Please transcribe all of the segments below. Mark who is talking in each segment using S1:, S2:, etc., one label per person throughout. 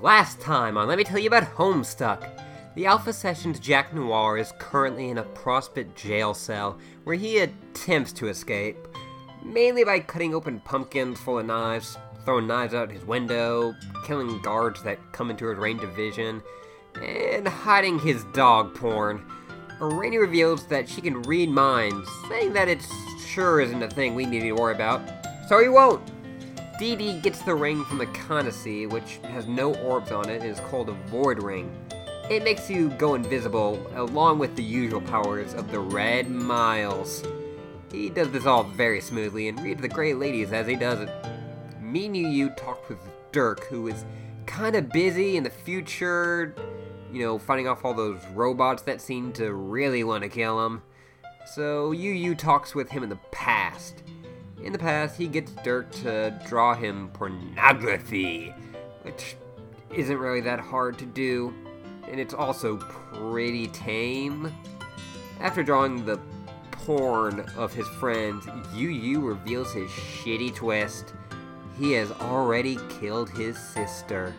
S1: Last time on Let Me Tell You About Homestuck. The Alpha Session's Jack Noir is currently in a Prospect jail cell where he attempts to escape, mainly by cutting open pumpkins full of knives, throwing knives out his window, killing guards that come into his range of vision, and hiding his dog porn. Rainey reveals that she can read minds, saying that it sure isn't a thing we need to worry about, so he won't. Dee Dee gets the ring from the Conacy, which has no orbs on it and is called a Void Ring. It makes you go invisible, along with the usual powers of the Red Miles. He does this all very smoothly and reads the Grey Ladies as he does it. Me and you talked with Dirk, who is kind of busy in the future, you know, fighting off all those robots that seem to really want to kill him. So Yu Yu talks with him in the past. In the past, he gets Dirk to draw him pornography, which isn't really that hard to do, and it's also pretty tame. After drawing the porn of his friends, Yu Yu reveals his shitty twist. He has already killed his sister.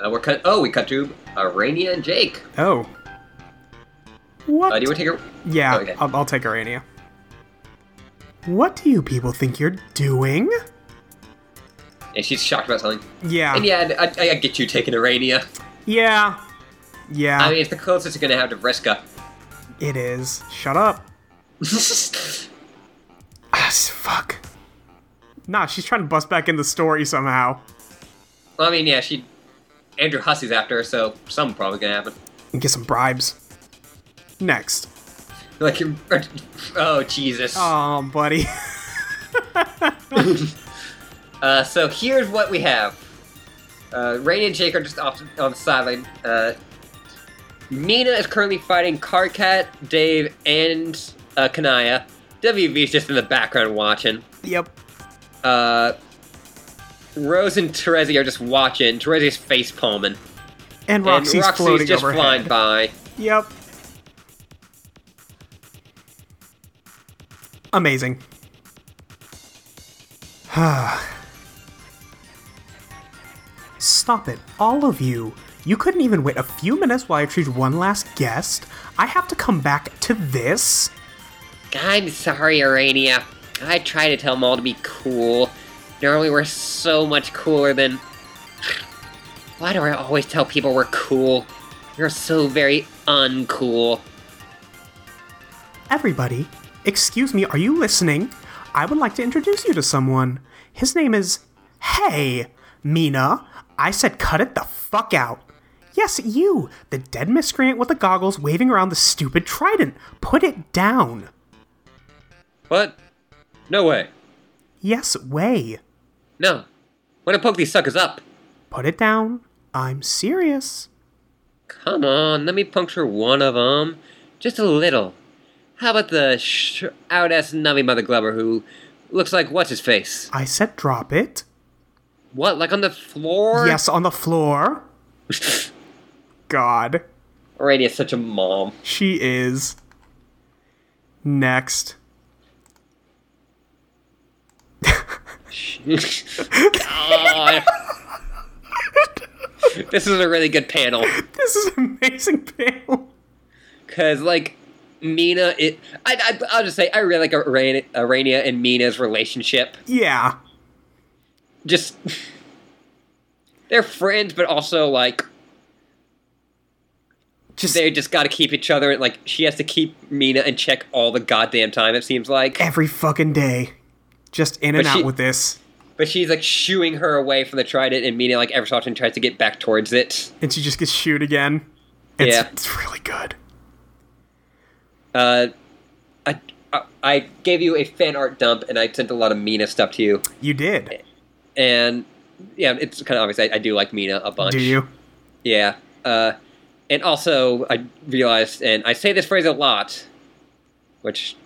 S1: Uh, we're cut. Oh, we cut to Arania and Jake.
S2: Oh. What?
S1: Uh, do you want to take a?
S2: yeah,
S1: okay.
S2: I'll, I'll take Arania. What do you people think you're doing?
S1: And she's shocked about something.
S2: Yeah.
S1: And yeah, I, I, I get you taking Arania.
S2: Yeah. Yeah,
S1: I mean, it's the closest you're gonna have to Vriska.
S2: it is. Shut up. Ah, s- fuck. Nah, she's trying to bust back in the story somehow.
S1: well, I mean, yeah, she. Andrew Hussey's after her, so something probably gonna happen.
S2: And get some bribes. Next.
S1: Like, you're- oh Jesus.
S2: Oh, buddy.
S1: Uh, so here's what we have. Uh, Rainy and Jake are just off on the sideline. Uh, Mina is currently fighting Carcat, Dave, and uh, Kanaya. WV's just in the background watching.
S2: yep.
S1: Uh, Rose and Terezi are just watching. Terezi's face palming.
S2: And Roxy's,
S1: and Roxy's
S2: floating
S1: just
S2: overhead.
S1: flying by.
S2: Yep. Amazing. Stop it, all of you. You couldn't even wait a few minutes while I treat one last guest. I have to come back to this.
S1: I'm sorry, Urania. I try to tell them all to be cool. Normally, we're so much cooler than. Why do I always tell people we're cool? We're so very uncool.
S2: Everybody, excuse me, are you listening? I would like to introduce you to someone. His name is. Hey, Mina. I said cut it the fuck out. Yes, you, the dead miscreant with the goggles waving around the stupid trident. Put it down.
S1: What? No way.
S2: Yes, way.
S1: No. When I poke these suckers up.
S2: Put it down. I'm serious.
S1: Come on, let me puncture one of them. Just a little. How about the sh- out ass nubby mother Glover who looks like what's his face?
S2: I said drop it.
S1: What, like on the floor?
S2: Yes, on the floor. God,
S1: Urania's such a mom.
S2: she is. Next.
S1: God. this is a really good panel
S2: This is an amazing panel.
S1: because like Mina, it I, I I'll just say I really like Arania, Arania and Mina's relationship.
S2: Yeah.
S1: Just they're friends, but also like
S2: Just
S1: they just got to keep each other. Like she has to keep Mina in check all the goddamn time. It seems like
S2: every fucking day. Just in and
S1: But
S2: out
S1: she-
S2: with this.
S1: But she's like shooing her away from the trident, and Mina like ever so often tries to get back towards it.
S2: And she just gets shoot again. It's,
S1: Yeah.
S2: it's really good.
S1: Uh, I, I- I gave you a fan art dump, and I sent a lot of Mina stuff to you.
S2: You did.
S1: And yeah, it's kind of obvious. I, I do like Mina a bunch.
S2: Do you?
S1: Yeah. Uh, and also, I realized, and I say this phrase a lot, which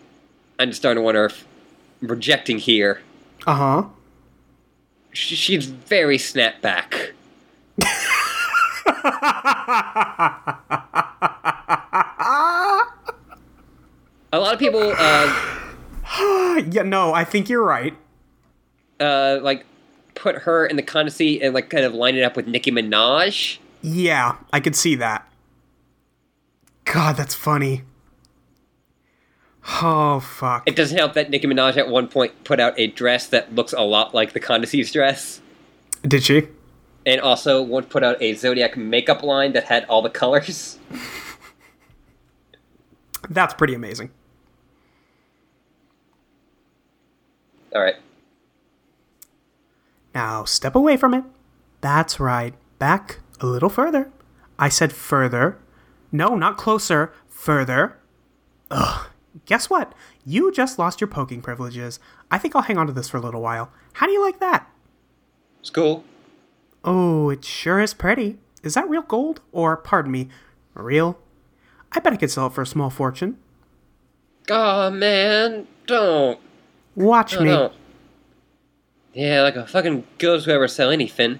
S1: I'm just starting to wonder if I'm rejecting here.
S2: Uh huh.
S1: Sh- She's very snapback. A lot of people, uh,
S2: Yeah, no, I think you're right.
S1: uh, like, put her in the condensate and, like, kind of line it up with Nicki Minaj.
S2: Yeah, I could see that. God, that's funny. Oh, fuck.
S1: It doesn't help that Nicki Minaj at one point put out a dress that looks a lot like the Condice's dress,
S2: Did she?
S1: and also one put out a Zodiac makeup line that had all the colors.
S2: That's pretty amazing.
S1: All right.
S2: Now step away from it. That's right. Back a little further. I said further. No, not closer. Further. Ugh. Guess what? You just lost your poking privileges. I think I'll hang on to this for a little while. How do you like that?
S1: It's cool.
S2: Oh, it sure is pretty. Is that real gold? Or, pardon me, real? I bet I could sell it for a small fortune.
S1: Oh man, don't,
S2: Watch
S1: Oh, no,
S2: me.
S1: don't. Yeah, like a fucking ghost who ever sell anything.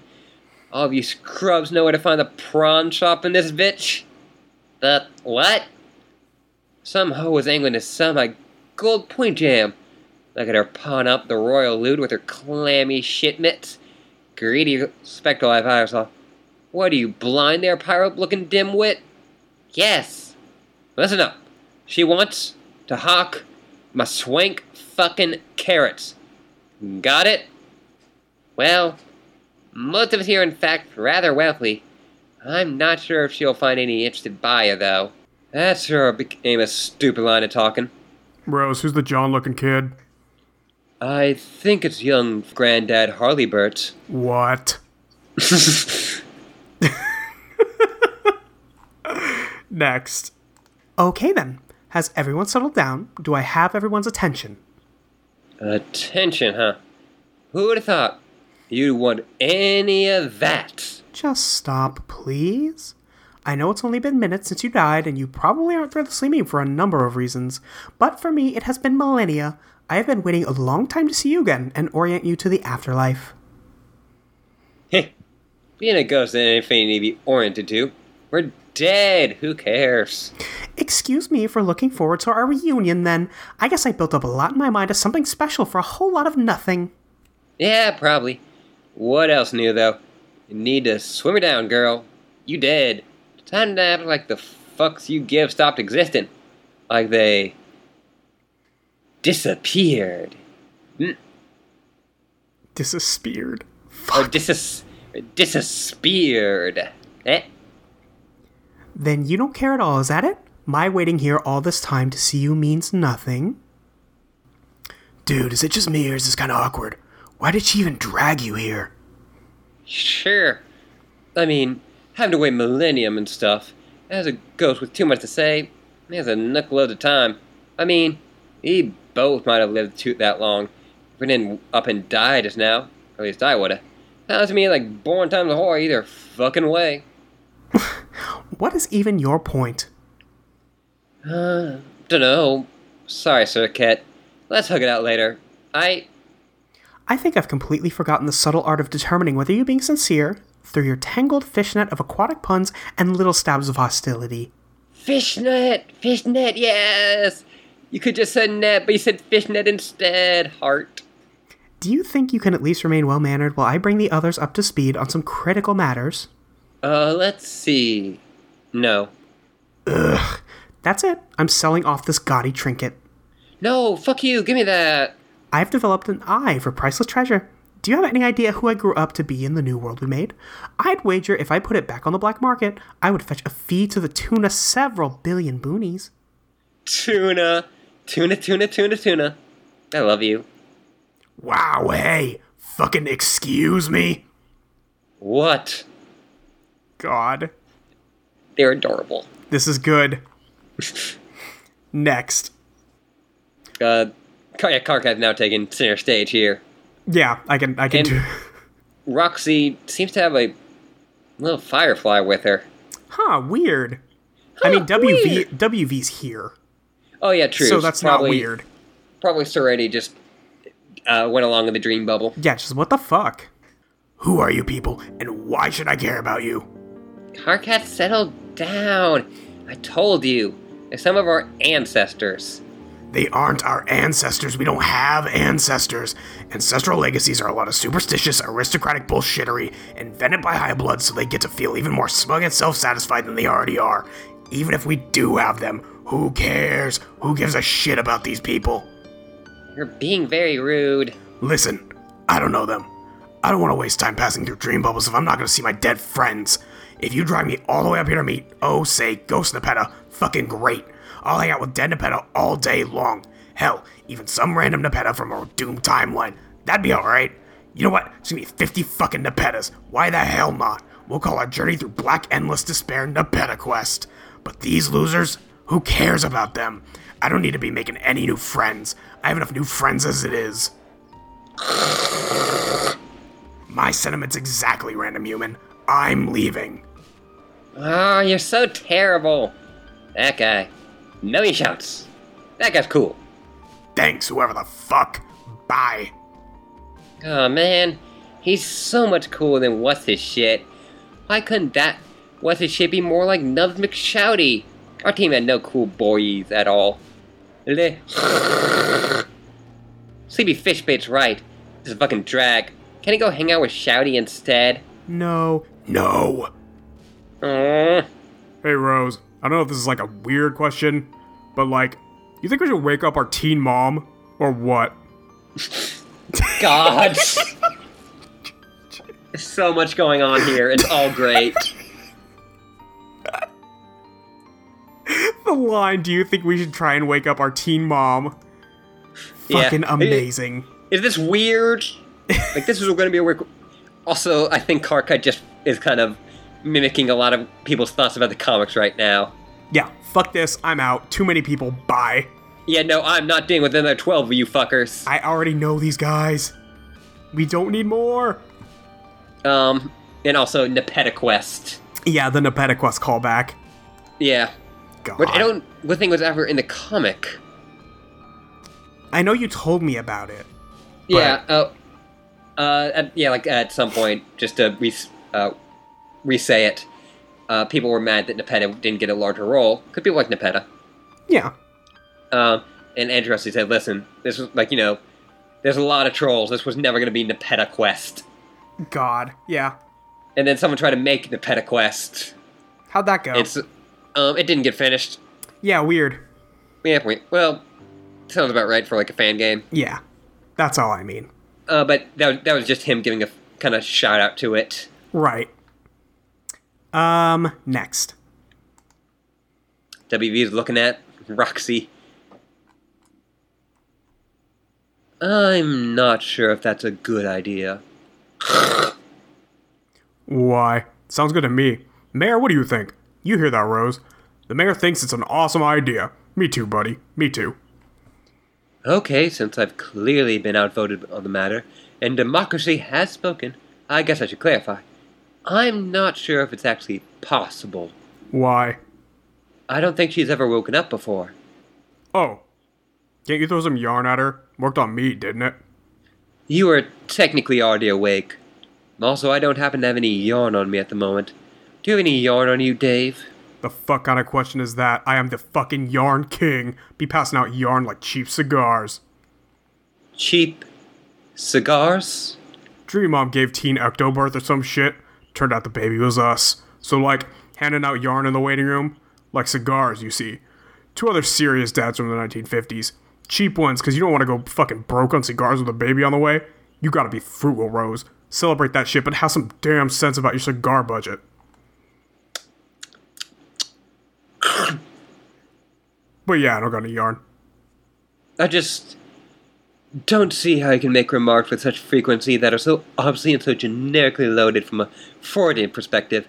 S1: All of you scrubs know where to find the prawn shop in this bitch. The what? Some hoe was angling to sell my gold point jam. Look at her pawn up the royal lewd with her clammy shit mitts. Greedy spectral I've ever saw. What are you, blind there, pyro looking dimwit? Yes. Listen up. She wants to hawk my swank fucking carrots. Got it? Well, most of us here, in fact, rather wealthy. I'm not sure if she'll find any interested buyer, though. That sure became a stupid line of talking.
S2: Rose, who's the John looking kid?
S1: I think it's young Granddad Harleybert.
S2: What? Next. Okay then. Has everyone settled down? Do I have everyone's attention?
S1: Attention, huh? Who would have thought you'd want any of that?
S2: Just stop, please. I know it's only been minutes since you died, and you probably aren't thrilled to see me for a number of reasons, but for me, it has been millennia. I have been waiting a long time to see you again and orient you to the afterlife.
S1: Heh. Being a ghost isn't anything you need to be oriented to. We're dead. Who cares?
S2: Excuse me for looking forward to our reunion, then. I guess I built up a lot in my mind of something special for a whole lot of nothing.
S1: Yeah, probably. What else new though? You need to swim her down, girl. You dead. Time to act like the fucks you give stopped existing. Like they disappeared.
S2: Disappeared.
S1: Or disas disappeared. Eh?
S2: Then you don't care at all, is that it? My waiting here all this time to see you means nothing. Dude, is it just me or is this kind of awkward? Why did she even drag you here?
S1: Sure. I mean, having to wait millennium and stuff. As a ghost with too much to say, there's a knuckleload of time. I mean, we both might have lived too that long. If we didn't up and die just now, at least I would've. Sounds to me like born times a whore either fucking way.
S2: What is even your point?
S1: Uh, dunno. Sorry, Sir Cat. Let's hug it out later. I.
S2: I think I've completely forgotten the subtle art of determining whether you're being sincere through your tangled fishnet of aquatic puns and little stabs of hostility.
S1: Fishnet! Fishnet, yes! You could just said net, but you said fishnet instead, heart.
S2: Do you think you can at least remain well mannered while I bring the others up to speed on some critical matters?
S1: Uh, let's see. No.
S2: That's it. I'm selling off this gaudy trinket.
S1: No, fuck you, give me that.
S2: I've developed an eye for priceless treasure. Do you have any idea who I grew up to be in the new world we made? I'd wager if I put it back on the black market, I would fetch a fee to the tune of several billion boonies.
S1: Tuna. Tuna, tuna, tuna, tuna. I love you.
S2: Wow, hey, Fucking excuse me?
S1: What?
S2: God.
S1: They're adorable.
S2: This is good. Next.
S1: Uh, Kar- yeah, Kark has now taken center stage here.
S2: Yeah, I can I can
S1: And-
S2: do
S1: Roxy seems to have a little firefly with her.
S2: Huh, weird. I mean WV WV's here.
S1: Oh yeah, true.
S2: So
S1: She's
S2: that's
S1: probably,
S2: not weird.
S1: Probably Serenity just uh, went along with the dream bubble.
S2: Yeah, just what the fuck? Who are you people and why should I care about you?
S1: Karkat, settle down. I told you, they're some of our ancestors.
S2: They aren't our ancestors. We don't have ancestors. Ancestral legacies are a lot of superstitious, aristocratic bullshittery invented by high blood so they get to feel even more smug and self satisfied than they already are. Even if we do have them, who cares? Who gives a shit about these people?
S1: You're being very rude.
S2: Listen, I don't know them. I don't want to waste time passing through dream bubbles if I'm not going to see my dead friends. If you drive me all the way up here to meet, oh, say, Ghost Nepeta, fucking great. I'll hang out with dead Nepeta all day long. Hell, even some random Nepeta from a doomed timeline. That'd be alright. You know what? It's gonna be 50 fucking Nepetas. Why the hell not? We'll call our journey through black endless despair Nepeta Quest. But these losers, who cares about them? I don't need to be making any new friends. I have enough new friends as it is. My sentiment's exactly random human. I'm leaving.
S1: Oh, you're so terrible. That guy. No, he shouts. That guy's cool.
S2: Thanks, whoever the fuck. Bye.
S1: Oh man, he's so much cooler than what's his shit. Why couldn't that what's his shit be more like Nubs McShouty? Our team had no cool boys at all. Le- Sleepy fish bait's right. This is fucking drag. Can he go hang out with Shouty instead?
S2: No. No.
S1: Aww.
S2: Hey, Rose. I don't know if this is like a weird question, but like, you think we should wake up our teen mom or what?
S1: God. There's so much going on here. It's all great.
S2: The line, do you think we should try and wake up our teen mom?
S1: Yeah.
S2: Fucking amazing.
S1: is this weird? like this is going to be a weird. Also, I think Karka just is kind of mimicking a lot of people's thoughts about the comics right now.
S2: Yeah, fuck this. I'm out. Too many people. Bye.
S1: Yeah, no, I'm not dealing with another twelve of you fuckers.
S2: I already know these guys. We don't need more.
S1: Um, and also Nepeta Quest.
S2: Yeah, the Nepeta Quest callback.
S1: Yeah,
S2: God.
S1: but I don't. The thing was ever in the comic.
S2: I know you told me about it.
S1: Yeah. Oh. Uh. At, yeah. Like at some point, just to re uh, re-say it, uh, people were mad that Nepeta didn't get a larger role. Could people like Nepeta.
S2: Yeah.
S1: Um, and Andrew Rossi said, "Listen, this was like you know, there's a lot of trolls. This was never going to be Nepeta Quest."
S2: God. Yeah.
S1: And then someone tried to make Nepeta Quest.
S2: How'd that go?
S1: It's, um, it didn't get finished.
S2: yeah, weird.
S1: Yeah, we, well, sounds about right for like a fan game.
S2: Yeah. That's all I mean.
S1: Uh, but that was, that was just him giving a kind of shout out to it.
S2: Right. Um, next.
S1: WV's looking at Roxy. I'm not sure if that's a good idea.
S2: Why? Sounds good to me. Mayor, what do you think? You hear that, Rose. The mayor thinks it's an awesome idea. Me too, buddy. Me too.
S1: Okay, since I've clearly been outvoted on the matter, and democracy has spoken, I guess I should clarify. I'm not sure if it's actually possible.
S2: Why?
S1: I don't think she's ever woken up before.
S2: Oh. Can't you throw some yarn at her? Worked on me, didn't it?
S1: You are technically already awake. Also, I don't happen to have any yarn on me at the moment. Do you have any yarn on you, Dave?
S2: The fuck kind of question is that? I am the fucking yarn king. Be passing out yarn like cheap cigars.
S1: Cheap cigars?
S2: Dream Mom gave teen ecto birth or some shit. Turned out the baby was us. So, like, handing out yarn in the waiting room, like cigars, you see. Two other serious dads from the 1950s. Cheap ones, because you don't want to go fucking broke on cigars with a baby on the way. You gotta be frugal, Rose. Celebrate that shit, but have some damn sense about your cigar budget. But yeah, I don't got any yarn.
S1: I just. don't see how you can make remarks with such frequency that are so obviously and so generically loaded from a Freudian perspective.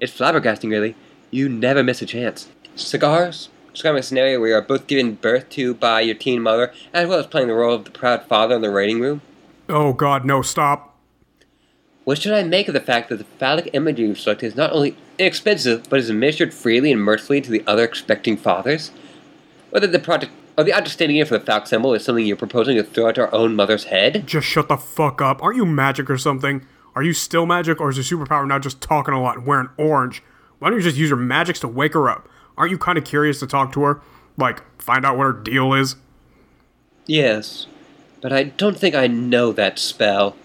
S1: It's flabbergasting, really. You never miss a chance. Cigars? Describing a scenario where you are both given birth to by your teen mother, as well as playing the role of the proud father in the waiting room.
S2: Oh god, no, stop.
S1: What should I make of the fact that the phallic imagery you select is not only inexpensive, but is administered freely and mercifully to the other expecting fathers? Whether the project or the understanding for the phallic symbol is something you're proposing to throw at our own mother's head?
S2: Just shut the fuck up. Aren't you magic or something? Are you still magic or is your superpower now just talking a lot and wearing orange? Why don't you just use your magics to wake her up? Aren't you kind of curious to talk to her? Like, find out what her deal is?
S1: Yes, but I don't think I know that spell.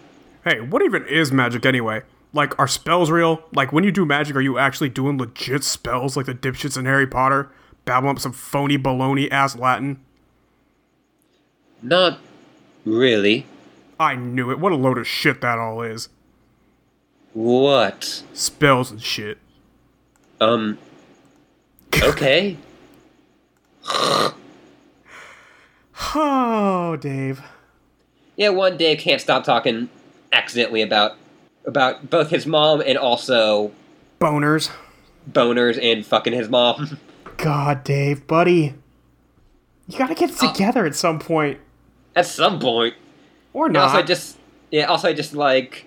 S2: Hey, what even is magic anyway? Like, are spells real? Like, when you do magic, are you actually doing legit spells like the dipshits in Harry Potter? Babbling up some phony baloney ass Latin?
S1: Not really.
S2: I knew it. What a load of shit that all is.
S1: What?
S2: Spells and shit.
S1: Um. Okay.
S2: Oh, Dave.
S1: yeah, one day can't stop talking accidentally about about both his mom and also
S2: Boners.
S1: boners and fucking his mom.
S2: God, Dave, buddy. You gotta get it
S1: Uh,
S2: together at some point.
S1: At some point.
S2: Or
S1: And also, I
S2: not.
S1: just yeah. Also, I just like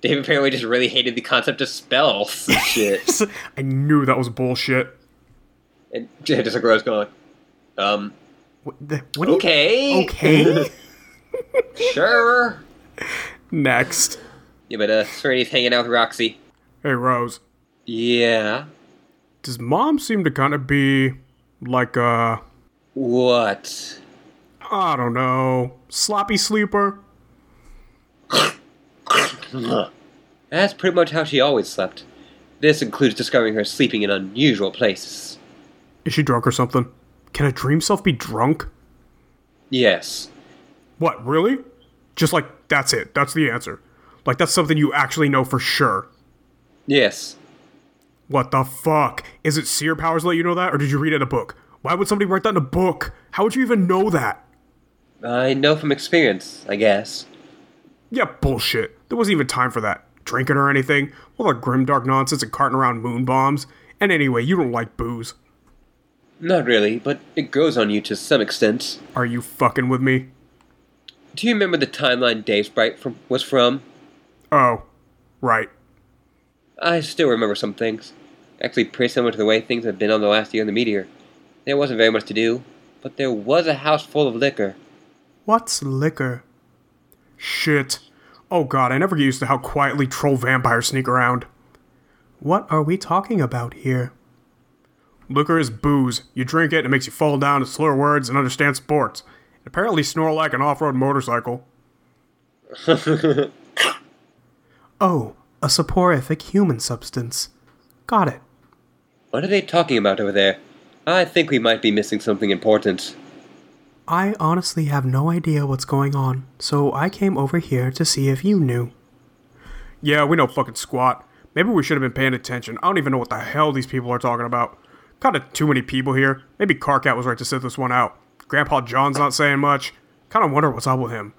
S1: Dave. Apparently, just really hated the concept of spells. and shit.
S2: I knew that was bullshit.
S1: And yeah, just like Rose going, like, um,
S2: What, the, what do you-
S1: okay,
S2: Okay.
S1: sure.
S2: Next.
S1: Yeah, but uh, Serenity's hanging out with Roxy.
S2: Hey, Rose.
S1: Yeah.
S2: Does mom seem to kind of be like a,
S1: What?
S2: I don't know, sloppy sleeper?
S1: That's pretty much how she always slept. This includes discovering her sleeping in unusual places.
S2: Is she drunk or something? Can a dream self be drunk?
S1: Yes.
S2: What, really? Just like, that's it. That's the answer. Like, that's something you actually know for sure.
S1: Yes.
S2: What the fuck? Is it seer powers let you know that, or did you read it in a book? Why would somebody write that in a book? How would you even know that?
S1: I know from experience, I guess.
S2: Yeah, bullshit. There wasn't even time for that. Drinking or anything. All that grimdark nonsense and carting around moon bombs. And anyway, you don't like booze.
S1: Not really, but it grows on you to some extent.
S2: Are you fucking with me?
S1: Do you remember the timeline Dave Sprite from, was from?
S2: Oh, right.
S1: I still remember some things. Actually, pretty similar to the way things have been on the last year in the meteor. There wasn't very much to do, but there was a house full of liquor.
S2: What's liquor? Shit. Oh god, I never get used to how quietly troll vampires sneak around. What are we talking about here? Liquor is booze. You drink it, and it makes you fall down and slur words and understand sports. Apparently, snore like an off road motorcycle. oh, a soporific human substance. Got it.
S1: What are they talking about over there? I think we might be missing something important.
S2: I honestly have no idea what's going on, so I came over here to see if you knew. Yeah, we know fucking squat. Maybe we should have been paying attention. I don't even know what the hell these people are talking about. Kinda too many people here. Maybe Carcat was right to sit this one out. Grandpa John's not saying much. Kinda wonder what's up with him.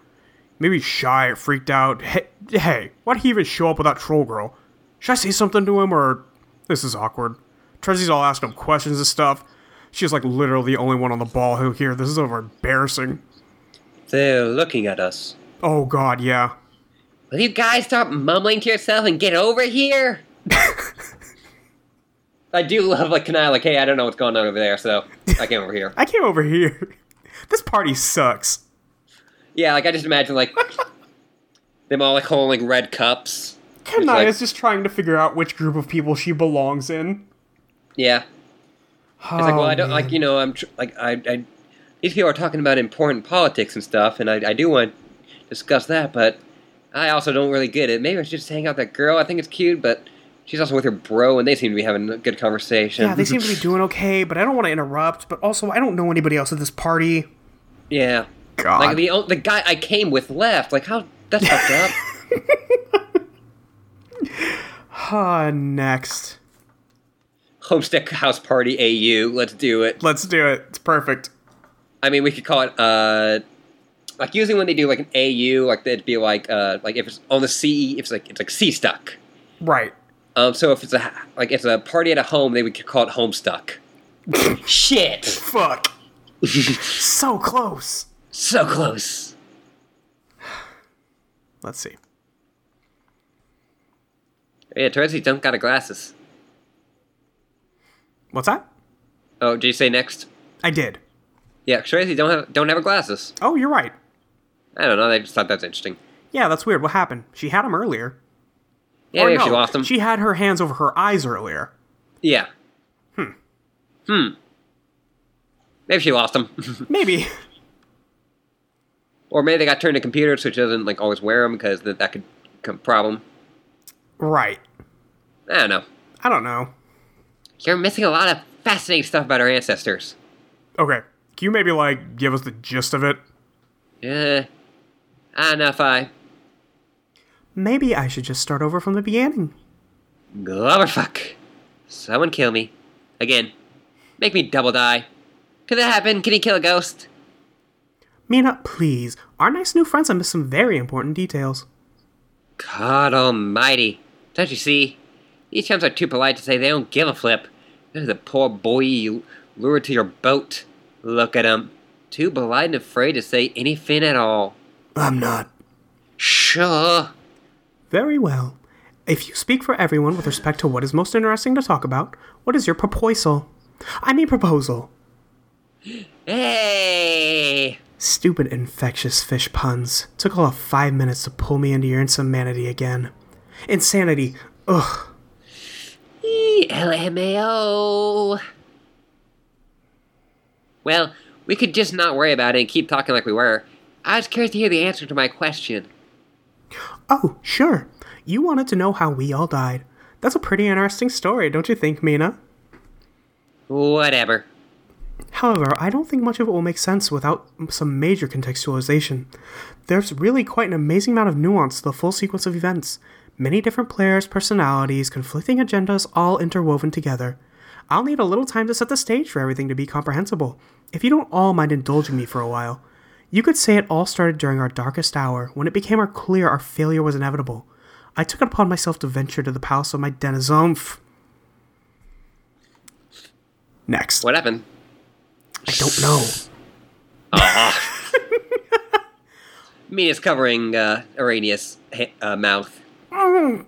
S2: Maybe he's shy or freaked out. Hey, hey, why'd he even show up with that troll girl? Should I say something to him or. This is awkward. Trezzy's all asking him questions and stuff. She's like literally the only one on the ball who here. This is over embarrassing.
S1: They're looking at us.
S2: Oh god, yeah.
S1: Will you guys stop mumbling to yourself and get over here? I do love like Kanai, like, hey, I don't know what's going on over there, so I came over here.
S2: I came over here. This party sucks.
S1: Yeah, like I just imagine like them all like holding like red cups.
S2: Kanai
S1: like-
S2: is just trying to figure out which group of people she belongs in.
S1: Yeah, it's like well,
S2: Oh,
S1: I don't like you know I'm tr- like I, I these people are talking about important politics and stuff, and I, I do want to discuss that, but I also don't really get it. Maybe I should just hang out with that girl. I think it's cute, but she's also with her bro, and they seem to be having a good conversation.
S2: Yeah, they seem to be doing okay, but I don't want to interrupt. But also, I don't know anybody else at this party.
S1: yeah.
S2: God.
S1: Like the o- the guy I came with left. Like how that's fucked up.
S2: Ah, next.
S1: Homestead House Party AU. Let's do it.
S2: Let's do it. It's perfect.
S1: I mean, we could call it uh like usually when they do like an AU, like that'd be like uh like if it's on the CE, if it's like it's like C stuck.
S2: Right.
S1: Um, so if it's a like if it's a party at a home, they would call it homestuck. Shit,
S2: Fuck. so close.
S1: so close.
S2: Let's see.
S1: Yeah, Teresi don't got a glasses.
S2: What's that?
S1: Oh, did you say next?
S2: I did.
S1: Yeah, Teresi don't have don't have a glasses.
S2: Oh, you're right.
S1: I don't know. I just thought that's interesting.
S2: Yeah, that's weird. What happened? She had them earlier.
S1: Yeah,
S2: Or
S1: maybe she
S2: no,
S1: lost them.
S2: She had her hands over her eyes earlier.
S1: Yeah.
S2: Hmm.
S1: Hmm. Maybe she lost them,
S2: Maybe.
S1: or maybe they got turned to computers, so she doesn't like always wear them because that that could come problem.
S2: right.
S1: I don't know.
S2: I don't know.
S1: You're missing a lot of fascinating stuff about our ancestors.
S2: Okay. Can you maybe like give us the gist of it?
S1: Yeah. I don't know if I.
S2: Maybe I should just start over from the beginning.
S1: Glubberfuck. Someone kill me. Again. Make me double die. Could that happen? Can he kill a ghost?
S2: Mina, please. Our nice new friends have missed some very important details.
S1: God almighty. Don't you see? These chums are too polite to say they don't give a flip. This is a poor boy you lured to your boat. Look at 'em. Too polite and afraid to say anything at all.
S2: I'm not.
S1: Sure.
S2: Very well. If you speak for everyone with respect to what is most interesting to talk about, what is your proposal? I mean proposal.
S1: Hey!
S2: Stupid infectious fish puns. Took all of five minutes to pull me into your insanity again. Insanity. Ugh.
S1: Eee, LMAO. Well, we could just not worry about it and keep talking like we were. I was curious to hear the answer to my question.
S2: Oh, sure. You wanted to know how we all died. That's a pretty interesting story, don't you think, Mina?
S1: Whatever.
S2: However, I don't think much of it will make sense without some major contextualization. There's really quite an amazing amount of nuance to the full sequence of events. Many different players, personalities, conflicting agendas all interwoven together. I'll need a little time to set the stage for everything to be comprehensible, if you don't all mind indulging me for a while. You could say it all started during our darkest hour, when it became our clear our failure was inevitable. I took it upon myself to venture to the palace of my denizomph. Next.
S1: What happened?
S2: I don't know.
S1: Mina's covering uh, Arrhenius' he- uh, mouth. Yeah,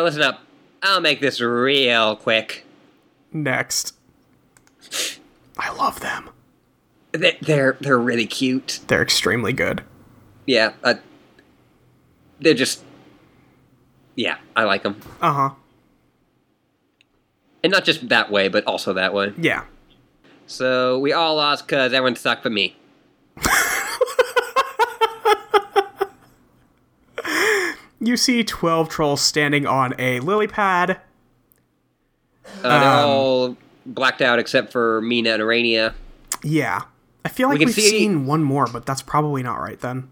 S1: listen up. I'll make this real quick.
S2: Next. I love them.
S1: They- They're they're really cute.
S2: They're extremely good.
S1: Yeah, uh, they're just. Yeah, I like them,
S2: Uh huh.
S1: and not just that way, but also that way.
S2: Yeah.
S1: So we all lost because everyone sucked but me.
S2: You see 12 trolls standing on a lily pad.
S1: Uh, they're all blacked out except for Mina and Urania.
S2: Yeah. I feel like
S1: can
S2: we have
S1: see-
S2: seen one more, but that's probably not right then.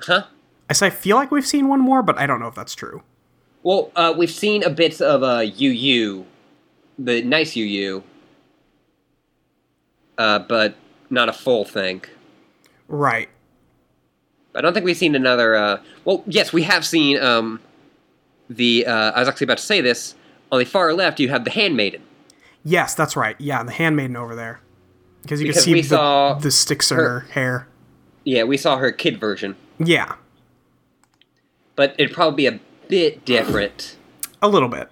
S1: Huh?
S2: I say I feel like we've seen one more, but I don't know if that's true.
S1: Well, uh, we've seen a bit of uh, UU, the nice UU, uh, but not a full thing.
S2: Right.
S1: I don't think we've seen another. Uh, well, yes, we have seen um, the. Uh, I was actually about to say this. On the far left, you have the handmaiden.
S2: Yes, that's right. Yeah, the handmaiden over there. Because you
S1: Because
S2: can see
S1: we
S2: the,
S1: saw
S2: the sticks in
S1: her-
S2: her hair.
S1: Yeah, we saw her kid version,
S2: Yeah.
S1: but it'd probably be a bit different.
S2: A little bit.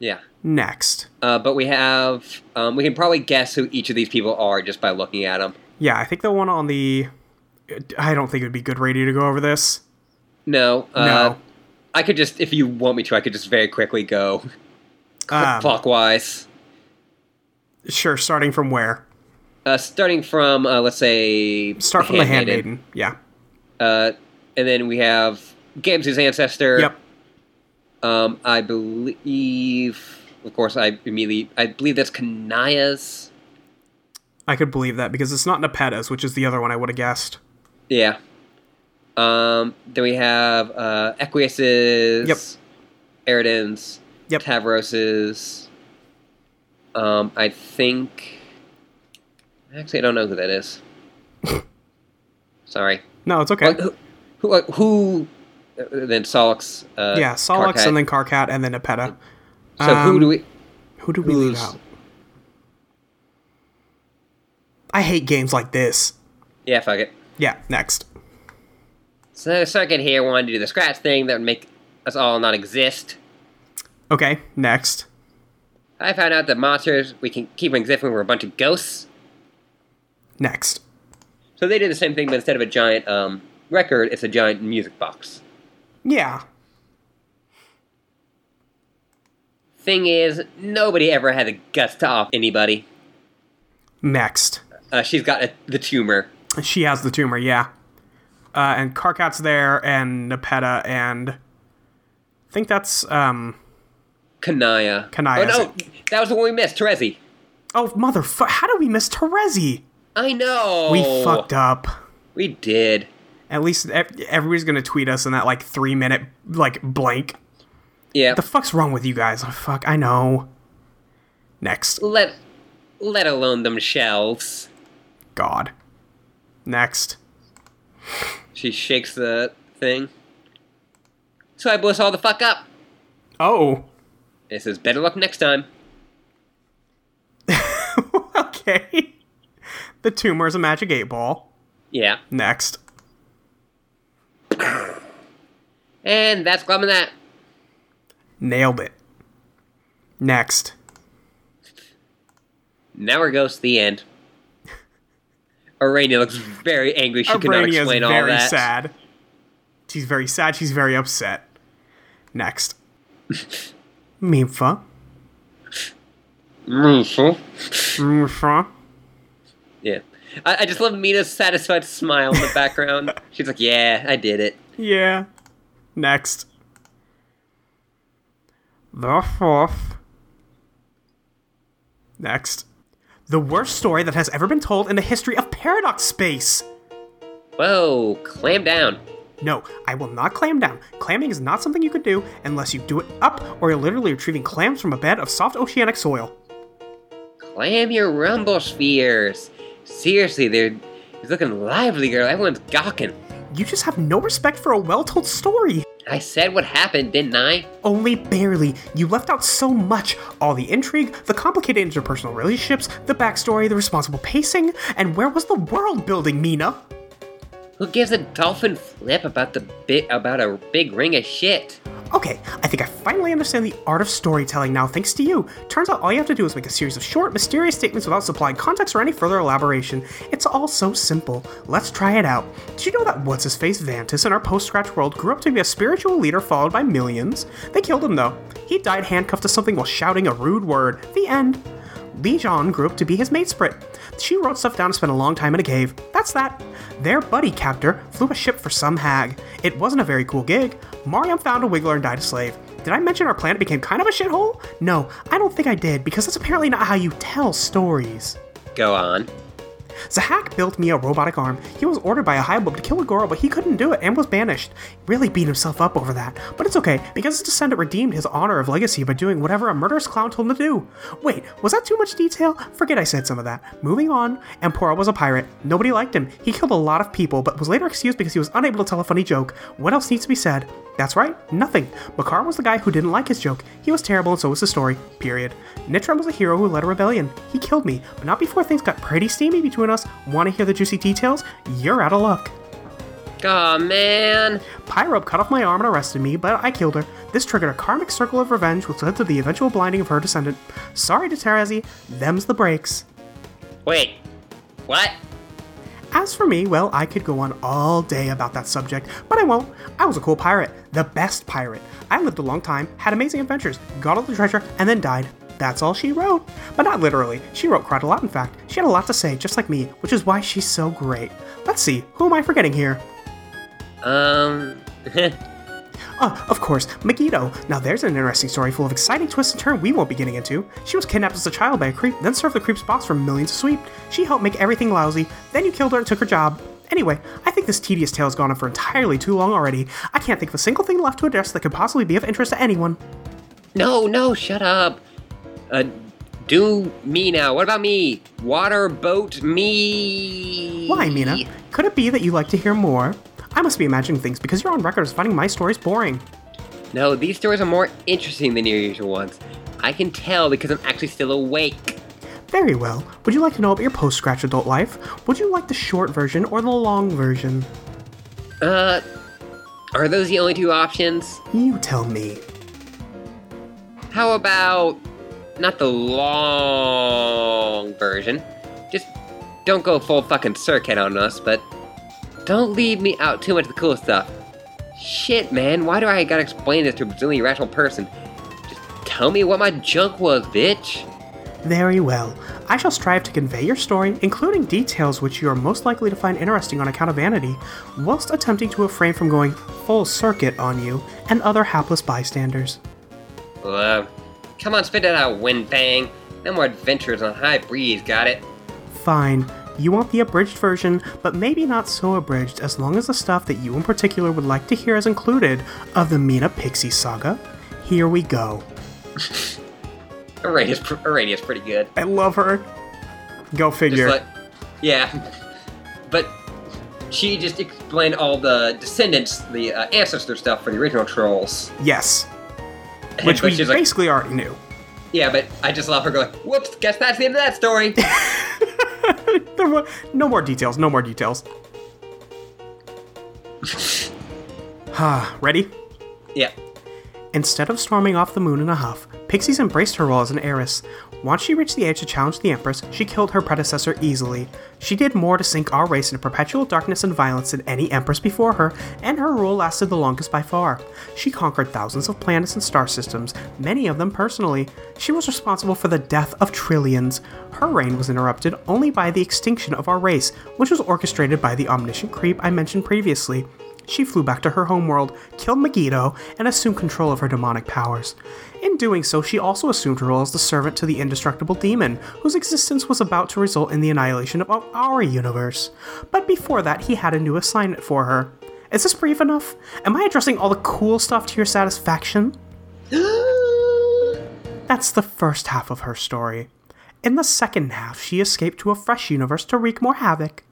S1: Yeah.
S2: Next.
S1: Uh, but we have, um, we can probably guess who each of these people are just by looking at them.
S2: Yeah, I think the one on the. I don't think it would be good radio to go over this.
S1: No, uh,
S2: No.
S1: I could just, if you want me to, I could just very quickly go
S2: Um,
S1: clockwise.
S2: Sure, starting from where?
S1: Uh, starting from, uh, let's say,
S2: Start from
S1: Handmaiden.
S2: the handmaiden. Yeah.
S1: Uh, and then we have Gamzee's ancestor.
S2: Yep.
S1: Um, I believe, of course, I immediately, I believe that's Kanaya's.
S2: I could believe that because it's not Nepeta's, which is the other one I would have guessed.
S1: Yeah. Um, then we have uh, Equius's.
S2: Yep.
S1: Eridan's.
S2: Yep.
S1: Tavros's. Um, I think. Actually, I don't know who that is. Sorry.
S2: No, it's okay.
S1: Like, who, who, like, who uh, then Solix, uh,
S2: yeah, Solix
S1: Karkat.
S2: and then Karkat and then Nepeta.
S1: So who
S2: um,
S1: do we?
S2: Who do we leave
S1: who's-
S2: out? I hate games like this.
S1: Yeah, fuck it.
S2: Yeah, next.
S1: So Circuit here wanted to do the scratch thing that would make us all not exist.
S2: Okay, next.
S1: I found out that monsters we can keep from existing were a bunch of ghosts.
S2: Next.
S1: So they did the same thing, but instead of a giant um, record, it's a giant music box.
S2: Yeah.
S1: Thing is, nobody ever had the guts to off anybody.
S2: Next.
S1: Uh, she's got a, the tumor.
S2: She has the tumor, yeah. Uh, and Karkat's there and Nepeta and I think that's um
S1: Kanaya.
S2: Kanaya,
S1: Oh no,
S2: is
S1: that was the one we missed. Terezi.
S2: Oh motherfucker, how did we miss Terezi?
S1: I know.
S2: We fucked up.
S1: We did.
S2: At least ev- everybody's gonna tweet us in that like three minute like blank.
S1: Yeah.
S2: The fuck's wrong with you guys? Oh, fuck, I know. Next.
S1: let let alone them shelves.
S2: God. Next.
S1: She shakes the thing. So I blew us all the fuck up.
S2: Oh.
S1: It says better luck next time.
S2: okay. The tumor is a magic eight ball.
S1: Yeah.
S2: Next.
S1: And that's glubbing that.
S2: Nailed it. Next.
S1: Now we're ghosts, the end. Arania looks very angry. She cannot
S2: Abrania
S1: explain all
S2: very
S1: that.
S2: sad. She's very sad. She's very upset. Next. Mifa.
S1: Mhm.
S2: Mifa.
S1: Yeah. I, I just love Mina's satisfied smile in the background. She's like, yeah, I did it.
S2: Yeah. Next. The fourth. Next. The worst story that has ever been told in the history of Paradox Space.
S1: Whoa, clam down.
S2: No, I will not clam down. Clamming is not something you could do unless you do it up or you're literally retrieving clams from a bed of soft oceanic soil.
S1: Clam your rumble spheres. Seriously, they're he's looking lively, girl. Everyone's gawking.
S2: You just have no respect for a well told story.
S1: I said what happened, didn't I?
S2: Only barely. You left out so much all the intrigue, the complicated interpersonal relationships, the backstory, the responsible pacing, and where was the world building, Mina?
S1: Who gives a dolphin flip about the bit about a big ring of shit?
S2: Okay, I think I finally understand the art of storytelling now thanks to you. Turns out all you have to do is make a series of short, mysterious statements without supplying context or any further elaboration. It's all so simple. Let's try it out. Did you know that What's His Face Vantis in our post Scratch world grew up to be a spiritual leader followed by millions? They killed him though. He died handcuffed to something while shouting a rude word. The end. Lee John grew up to be his matesprit. She wrote stuff down and spent a long time in a cave. That's that. Their buddy captor flew a ship for some hag. It wasn't a very cool gig. Mariam found a wiggler and died a slave. Did I mention our planet became kind of a shithole? No, I don't think I did, because that's apparently not how you tell stories.
S1: Go on.
S2: Zahak built me a robotic arm. He was ordered by a high to kill a girl, but he couldn't do it and was banished. Really beat himself up over that. But it's okay, because his descendant redeemed his honor of legacy by doing whatever a murderous clown told him to do. Wait, was that too much detail? Forget I said some of that. Moving on, Empora was a pirate. Nobody liked him. He killed a lot of people, but was later excused because he was unable to tell a funny joke. What else needs to be said? That's right, nothing. Makar was the guy who didn't like his joke. He was terrible, and so was the story. Period. Nitram was a hero who led a rebellion. He killed me, but not before things got pretty steamy between us. Want to hear the juicy details? You're out of luck.
S1: Aw, man.
S2: Pyrope cut off my arm and arrested me, but I killed her. This triggered a karmic circle of revenge, which led to the eventual blinding of her descendant. Sorry to Terezi, them's the breaks.
S1: Wait. What?
S2: As for me, well, I could go on all day about that subject, but I won't. I was a cool pirate, the best pirate. I lived a long time, had amazing adventures, got all the treasure, and then died. That's all she wrote. But not literally. She wrote quite a lot, in fact. She had a lot to say, just like me, which is why she's so great. Let's see, who am I forgetting here?
S1: Um.
S2: Uh, of course, Megiddo. Now there's an interesting story full of exciting twists and turns we won't be getting into. She was kidnapped as a child by a creep, then served the creep's boss for millions of sweep. She helped make everything lousy, then you killed her and took her job. Anyway, I think this tedious tale has gone on for entirely too long already. I can't think of a single thing left to address that could possibly be of interest to anyone.
S1: no, no, shut up. Uh, do me now. What about me? Water boat me.
S2: Why, Mina? Could it be that you like to hear more? I must be imagining things because you're on record as finding my stories boring.
S1: No, these stories are more interesting than your usual ones. I can tell because I'm actually still awake.
S2: Very well. Would you like to know about your post scratch adult life? Would you like the short version or the long version?
S1: Uh, are those the only two options?
S2: You tell me.
S1: How about not the long version? Just don't go full fucking circuit on us, but don't leave me out too much of the cool stuff. Shit, man, why do I gotta explain this to a Brazilian rational person? Just tell me what my junk was, bitch.
S2: Very well. I shall strive to convey your story, including details which you are most likely to find interesting on account of vanity, whilst attempting to refrain from going full circuit on you and other hapless bystanders.
S1: Uh, come on, spit that out, windbang. No more adventures on high breeze, got it?
S2: Fine. You want the abridged version, but maybe not so abridged as long as the stuff that you in particular would like to hear is included of the Mina Pixie saga. Here we go.
S1: Irradia's, pr- Irradia's pretty good.
S2: I love her. Go
S1: Just
S2: figure.
S1: like, yeah. But she just explained all the descendants, the uh, ancestor stuff for the original trolls.
S2: yes.
S1: And-
S2: Which
S1: but
S2: we
S1: she's like,
S2: basically already knew.
S1: yeah, but I just love her going, whoops, guess that's the end of that story.
S2: There were- no more details, no more details. Ah, Ready?
S1: yeah.
S2: Instead of storming off the moon in a huff, Pixies embraced her role as an heiress. Once she reached the age to challenge the Empress, she killed her predecessor easily. She did more to sink our race into perpetual darkness and violence than any Empress before her, and her rule lasted the longest by far. She conquered thousands of planets and star systems, many of them personally. She was responsible for the death of trillions. Her reign was interrupted only by the extinction of our race, which was orchestrated by the omniscient creep I mentioned previously. She flew back to her homeworld, killed Megiddo, and assumed control of her demonic powers. In doing so, she also assumed her role as the servant to the indestructible demon, whose existence was about to result in the annihilation of our universe. But before that, he had a new assignment for her. Is this brief enough? Am I addressing all the cool stuff to your satisfaction? That's the first half of her story. In the second half, she escaped to a fresh universe to wreak more havoc.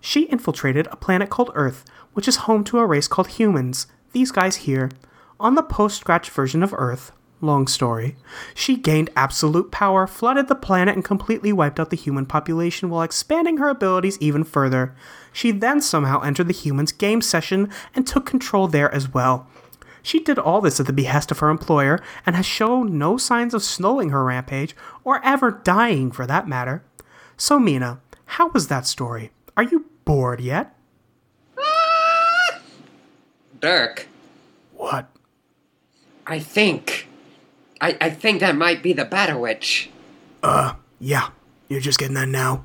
S2: She infiltrated a planet called Earth, which is home to a race called humans, these guys here. On the post scratch version of Earth, long story, she gained absolute power, flooded the planet, and completely wiped out the human population while expanding her abilities even further. She then somehow entered the humans' game session and took control there as well. She did all this at the behest of her employer and has shown no signs of slowing her rampage or ever dying for that matter. So, Mina, how was that story? Are you bored yet?
S1: Dirk,
S2: What?
S1: I think. I, I think that might be the Batter Witch.
S2: Uh, Yeah, you're just getting that now.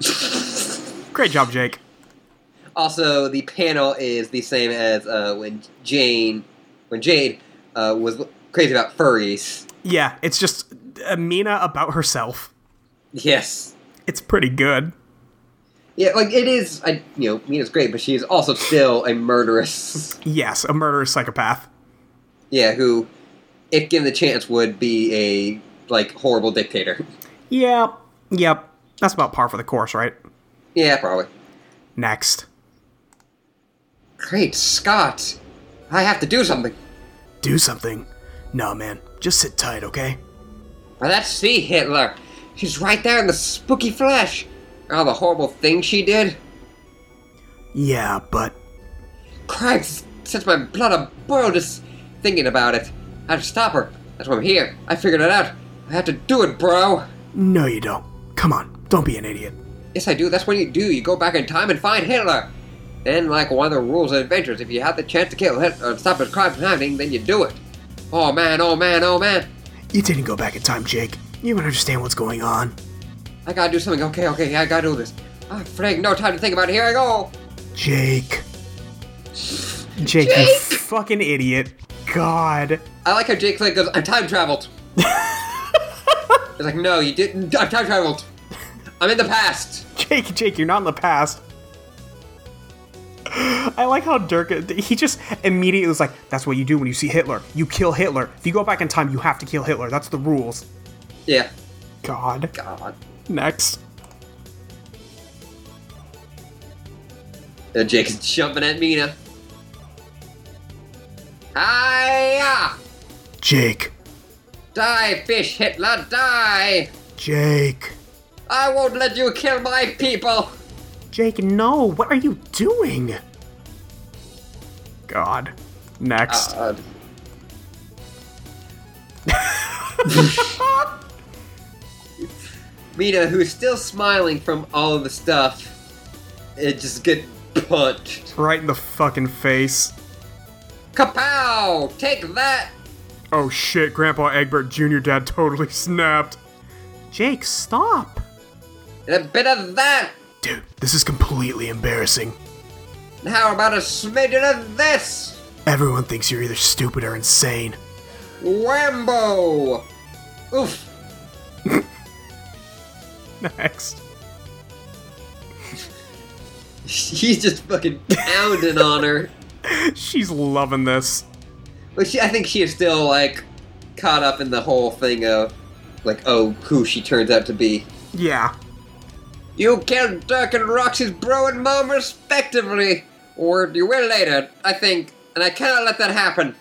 S2: Great job, Jake.
S1: Also, the panel is the same as uh, when Jane, when Jade uh, was crazy about furries.
S2: Yeah, it's just uh, Mina about herself.
S1: Yes.
S2: It's pretty good.
S1: Yeah, like it is. I you know Mina's great, but she is also still a murderess.
S2: Yes, a murderous psychopath.
S1: yeah, who, if given the chance, would be a like horrible dictator.
S2: Yep, yep. That's about par for the course, right?
S1: yeah, probably.
S2: Next.
S1: Great Scott! I have to do something.
S2: Do something. Nah, man. Just sit tight, okay?
S1: Now let's see Hitler. She's right there in the spooky flesh. All the horrible things she did.
S2: Yeah, but
S1: Christ, sets my blood a boil just thinking about it. I have to stop her. That's why I'm here. I figured it out. I have to do it, bro.
S2: no, you don't. Come on, don't be an idiot.
S1: Yes, I do. That's what you do. You go back in time and find Hitler. Then, like one of the rules of adventures, if you have the chance to kill Hitler or stop his crime from happening, then you do it. Oh man, oh man, oh man.
S2: You didn't go back in time, Jake. You don't understand what's going on.
S1: I gotta do something. Okay, okay, I gotta do this. Ah, Frank, no time to think about it. Here I go.
S2: Jake. Jake, you fucking idiot. God.
S1: I like how Jake Flint goes, I'm time traveled. He's like, no, you didn't. I'm time traveled. I'm in the past.
S2: Jake, Jake, you're not in the past. I like how Dirk, he just immediately was like, that's what you do when you see Hitler. You kill Hitler. If you go back in time, you have to kill Hitler. That's the rules.
S1: Yeah.
S2: God.
S1: God.
S2: Next.
S1: Uh, Jake is jumping at Mina. Hiya!
S2: Jake.
S1: Die, fish Hitler, die!
S2: Jake.
S1: I won't let you kill my people!
S2: Jake, no. What are you doing? God. Next.
S1: God. Mina, who's still smiling from all of the stuff, it just get punched.
S2: right in the fucking face.
S1: Kapow! Take that!
S2: Oh shit, Grandpa Egbert Jr. Dad totally snapped. Jake, stop!
S1: And a bit of that!
S2: Dude, this is completely embarrassing.
S1: And how about a smidgen of this?
S2: Everyone thinks you're either stupid or insane.
S1: Whambo! Oof!
S2: Next.
S1: He's just fucking pounding on her.
S2: She's loving this.
S1: But she, I think she is still like caught up in the whole thing of like, oh, who she turns out to be.
S2: Yeah.
S1: You killed Dirk and Roxy's bro and mom respectively, or you will later, I think, and I cannot let that happen.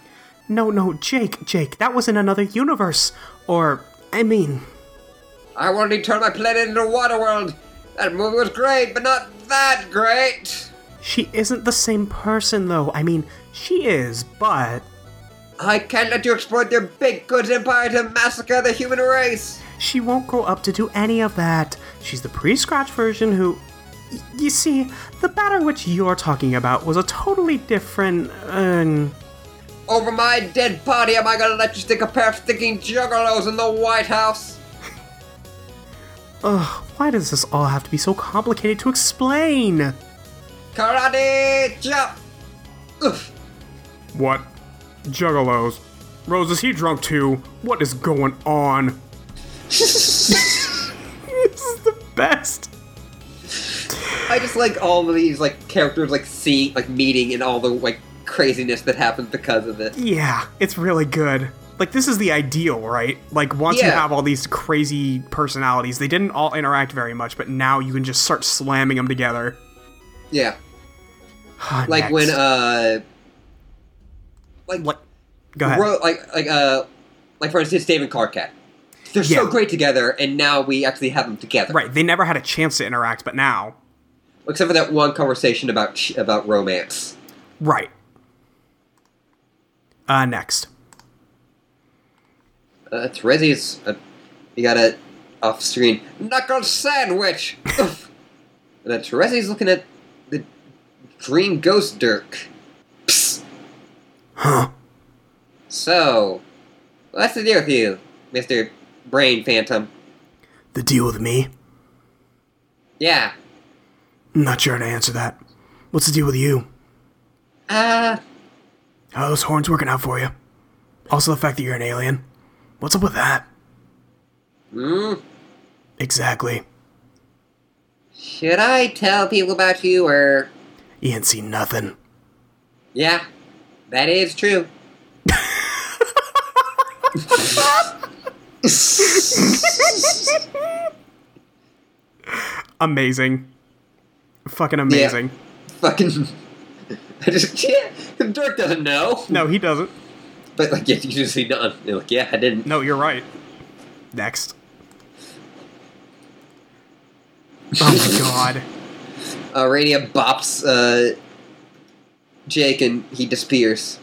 S2: No, no, Jake, Jake, that was in another universe. Or, I mean,
S1: I want to turn my planet into Waterworld. That movie was great, but not that great.
S2: she isn't the same person though. I mean, she is, but
S1: I can't let you exploit your big goods empire to massacre the human race.
S2: she won't grow up to do any of that. She's the pre scratch version who. Y- You see, the batter which you're talking about was a totally different. Um,
S1: Over my dead body, am I gonna let you stick a pair of sticking juggalos in the White House?
S2: ugh, why does this all have to be so complicated to explain?
S1: Karate chop! Oof.
S2: What? Juggalos. Rose, is he drunk too? What is going on? this is the best.
S1: I just like all of these like characters like seeing like meeting and all the like craziness that happens because of it.
S2: Yeah, it's really good. Like, this is the ideal, right? Like, once you
S1: Yeah.
S2: have all these crazy personalities, they didn't all interact very much, but now you can just start slamming them together.
S1: Yeah.
S2: Ah,
S1: Like when
S2: next.
S1: uh like
S2: Like, go ahead.
S1: ro- like like uh like for instance David Carcat. They're
S2: Yeah.
S1: so great together and now we actually have them together.
S2: right, they never had a chance to interact, but now.
S1: Except for that one conversation about ch- about romance.
S2: Right. Uh, next.
S1: Uh, it's Rezzy's uh, you got a off screen knuckle sandwich. Oof. and uh, Terezzi's looking at the dream ghost Dirk. Psst.
S2: Huh.
S1: So, what's the deal with you, Mister Brain Phantom?
S2: The deal with me?
S1: Yeah.
S2: I'm not sure how to answer that. What's the deal with you?
S1: Uh,
S2: How are those horns working out for you? Also, the fact that you're an alien. What's up with that?
S1: mm,
S2: Exactly.
S1: should I tell people about you or?
S2: You ain't seen nothing.
S1: Yeah, that is true.
S2: Amazing. Fucking amazing.
S1: Fucking. I just can't. Dirk doesn't know.
S2: No, he doesn't.
S1: But like, yeah, you just see none. You're like, yeah, I didn't.
S2: No, you're right. Next. Oh my god.
S1: Uh, Radia bops uh, Jake and he disappears.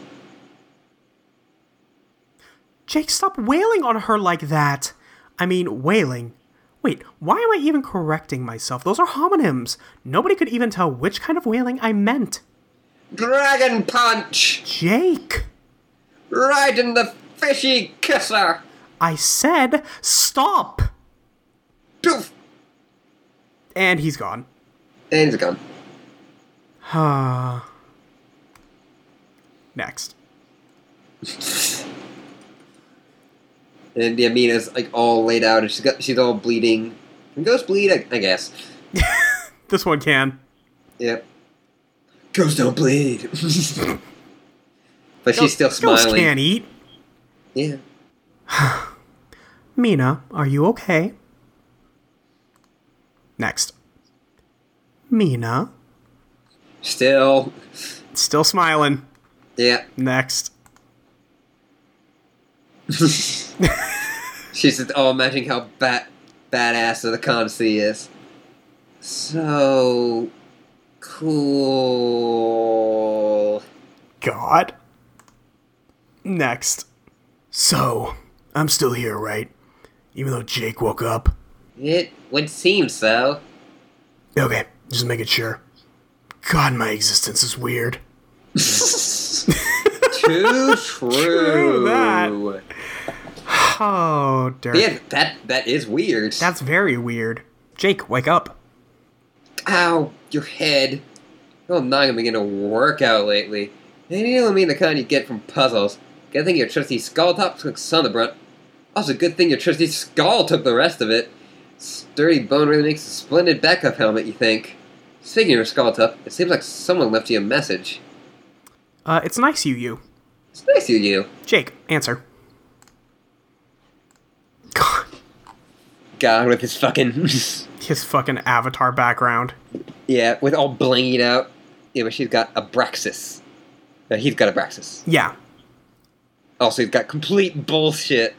S2: Jake, stop wailing on her like that. I mean, wailing. Wait, why am I even correcting myself? Those are homonyms. Nobody could even tell which kind of wailing I meant.
S1: Dragon punch!
S2: Jake!
S1: Right in the fishy kisser!
S2: I said stop!
S1: Doof!
S2: And he's gone.
S1: And he's gone.
S2: Huh. Next.
S1: And yeah, Mina's like all laid out and she's got she's all bleeding. Can ghosts bleed? I, I guess.
S2: This one can.
S1: Yep. Ghosts don't bleed. but she's still
S2: Girls
S1: smiling.
S2: can't eat.
S1: Yeah.
S2: Mina, are you okay? Next. Mina.
S1: Still.
S2: Still smiling.
S1: Yeah.
S2: Next.
S1: She's just all imagining how bat badass of the Consi is. So cool.
S2: God. Next. So, I'm still here, right? Even though Jake woke up.
S1: It would seem so.
S2: Okay, just making sure. God, my existence is weird.
S1: Too true.
S2: True that. Oh, Dirk.
S1: Yeah, that that is weird.
S2: That's very weird. Jake, wake up.
S1: Ow, your head. You're not gonna be getting a workout lately. And you don't mean the kind you get from puzzles. Good thing your trusty skull top took some of the brunt. Also, good thing your trusty skull took the rest of it. Sturdy bone really makes a splendid backup helmet, you think. Speaking of your skull top, it seems like someone left you a message.
S2: Uh, it's nice you, you.
S1: It's nice of you.
S2: Jake, answer. God,
S1: God, with his fucking.
S2: his fucking avatar background.
S1: yeah, with all blinged out. Yeah, but she's got Abraxas. No, he's got Abraxas.
S2: Yeah,
S1: Also, he's got complete bullshit.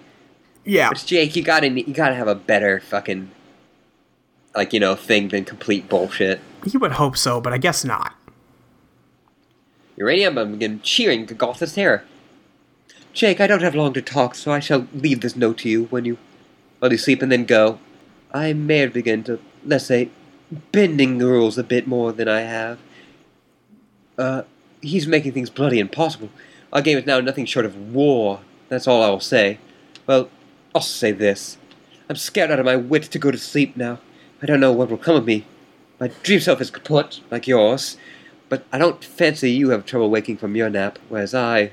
S2: yeah.
S1: Which Jake, you gotta you gotta have a better fucking like you know thing than complete bullshit.
S2: You would hope so, but I guess not.
S1: Uranium again cheering Golthus terror. Jake, I don't have long to talk, so I shall leave this note to you when you while you sleep and then go. I may begin to let's say bending the rules a bit more than I have. Uh he's making things bloody impossible. Our game is now nothing short of war. That's all I'll say. Well, I'll say this. I'm scared out of my wits to go to sleep now. I don't know what will come of me. My dream self is kaput, like yours, but I don't fancy you have trouble waking from your nap, whereas I.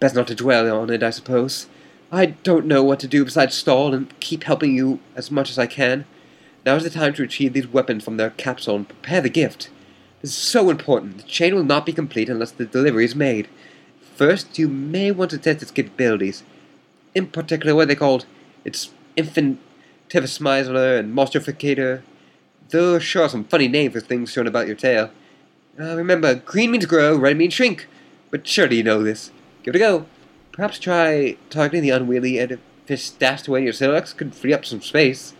S1: Best not to dwell on it, I suppose. I don't know what to do besides stall and keep helping you as much as I can. Now is the time to retrieve these weapons from their capsule and prepare the gift. This is so important. The chain will not be complete unless the delivery is made. First, you may want to test its capabilities. In particular, what are they called? It's infinitesimizer and monstrificator. Though sure are some funny names for things shown about your tail. Uh, remember, green means grow, red means shrink. But surely you know this. Give it a go. Perhaps try targeting the unwieldy end of fish stashed away in your silex could free up some space.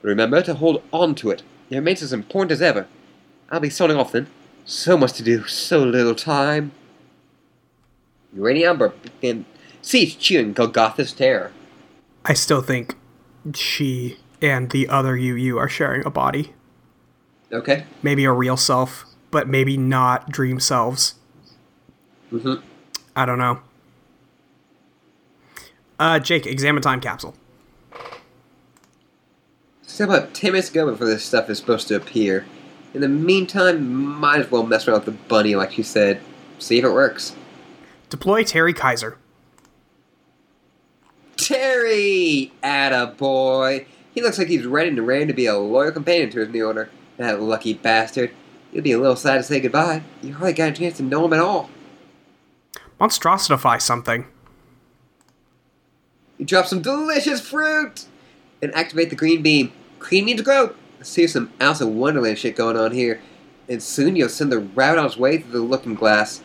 S1: Remember to hold on to it. It remains as important as ever. I'll be signing off then. So much to do, so little time. Uranium Amber began ceased cheering Golgotha's terror.
S2: I still think she and the other you, you are sharing a body.
S1: Okay.
S2: Maybe a real self, but maybe not dream selves.
S1: Mm-hmm.
S2: I don't know. Uh, Jake, examine time capsule.
S1: Still about 10 minutes to go before this stuff is supposed to appear. In the meantime, might as well mess around with the bunny like you said. See if it works.
S2: Deploy Terry Kaiser.
S1: Terry! Attaboy! He looks like he's ready and raring to be a loyal companion to his new owner. That lucky bastard. You'll be a little sad to say goodbye. You hardly got a chance to know him at all.
S2: Monstrosify something.
S1: You drop some delicious fruit! And activate the green beam. Green means grow! See some Alice in Wonderland shit going on here. And soon you'll send the rabbit on its way through the looking glass.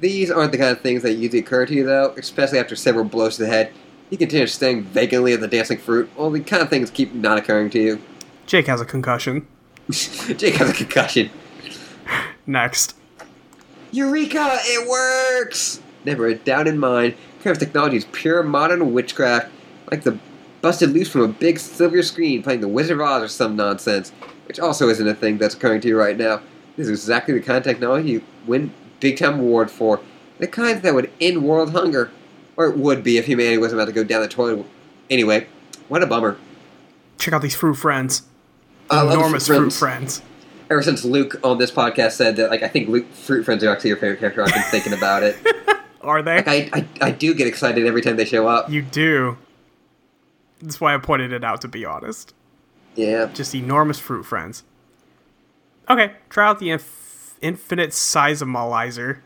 S1: These aren't the kind of things that usually occur to you, though, especially after several blows to the head. You continue staring vacantly at the dancing fruit, while the kind of things keep not occurring to you.
S2: Jake has a concussion.
S1: Jake has a concussion.
S2: Next.
S1: Eureka! It works! Never a doubt in mind, Kraft's technology is pure modern witchcraft, like the busted loose from a big silver screen playing the Wizard of Oz or some nonsense, which also isn't a thing that's occurring to you right now. This is exactly the kind of technology you win big time award for, the kind that would end world hunger, or it would be if humanity wasn't about to go down the toilet. Anyway, what a bummer.
S2: Check out these fruit friends.
S1: I love
S2: Enormous
S1: fruit
S2: fruit
S1: friends.
S2: friends.
S1: ever since Luke on this podcast said that, like, I think Luke Fruit Friends are actually your favorite character, I've been thinking about it.
S2: Are they?
S1: Like, I, I, I do get excited every time they show up.
S2: You do. That's why I pointed it out, to be honest.
S1: Yeah.
S2: Just enormous fruit friends. Okay, try out the inf- infinite seismolizer.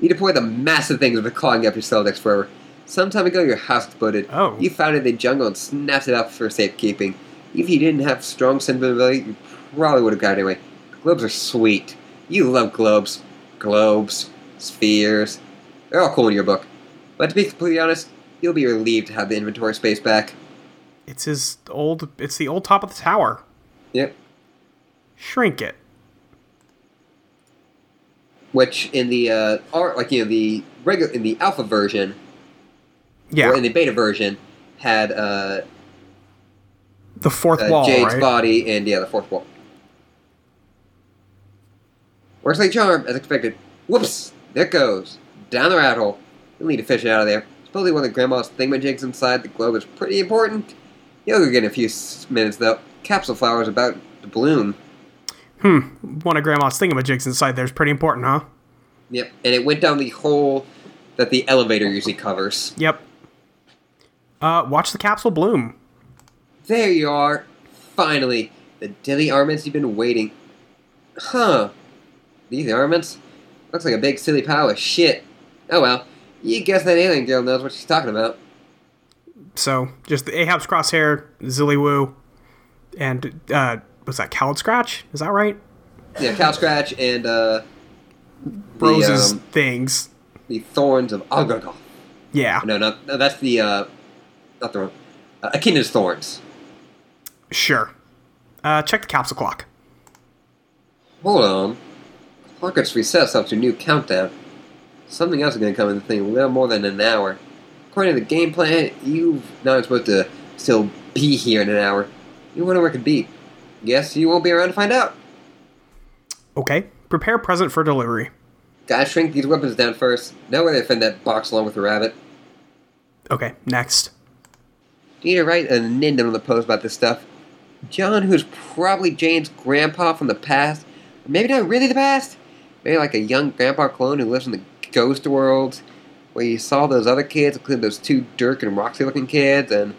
S1: You deploy the massive things that are clogging up your cell decks forever. Some time ago, your house exploded.
S2: Oh.
S1: You found it in the jungle and snapped it up for safekeeping. If you didn't have strong sensibility, you probably would have gotten away. Globes are sweet. You love globes. Globes, spheres. They're all cool in your book. But to be completely honest, you'll be relieved to have the inventory space back.
S2: It's his old. It's the old top of the tower.
S1: Yep.
S2: Shrink it.
S1: Which in the uh, art, like you know, the regular in the alpha version or
S2: Yeah,
S1: in the beta version, had uh,
S2: the fourth
S1: uh,
S2: wall,
S1: Jade's
S2: right?
S1: body and yeah, the fourth wall. Works like charm, as expected. Whoops! There it goes. Down the rat hole. You'll need to fish it out of there. Supposedly one of grandma's thingamajigs inside the globe is pretty important. You'll get in a few s- minutes though. Capsule flower is about to bloom.
S2: Hmm. One of Grandma's thingamajigs inside there is pretty important, huh?
S1: Yep. And it went down the hole that the elevator usually covers.
S2: Yep. Uh, watch the capsule bloom.
S1: There you are. Finally. The dilly armaments you've been waiting. Huh. These armaments? Looks like a big silly pile of shit. Oh well. You guess that alien girl knows what she's talking about.
S2: So just the Ahab's crosshair, Zillywu, and uh, was that Cowled Scratch? Is that right?
S1: Yeah, cow scratch and uh
S2: Rose's
S1: the, um,
S2: things.
S1: the thorns of Agagoth.
S2: Yeah,
S1: No, no, no, that's the uh not the uh, Echidna's thorns.
S2: sure. Uh, check the capsule clock.
S1: Hold on. Clockett's recessed after new countdown. Something else is going to come in the thing in a little more than an hour. According to the game plan, you've not supposed to still be here in an hour. You wonder where it could be. Guess you won't be around to find out.
S2: Okay. Prepare present for delivery.
S1: Gotta shrink these weapons down first. No way to offend that box along with the rabbit.
S2: Okay. Next.
S1: Need to write an addendum on the post about this stuff. John, who's probably Jane's grandpa from the past, or maybe not really the past, maybe like a young grandpa clone who lives in the ghost world, where you saw those other kids, including those two Dirk and Roxy looking kids, and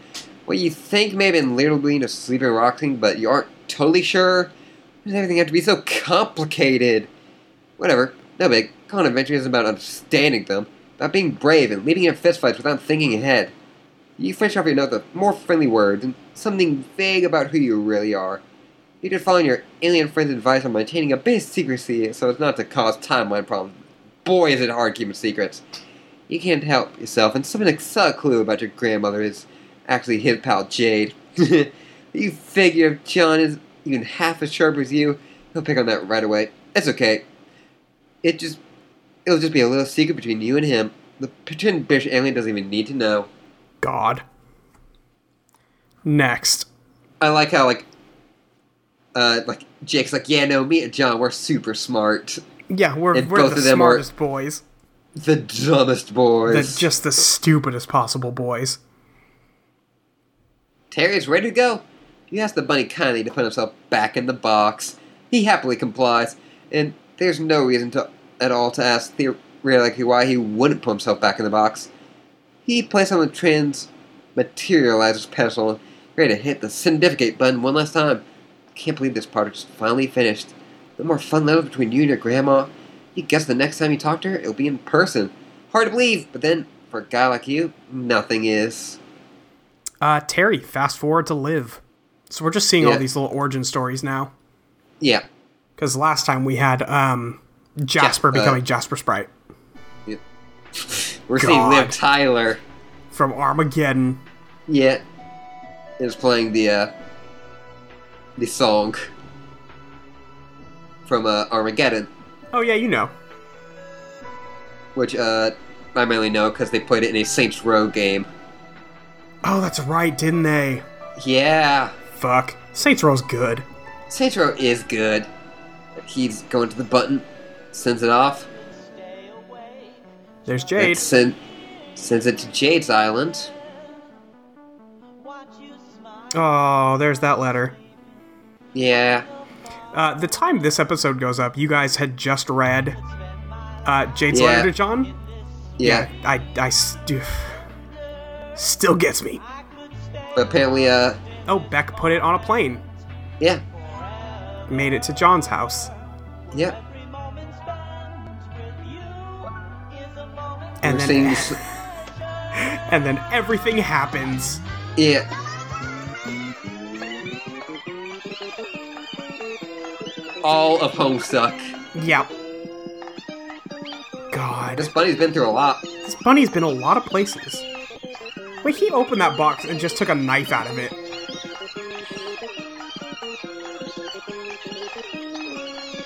S1: what you think may have been literally to sleeping Roxy, but you aren't totally sure. Why does everything have to be so complicated? Whatever, no big. Con adventure is about understanding them, about being brave and leading in fistfights without thinking ahead. You finish off your note with more friendly words and something vague about who you really are. You did follow your alien friend's advice on maintaining a bit of secrecy so as not to cause timeline problems. Boy, is it hard keeping secrets. You can't help yourself, and something subtle clue about your grandmother is actually his pal Jade. you figure if John is even half as sharp as you, he'll pick on that right away. That's okay. It just it'll just be a little secret between you and him. The pretend bitch alien doesn't even need to know.
S2: God. Next.
S1: I like how like uh like Jake's like, yeah, no, me and John, we're super smart.
S2: Yeah, we're,
S1: And
S2: we're
S1: both
S2: the
S1: of them are-
S2: smartest boys.
S1: The dumbest boys.
S2: The, just the stupidest possible boys.
S1: Terry's ready to go. You ask the bunny kindly to put himself back in the box. He happily complies, and there's no reason to at all to ask theoretically why he wouldn't put himself back in the box. He placed on the trans materializer's pedestal, ready to hit the certificate button one last time. Can't believe this project's finally finished. No more fun letters between you and your grandma. You guess the next time you talk to her, it'll be in person. Hard to believe, but then, for a guy like you, nothing is.
S2: Uh, Terry, fast forward to live. So we're just seeing all
S1: Yeah.
S2: these little origin stories now.
S1: Yeah,
S2: Because last time we had um, Jasper
S1: uh,
S2: becoming Jasper Sprite
S1: We're seeing Liv
S2: God.
S1: Tyler.
S2: from Armageddon.
S1: Yeah, is playing the uh, the song from uh, Armageddon,
S2: Oh yeah, you know.
S1: which uh, I mainly know because they played it in a Saints Row game.
S2: Oh, that's right, didn't they?
S1: Yeah,
S2: Fuck. Saints Row's good.
S1: Saints Row is good. He's going to the button, sends it off,
S2: There's
S1: and
S2: Jade.
S1: send, sends it to Jade's Island.
S2: Oh, there's that letter.
S1: Yeah,
S2: Uh, the time this episode goes up, you guys had just read uh, Jade's
S1: Yeah.
S2: letter to John.
S1: yeah.
S2: I, I s- do- still gets me.
S1: But apparently, uh,
S2: Oh, Beck put it on a plane,
S1: yeah,
S2: made it to John's house,
S1: yeah.
S2: and
S1: We're
S2: then
S1: seeing this-
S2: and then everything happens.
S1: Yeah. all of Homestuck.
S2: Yep. God.
S1: This bunny's been through a lot.
S2: This bunny's been a lot of places. Wait, he opened that box and just took a knife out of it.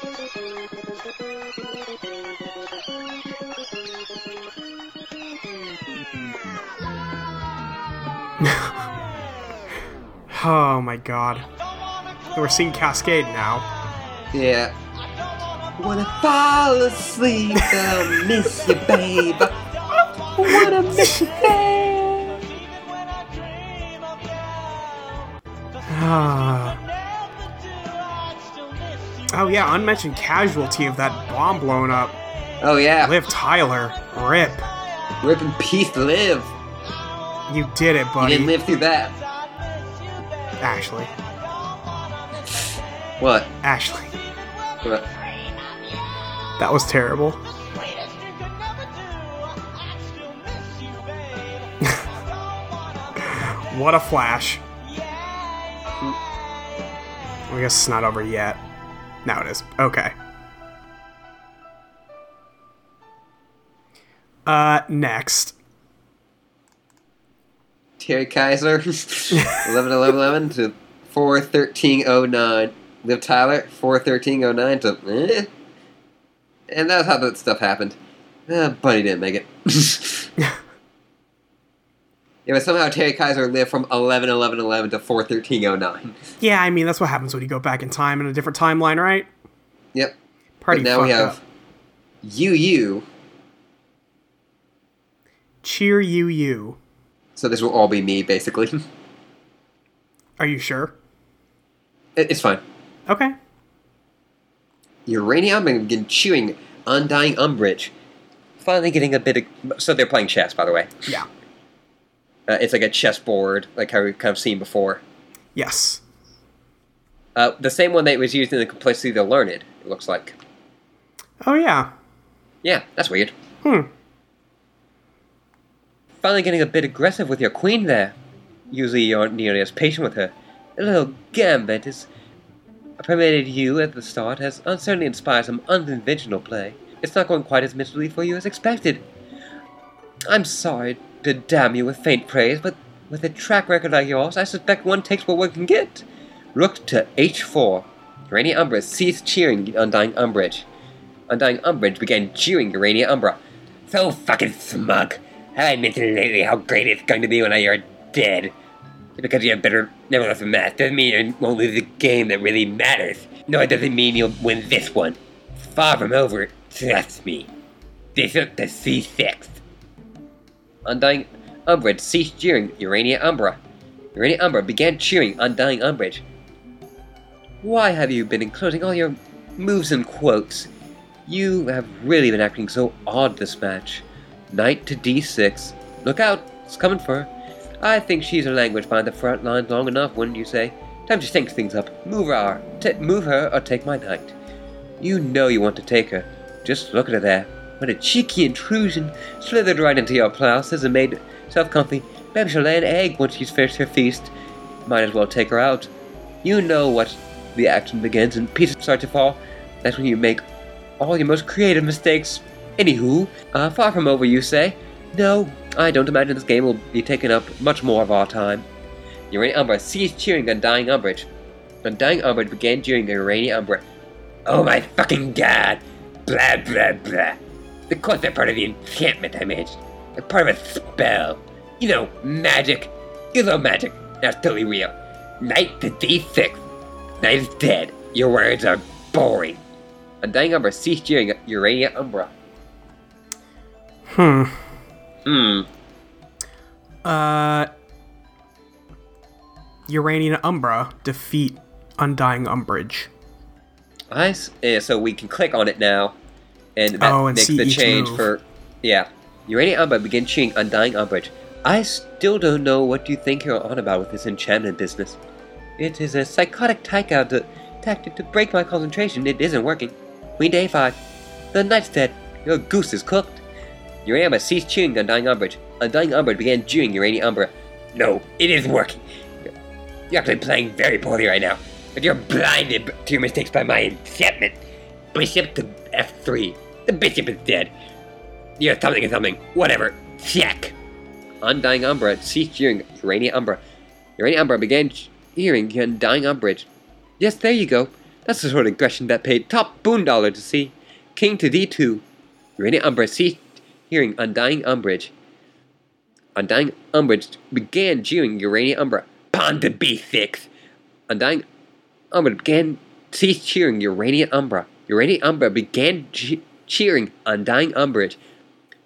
S2: oh my god. We're seeing Cascade now.
S1: Yeah. Wanna fall asleep, I miss you, babe. Wanna miss you, babe.
S2: Ah. oh yeah, unmentioned casualty of that bomb blown up.
S1: Oh yeah,
S2: Liv Tyler, rip.
S1: rip in peace, live.
S2: You did it,
S1: You
S2: buddy.
S1: didn't live through that.
S2: Ashley.
S1: What?
S2: Ashley.
S1: What?
S2: That was terrible. what a flash. I guess it's not over yet. Now it is. Okay. Uh, next.
S1: Terry Kaiser, 11 11 11 to 4 13 09. Liv Tyler, 4 13 09 to. Eh? And that's how that stuff happened. Uh, Bunny didn't make it. yeah, but somehow Terry Kaiser lived from 11 11 11 to oh 4 13 09.
S2: Yeah, I mean, that's what happens when you go back in time in a different timeline, right?
S1: Yep.
S2: Party
S1: but now we
S2: fucked
S1: have
S2: up.
S1: You You.
S2: Cheer you, you.
S1: So this will all be me, basically. It-
S2: Are you sure?
S1: it's fine.
S2: Okay.
S1: Uranium and and chewing Undying Umbrage. Finally getting a bit of. So they're playing chess, by the way.
S2: Yeah.
S1: Uh, it's like a chessboard, like how we've kind of seen before.
S2: Yes.
S1: Uh, the same one that was used in the Complexity of the Learned, it looks like.
S2: Oh, yeah.
S1: Yeah, that's weird.
S2: Hmm.
S1: Finally getting a bit aggressive with your queen there. Usually you aren't nearly as patient with her. A little gambit has permitted you at the start has uncertainly inspired some unconventional play. It's not going quite as miserably for you as expected. I'm sorry to damn you with faint praise, but with a track record like yours, I suspect one takes what one can get. Rook to h4. Urania Umbra ceased cheering Undying Umbrage. Undying Umbrage began cheering Urania Umbra. So fucking smug. Have I mentioned lately how great it's going to be when I are dead? Because you're better nevertheless than that doesn't mean you won't lose the game that really matters. No, it doesn't mean you'll win this one. It's Far from over, trust me. They took the C6. Undying Umbrage ceased cheering Urania Umbra. Urania Umbra began cheering Undying Umbrage. Why have you been including all your moves and quotes? You have really been acting so odd this match. Knight to d6. Look out, it's coming for her. I think she's a language behind the front lines long enough, wouldn't you say? Time to think things up. Move her, t- move her, or take my knight. You know you want to take her. Just look at her there. What a cheeky intrusion! Slithered right into your ploughs and made herself comfy. Maybe she'll lay an egg once she's finished her feast. Might as well take her out. You know what the action begins and pieces start to fall. That's when you make all your most creative mistakes. Anywho, uh, far from over, you say? No, I don't imagine this game will be taking up much more of our time. Urania Umbra ceased cheering Undying Umbrage. Undying Umbrage began cheering Urania Umbra. Oh my fucking god! Blah blah blah. The course are part of the enchantment I made. They're part of a spell. You know, magic. Good old magic. That's totally real. Knight to d6. Knight is dead. Your words are boring. Undying Umbra ceased cheering Urania Umbra.
S2: Hmm.
S1: Hmm.
S2: Uh, Uranian Umbra defeat Undying Umbrage.
S1: I s- yeah, so we can click on it now, and that
S2: Oh, and
S1: makes
S2: see
S1: the
S2: each
S1: change
S2: move.
S1: for yeah. Urania Umbra begin cheering Undying Umbrage. I still don't know what you think you're on about with this enchantment business. It is a psychotic takeout to, tactic to break my concentration. It isn't working. Queen day five. The night's dead. Your goose is cooked. Urania Umbra ceased cheering Undying Umbrage. Undying Umbrage began cheering Urania Umbra. No, it is working. You're actually playing very poorly right now. but you're blinded to your mistakes by my enchantment. Bishop to F3. The bishop is dead. You're something and something. Whatever. Check. Undying Umbra ceased cheering Urania Umbra. Urania Umbra began cheering the Undying Umbrage. Yes, there you go. That's the sort of aggression that paid top boon dollar to see. King to D2. Urania Umbra ceased hearing Undying Umbrage. Undying Umbrage began cheering Urania Umbra. Pawn to B6. Undying Umbra began ceased cheering Urania Umbra. Urania Umbra began che- cheering Undying Umbrage.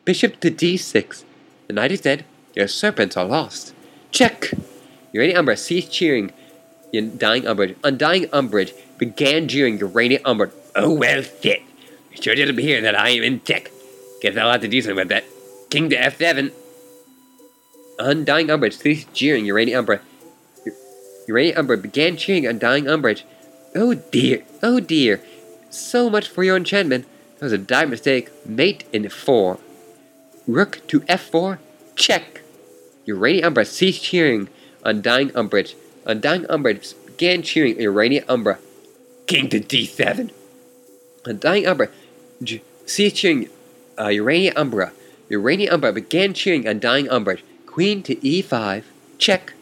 S1: Bishop to D6. The knight is dead. Your serpents are lost. Check! Urania Umbra ceased cheering Undying Umbrage. Undying Umbrage began cheering Urania Umbra. Oh well, shit. It sure didn't hear that I am in tech. Guess I'll have to do something with that. King to F7. Undying Umbrage ceased cheering Urania Umbra. Urania Umbra began cheering Undying Umbrage. Oh dear, oh dear. So much for your enchantment. That was a dire mistake. Mate in 4. Rook to F4. Check. Urania Umbra ceased cheering Undying Umbrage. Undying Umbrage began cheering Urania Umbra. King to D7. Undying Umbra j- ceased cheering uh, Urania Umbra. Urania Umbra began cheering Undying Umbrage. Queen to E5. Check.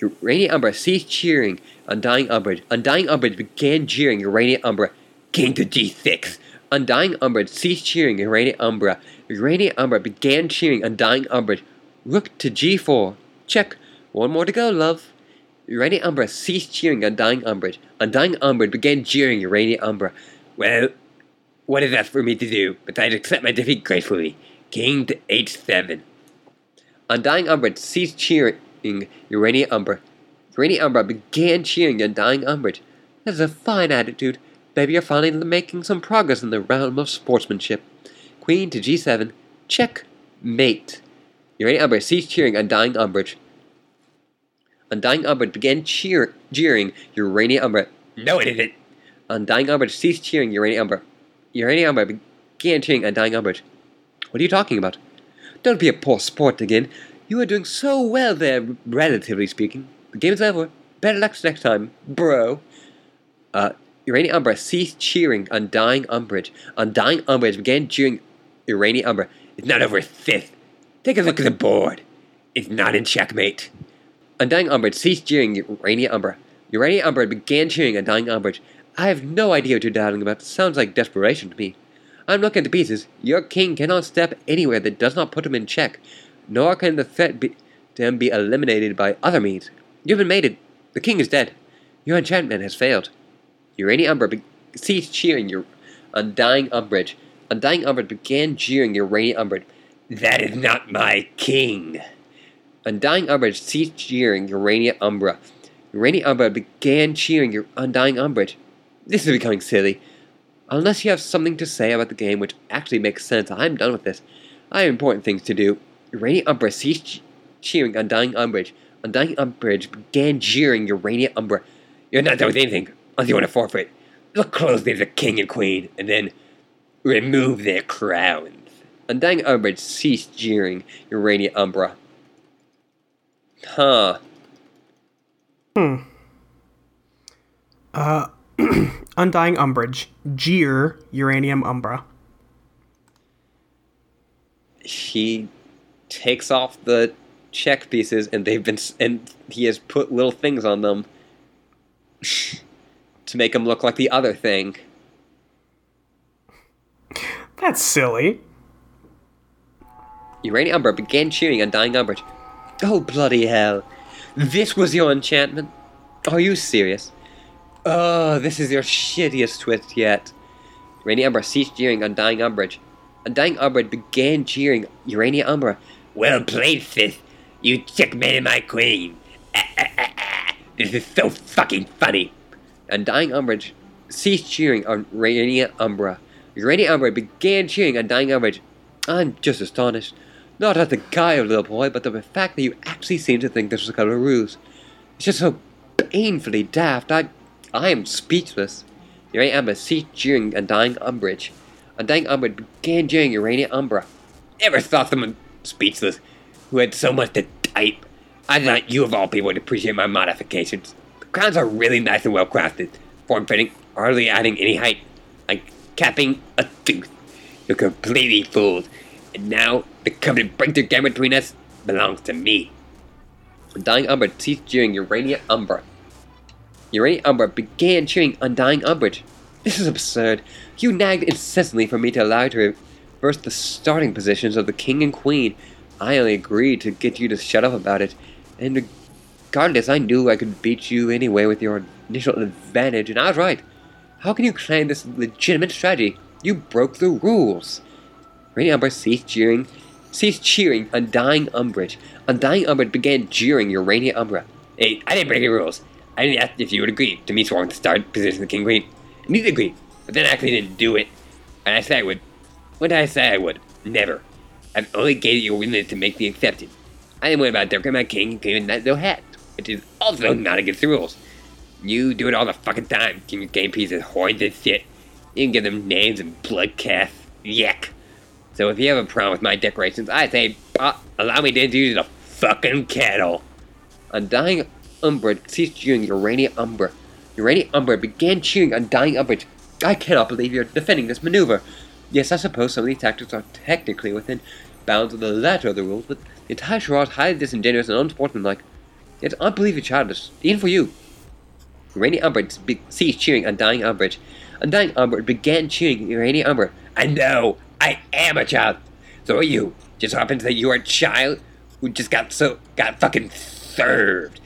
S1: Urania Umbra ceased cheering Undying Umbrage. Undying Umbrage began cheering Urania Umbra. King to G6. Undying Umbrage ceased cheering Urania Umbra. Urania Umbra began cheering Undying Umbrage. Rook to G4. Check. One more to go, love. Urania Umbra ceased cheering Undying Umbrage. Undying Umbrage began cheering Urania Umbra. Well, what is that for me to do? But I'd accept my defeat gratefully. King to H7. Undying Umbrage ceased cheering Urania Umbra. Urania Umbra began cheering Undying Umbrage. That is a fine attitude. Maybe you're finally making some progress in the realm of sportsmanship. Queen to G7. Check. Mate. Urania Umbra ceased cheering Undying Umbrage. Undying Umbrage began cheer- cheering Urania Umbra. No, it isn't. Undying Umbrage ceased cheering Urania Umbra. Urania Umbra began cheering Undying Umbrage. What are you talking about? Don't be a poor sport again. You are doing so well there, relatively speaking. The game is over. Better luck next time, bro. Uh, Urania Umbra ceased cheering Undying Umbrage. Undying Umbrage began cheering Urania Umbra. It's not over, fifth. Take a look at the board. It's not in checkmate. Undying Umbrage ceased cheering Urania Umbra. Urania Umbra began cheering Undying Umbrage. I have no idea what you're dialing about. Sounds like desperation to me. I'm looking at the pieces. Your king cannot step anywhere that does not put him in check, nor can the threat be, to him be eliminated by other means. You've been mated. The king is dead. Your enchantment has failed. Urania Umbra be- ceased cheering your undying umbrage. Undying umbrage began jeering Urania Umbra. That is not my king. Undying umbrage ceased cheering Urania Umbra. Urania Umbra began cheering your undying umbrage. This is becoming silly. Unless you have something to say about the game which actually makes sense, I'm done with this. I have important things to do. Urania Umbra ceased che- cheering Undying Umbrage. Undying Umbrage began jeering Urania Umbra. You're not done with anything, unless you want to forfeit. Look closely at the king and queen, and then remove their crowns. Undying Umbrage ceased jeering Urania Umbra. Huh.
S2: Undying Umbrage. Jeer Uranium Umbra.
S1: he takes off the check pieces and they've been s- and he has put little things on them to make them look like the other thing
S2: That's silly.
S1: urania umbra began cheering undying umbrage oh bloody hell this was your enchantment are you serious oh this is your shittiest twist yet urania umbra ceased cheering undying umbrage undying umbrage began cheering urania umbra well played sis you checkmated my queen This is so fucking funny. Undying Umbrage ceased cheering on Urania Umbra. Urania Umbra began cheering Undying Umbrage. I'm just astonished. Not at the guile of the boy, but the fact that you actually seem to think this was a kind of ruse. It's just so painfully daft. I, I am speechless. Urania Umbra ceased cheering Undying Umbrage. Undying Umbrage began cheering Urania Umbra. Never thought someone speechless who had so much to type. I thought you of all people would appreciate my modifications. Crowns are really nice and well crafted, form fitting, hardly adding any height, like capping a tooth. You're completely fooled, and now the covenant breakthrough gap between us belongs to me. Undying Umbra ceased cheering Urania Umbra. Urania Umbra began cheering Undying Umbrage. This is absurd. You nagged incessantly for me to allow you to reverse the starting positions of the king and queen. I only agreed to get you to shut up about it, and regardless, I knew I could beat you anyway with your initial advantage, and I was right. How can you claim this legitimate strategy? You broke the rules. Rainy Umbra ceased cheering, ceased cheering Undying Umbrage. Undying Umbrage began jeering Urania Umbra. Hey, I didn't break any rules. I didn't ask if you would agree to me swapping the start position of the King Queen. And you agreed, but then I actually didn't do it. And I said I would. When did I say I would? Never. I've only gave you a willingness to make me accepted. I didn't worry about decorating my king and giving that no hat, which is also not against the rules. You do it all the fucking time, giving your game pieces horns and shit. You can give them names and blood casts. Yuck. So if you have a problem with my decorations, I say, "Ah, allow me to introduce you to fucking kettle. Undying Umbra ceased cheering Urania Umbra. Urania Umbra began cheering Undying Umbra. I cannot believe you're defending this maneuver. Yes, I suppose some of these tactics are technically within bounds of the latter of the rules, but the entire charade is highly disingenuous and unsportsmanlike. It's unbelievably childish, even for you. Urania Umbra be- ceased cheering Undying Umbridge. Undying Umbridge began cheering Urania Umbra. I know! I am a child! So are you. Just happens that you are a child who just got so got fucking served.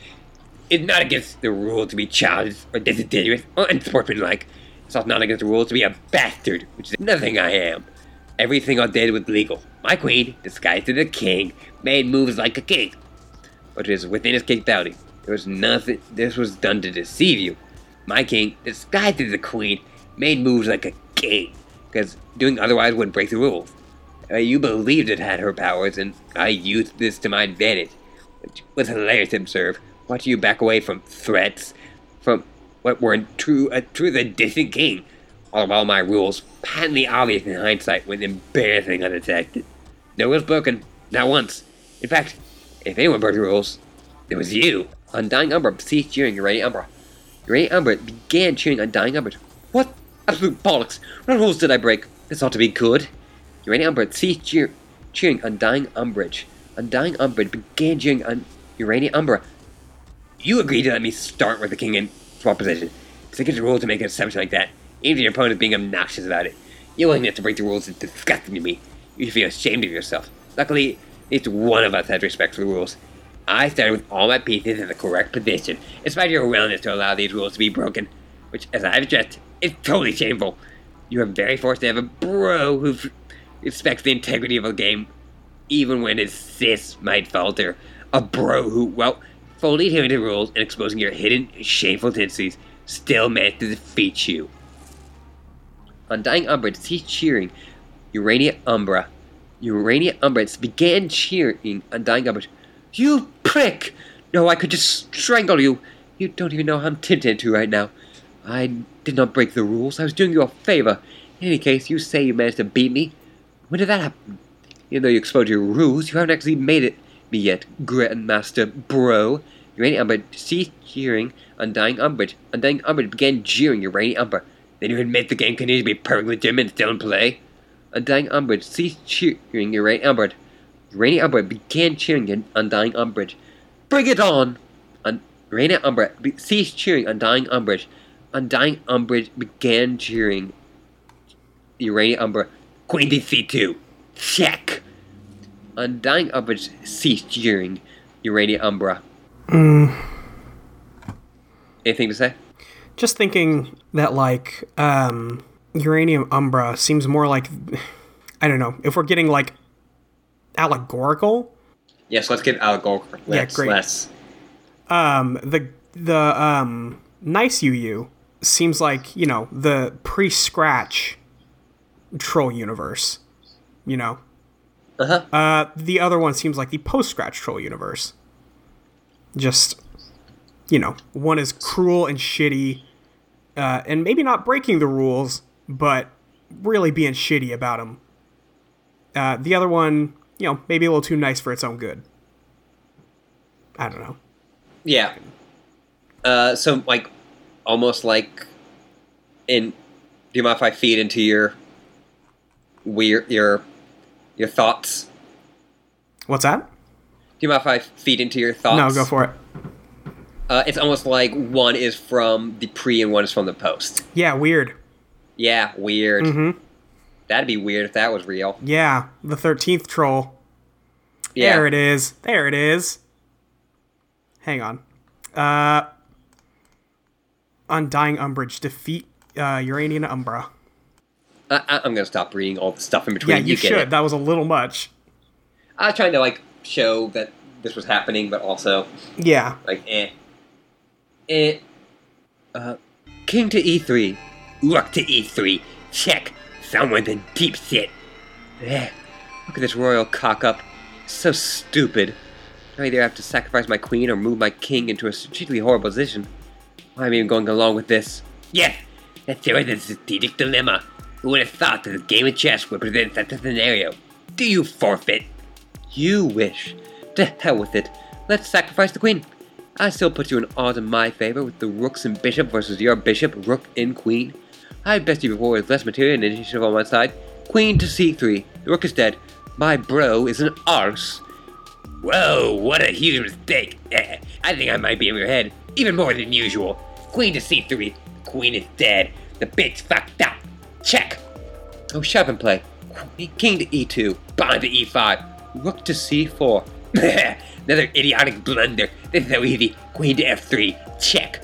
S1: It's not against the rule to be childish or disingenuous or unsportsmanlike. It's also not against the rules to be a bastard, which is nothing I am. Everything I did was legal. My queen, disguised as a king, made moves like a king, but it is within his capability. There was nothing. This was done to deceive you. My king, disguised as a queen, made moves like a king, because doing otherwise would break the rules. Uh, you believed it had her powers, and I used this to my advantage. It was hilarious to observe. Watching you back away from threats, from what were in true a true the distant king, all while my rules, patently obvious in hindsight, went embarrassing undetected. No rules broken, not once. In fact, if anyone broke the rules, it was you. Undying Umbra ceased cheering Urania Umbra. Urania Umbra began cheering Undying Umbra. What? Absolute bollocks! What rules did I break? This ought to be good. Urania Umbra ceased cheer- cheering Undying Umbrage. Undying Umbrage began cheering un- Urania Umbra. You agreed to let me start with the king in swap position. It's against the rules to make an assumption like that, even if your opponent is being obnoxious about it. Your willingness to break the rules is disgusting to me. You should feel ashamed of yourself. Luckily, it's one of us has respect for the rules. I started with all my pieces in the correct position, in spite of your willingness to allow these rules to be broken, which, as I've addressed, is totally shameful. You are very fortunate to have a bro who f- respects the integrity of a game, even when his sis might falter. A bro who, well, fully adhering to rules and exposing your hidden, shameful tendencies, still managed to defeat you. Undying Umbra ceased cheering Urania Umbra. Urania Umbra began cheering Undying Umbra. You prick! No, I could just strangle you. You don't even know how I'm tempted to right now. I did not break the rules. I was doing you a favor. In any case, you say you managed to beat me. When did that happen? Even though you exposed your rules, you haven't actually made it me yet, Grandmaster Bro. Urania Umbra ceased cheering Undying Umbridge. Undying Umbridge began jeering Urania Umbra. Then you admit the game continues to be perfectly legitimate and still in play? Undying Umbridge ceased cheering Urania Umbridge. Urania Umbra began cheering in Undying Umbridge. Bring it on! Un- Urania Umbra be- ceased cheering Undying Umbridge. Undying Umbridge began cheering Urania Umbra. Queen DC2. Check! Undying Umbridge ceased jeering Urania Umbra.
S2: Hmm.
S1: Anything to say?
S2: Just thinking that like um, uranium umbra seems more like I don't know if we're getting like allegorical.
S1: Yes, let's get allegorical. Let's,
S2: great.
S1: let's.
S2: Um, the the um, nice UU seems like you know the pre scratch troll universe. You know,
S1: Uh-huh.
S2: uh, the other one seems like the post scratch troll universe. Just, you know, one is cruel and shitty, uh, and maybe not breaking the rules, but really being shitty about them. Uh, the other one, you know, maybe a little too nice for its own good. I don't know.
S1: Yeah. Uh, so like, almost like, in, do you mind if I feed into your weird your your thoughts?
S2: What's that?
S1: Do you mind if I feed into your thoughts?
S2: No, go for it.
S1: Uh, it's almost like one is from the pre and one is from the post.
S2: Yeah, weird.
S1: Yeah, weird.
S2: Mm-hmm.
S1: That'd be weird if that was real.
S2: Yeah, the 13th troll.
S1: Yeah.
S2: There it is. There it is. Hang on. Uh, Undying Umbrage. Defeat uh, Uranian Umbra.
S1: I, I, I'm gonna stop reading all the stuff in
S2: Yeah,
S1: between.
S2: you,
S1: you get
S2: should.
S1: it.
S2: That was a little much.
S1: I was trying to like show that this was happening, but also
S2: Yeah.
S1: like eh, eh. Uh, king to e3, rook to e3. Check. Someone's in deep shit. Eh. Look at this royal cock up. So stupid. I either have to sacrifice my queen or move my king into a strategically horrible position. Why am I even going along with this? Yes, that's there is a strategic dilemma. Who would have thought that a game of chess would present such a scenario? Do you forfeit? You wish. To hell with it. Let's sacrifice the queen. I still put you in odds in my favor with the rooks and bishop versus your bishop, rook and queen. I best you before with less material and initiative on one side. Queen to c3. The rook is dead. My bro is an arse. Whoa, what a huge mistake. Eh, I think I might be in your head, even more than usual. Queen to c3. Queen is dead. The bitch fucked up. Check. Oh, shove and play. King to e2. Pawn to e5. Rook to c4. Another idiotic blunder. This is so easy. Queen to f3. Check.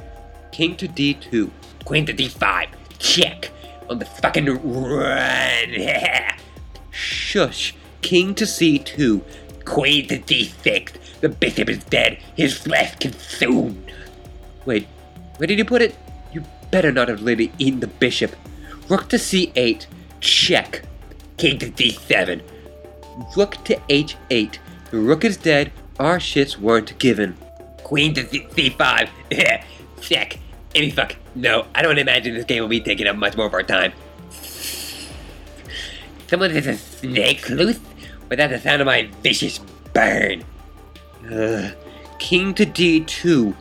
S1: King to d2. Queen to d5. Check. On the fucking run. Shush. King to c2. Queen to d6. The bishop is dead. His flesh consumed. Wait, where did you put it? You better not have literally eaten the bishop. Rook to c8. Check. King to d7. Rook to h8. The rook is dead. Our shits weren't given. Queen to c- c5. Check. Any fuck. No, I don't imagine this game will be taking up much more of our time. Someone is a snake loose without the sound of my vicious burn. Ugh. King to d2.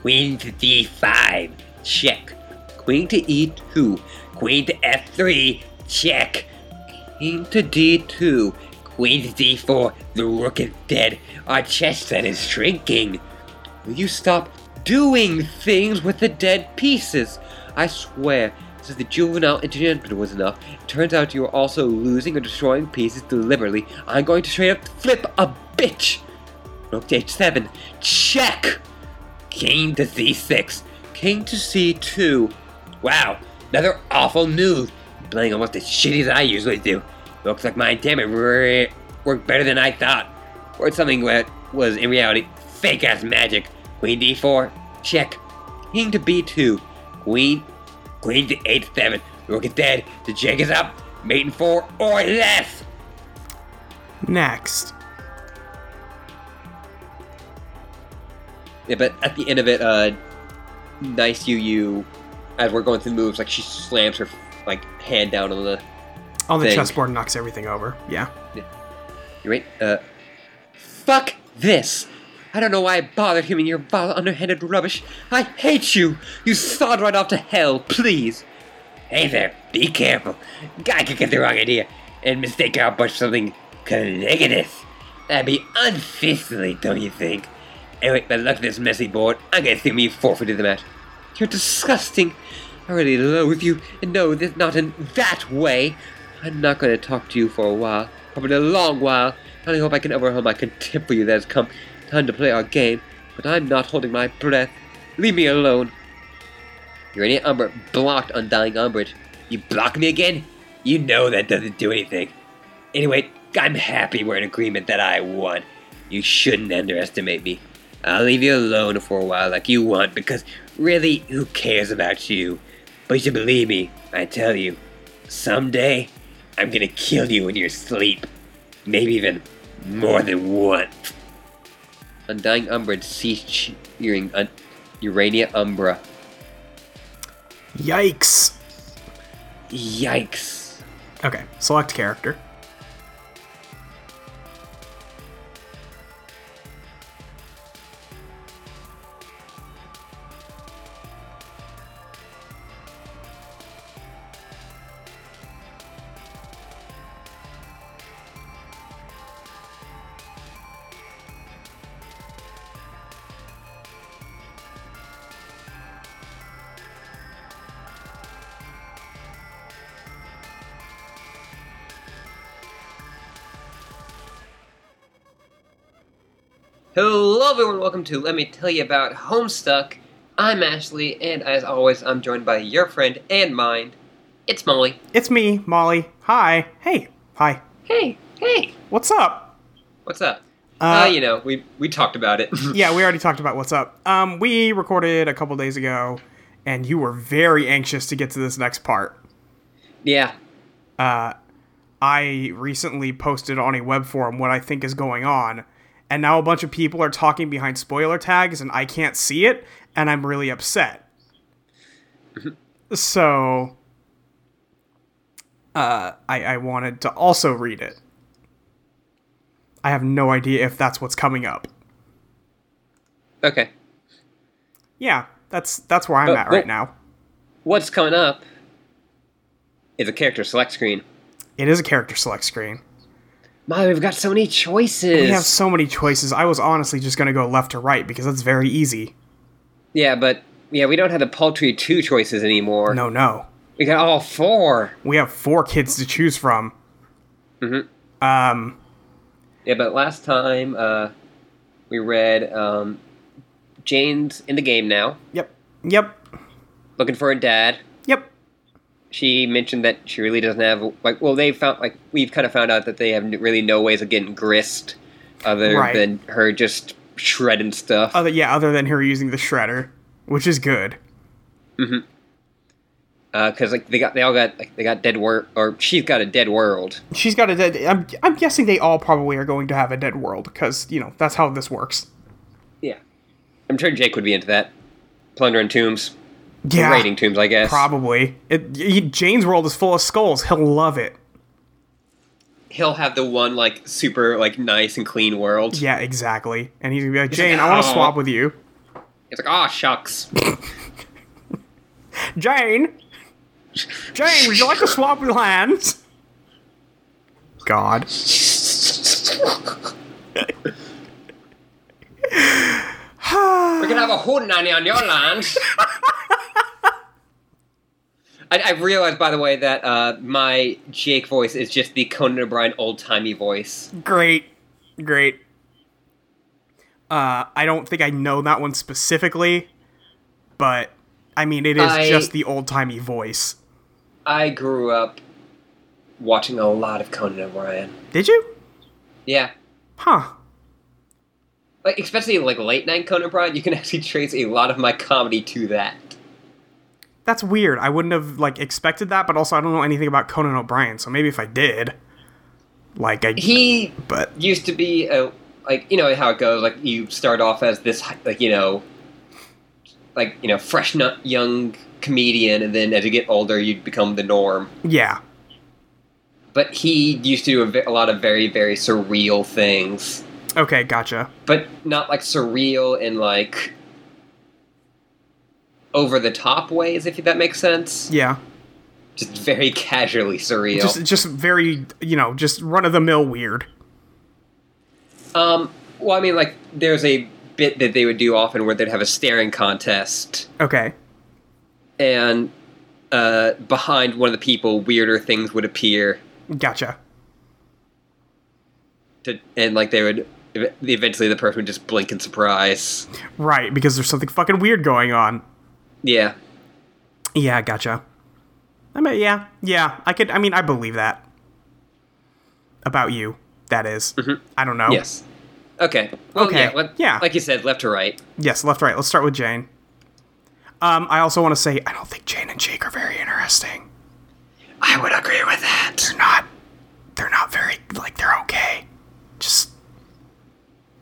S1: Queen to d5. Check. Queen to e2. Queen to f3. Check. King to d2. Queen to d4. The rook is dead. Our chess set is shrinking. Will you stop doing things with the dead pieces? I swear, since the juvenile enchantment was enough, it turns out you are also losing or destroying pieces deliberately. I'm going to straight up flip a bitch! Rook to h7. Check! King to c6. King to c2. Wow, another awful move. I'm playing almost as shitty as I usually do. Looks like my damage re- worked better than I thought. Or something that was, in reality, fake ass magic. Queen d4. Check. King to b2. Queen. Queen to h7. Rook is dead. The check is up. Maiden 4 or less!
S2: Next.
S1: Yeah, but at the end of it, uh, nice you you, as we're going through moves, like she slams her like hand down on the.
S2: On the
S1: Thing.
S2: chessboard knocks everything over. Yeah.
S1: You right? Uh, fuck this! I don't know why I bothered him in your vile, underhanded rubbish. I hate you. You sod right off to hell, please. Hey there, be careful. Guy could get the wrong idea and mistake our bunch for something connectedness. That'd be unfeasible, don't you think? Anyway, but look at this messy board. I'm gonna assume you forfeited the match. You're disgusting. I really loathe you, and no, this not in that way. I'm not gonna talk to you for a while, probably a long while. I only hope I can overwhelm my contempt for you that has come time to play our game, but I'm not holding my breath. Leave me alone. Urania Umber blocked Undying Umbrage. You block me again? You know that doesn't do anything. Anyway, I'm happy we're in agreement that I won. You shouldn't underestimate me. I'll leave you alone for a while like you want because really, who cares about you? But you should believe me, I tell you, someday I'm gonna kill you in your sleep. Maybe even more than once. Undying Umbrage ceased cheering Un- Urania Umbra.
S2: Yikes.
S1: Yikes.
S2: Okay, select character.
S1: Hello, everyone. Welcome to Let Me Tell You About Homestuck. I'm Ashley, and as always, I'm joined by your friend and mine. It's Molly.
S2: It's me, Molly. Hi. Hey. Hi.
S1: Hey, hey.
S2: What's up?
S1: What's up?
S2: Uh,
S1: Uh, you know, we we talked about it.
S2: Yeah, we already talked about what's up. Um, we recorded a couple days ago, and you were very anxious to get to this next part.
S1: yeah.
S2: I recently posted on a web forum what I think is going on, and now a bunch of people are talking behind spoiler tags, and I can't see it, and I'm really upset. so, uh, I, I wanted to also read it. I have no idea if that's what's coming up.
S1: Okay.
S2: Yeah, that's that's where I'm
S1: Uh,
S2: at right
S1: wait.
S2: now.
S1: What's coming up is a character select screen.
S2: It is a character select screen.
S1: My, we've got so many choices.
S2: We have so many choices. I was honestly just gonna go left to right because that's very easy.
S1: yeah, but yeah, we don't have the paltry two choices anymore.
S2: No, no.
S1: We got all four. Mm-hmm.
S2: We have four kids to choose from. Um,
S1: Yeah, but last time uh, we read um, Jane's in the game now,
S2: yep. Yep.
S1: looking for a dad.
S2: Yep.
S1: She mentioned that she really doesn't have like. Well, they found like we've kind of found out that they have n- really no ways of getting grist, other
S2: Right. Uh,
S1: than her just shredding stuff.
S2: Other yeah, other than her using the shredder, which is good.
S1: because Uh, like they got they all got like they got dead world or she's got a dead world.
S2: She's got a dead I'm I'm guessing they all probably are going to have a dead world cuz, you know, that's how this works.
S1: Yeah, I'm sure Jake would be into that, plundering tombs,
S2: Yeah.
S1: raiding tombs, I guess.
S2: Probably. It, y- Jane's world is full of skulls. He'll love it.
S1: He'll have the one like super like nice and clean world.
S2: Yeah, exactly. And he's going to be like,
S1: like,
S2: "Jane, I want to
S1: "Aw."
S2: swap with you."
S1: It's like ah shucks.
S2: Jane. Jane, would you like to swap with hands? God.
S1: We're gonna have a whole nanny on your land. I, I realized, by the way, that uh, my Jake voice is just the Conan O'Brien old timey voice.
S2: Great. Great. Uh, I don't think I know that one specifically, but I mean, it is
S1: I-
S2: just the old timey voice.
S1: I grew up watching a lot of Conan O'Brien.
S2: Did you?
S1: Yeah,
S2: Huh.
S1: like especially like late night Conan O'Brien, you can actually trace a lot of my comedy to that.
S2: That's weird. I wouldn't have like expected that, but also I don't know anything about Conan O'Brien, so maybe if I did, like I,
S1: He
S2: but
S1: used to be a like you know how it goes like you start off as this like you know like you know fresh nut young comedian and then as you get older you become the norm
S2: yeah,
S1: but he used to do a, ve- a lot of very very surreal things
S2: okay, gotcha.
S1: but not like surreal in like over the top ways if that makes sense
S2: Yeah,
S1: just very casually surreal
S2: just just very you know just run of the mill weird.
S1: um well i mean like there's a bit that they would do often where they'd have a staring contest
S2: Okay,
S1: and uh, behind one of the people, weirder things would appear.
S2: gotcha.
S1: To, and like they would, ev- eventually the person would just blink in surprise.
S2: Right, because there's something fucking weird going on.
S1: Yeah,
S2: Yeah, gotcha. I mean, yeah, yeah. I could. I mean, I believe that about you. That is. I don't know.
S1: yes. Okay. Well,
S2: Oh. Okay,
S1: Yeah, let-
S2: yeah.
S1: Like you said, left to right.
S2: Yes. Left. Right. Let's start with Jane. Um, I also want to say I don't think Jane and Jake are very interesting.
S1: I would agree with that.
S2: They're not. They're not very like they're okay. Just.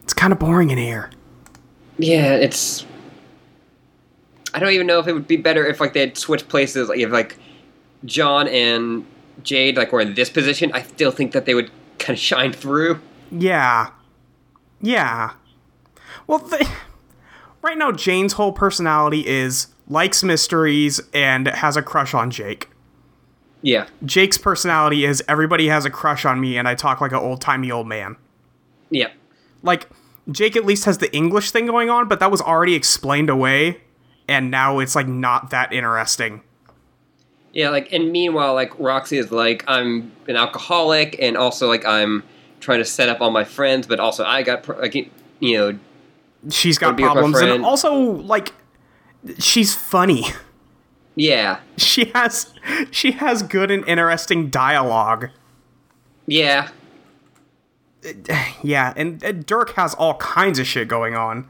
S2: It's kind of boring in here.
S1: Yeah, it's. I don't even know if it would be better if like they had switched places. Like if like John and Jade like were in this position, I still think that they would kind of shine through.
S2: Yeah. Yeah. Well, th- right now, Jane's whole personality is likes mysteries and has a crush on Jake.
S1: Yeah.
S2: Jake's personality is everybody has a crush on me and I talk like an old timey old man.
S1: Yeah.
S2: Like, Jake at least has the English thing going on, but that was already explained away, and now it's like not that interesting.
S1: Yeah, like, and meanwhile, like, Roxy is like, I'm an alcoholic, and also, like, I'm trying to set up all my friends, but also I got, pr- like, you know,
S2: She's got
S1: be with my
S2: problems, and
S1: friend.
S2: also like she's funny.
S1: yeah,
S2: She has she has good and interesting dialogue.
S1: yeah,
S2: Yeah, and uh, Dirk has all kinds of shit going on.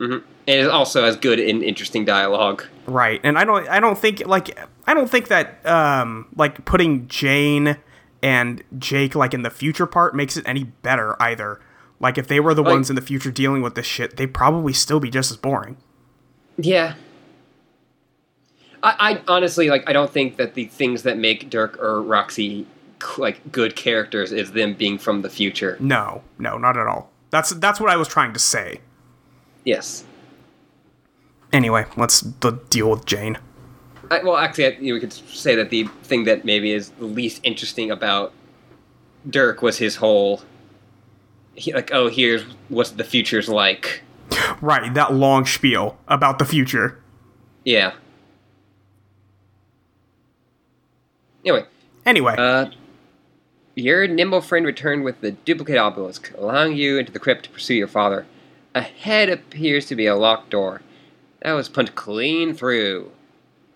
S1: and it also has good and interesting dialogue.
S2: Right. And I don't I don't think like I don't think that um like putting Jane and Jake like in the future part makes it any better either. Like if they were the
S1: Like-
S2: ones in the future dealing with this shit, they'd probably still be just as boring.
S1: Yeah. I, I honestly like. I don't think that the things that make Dirk or Roxy like good characters is them being from the future.
S2: No, no, not at all. That's that's what I was trying to say.
S1: Yes.
S2: Anyway, let's d- deal with Jane.
S1: I, well, actually, I, you know, we could say that the thing that maybe is the least interesting about Dirk was his whole, he, like, oh, here's what the future's like.
S2: Right, that long spiel about the future.
S1: Yeah. Anyway,
S2: Anyway,
S1: uh, your nimble friend returned with the duplicate obelisk, allowing you into the crypt to pursue your father. Ahead appears to be a locked door. That was punched clean through.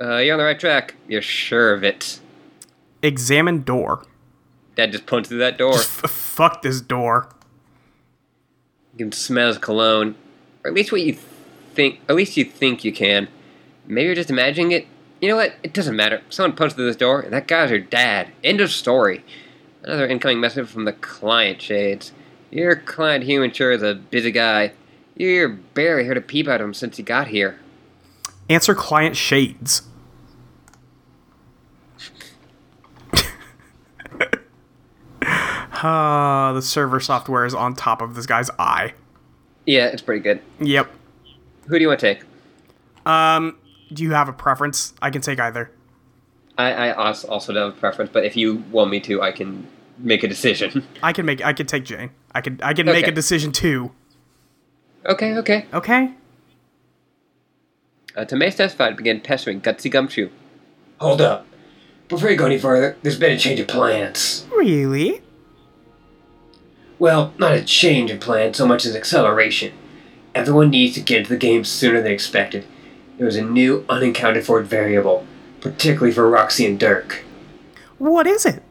S1: Uh, you're on the right track. You're sure of it.
S2: examine door.
S1: Dad just punched through that door.
S2: F- fuck this door.
S1: You can smell his cologne, or at least what you think. At least you think you can. Maybe you're just imagining it. You know what? It doesn't matter. Someone punched through this door, and that guy's your dad. End of story. Another incoming message from the client shades. Your client human sure is a busy guy. You're barely here to peep at him since he got here.
S2: Answer client shades. Ah, the server software is on top of this guy's eye.
S1: Yeah, it's pretty good.
S2: Yep.
S1: Who do you want to take?
S2: Um, do you have a preference? I can take either.
S1: I, I als- also don't have a preference, but if you want me to, I can make a decision.
S2: I can make. I can take Jane. I can. I can make
S1: Okay.
S2: a decision too.
S1: okay, okay.
S2: Okay.
S1: Uh, Tomei testified began pestering Gutsy Gumshoe. Hold up. Before you go any further, there's been a change of plans.
S2: Really?
S1: Well, not a change of plan so much as acceleration. Everyone needs to get into the game sooner than expected. There was a new, unaccounted for variable, particularly for Roxy and Dirk.
S2: What is it?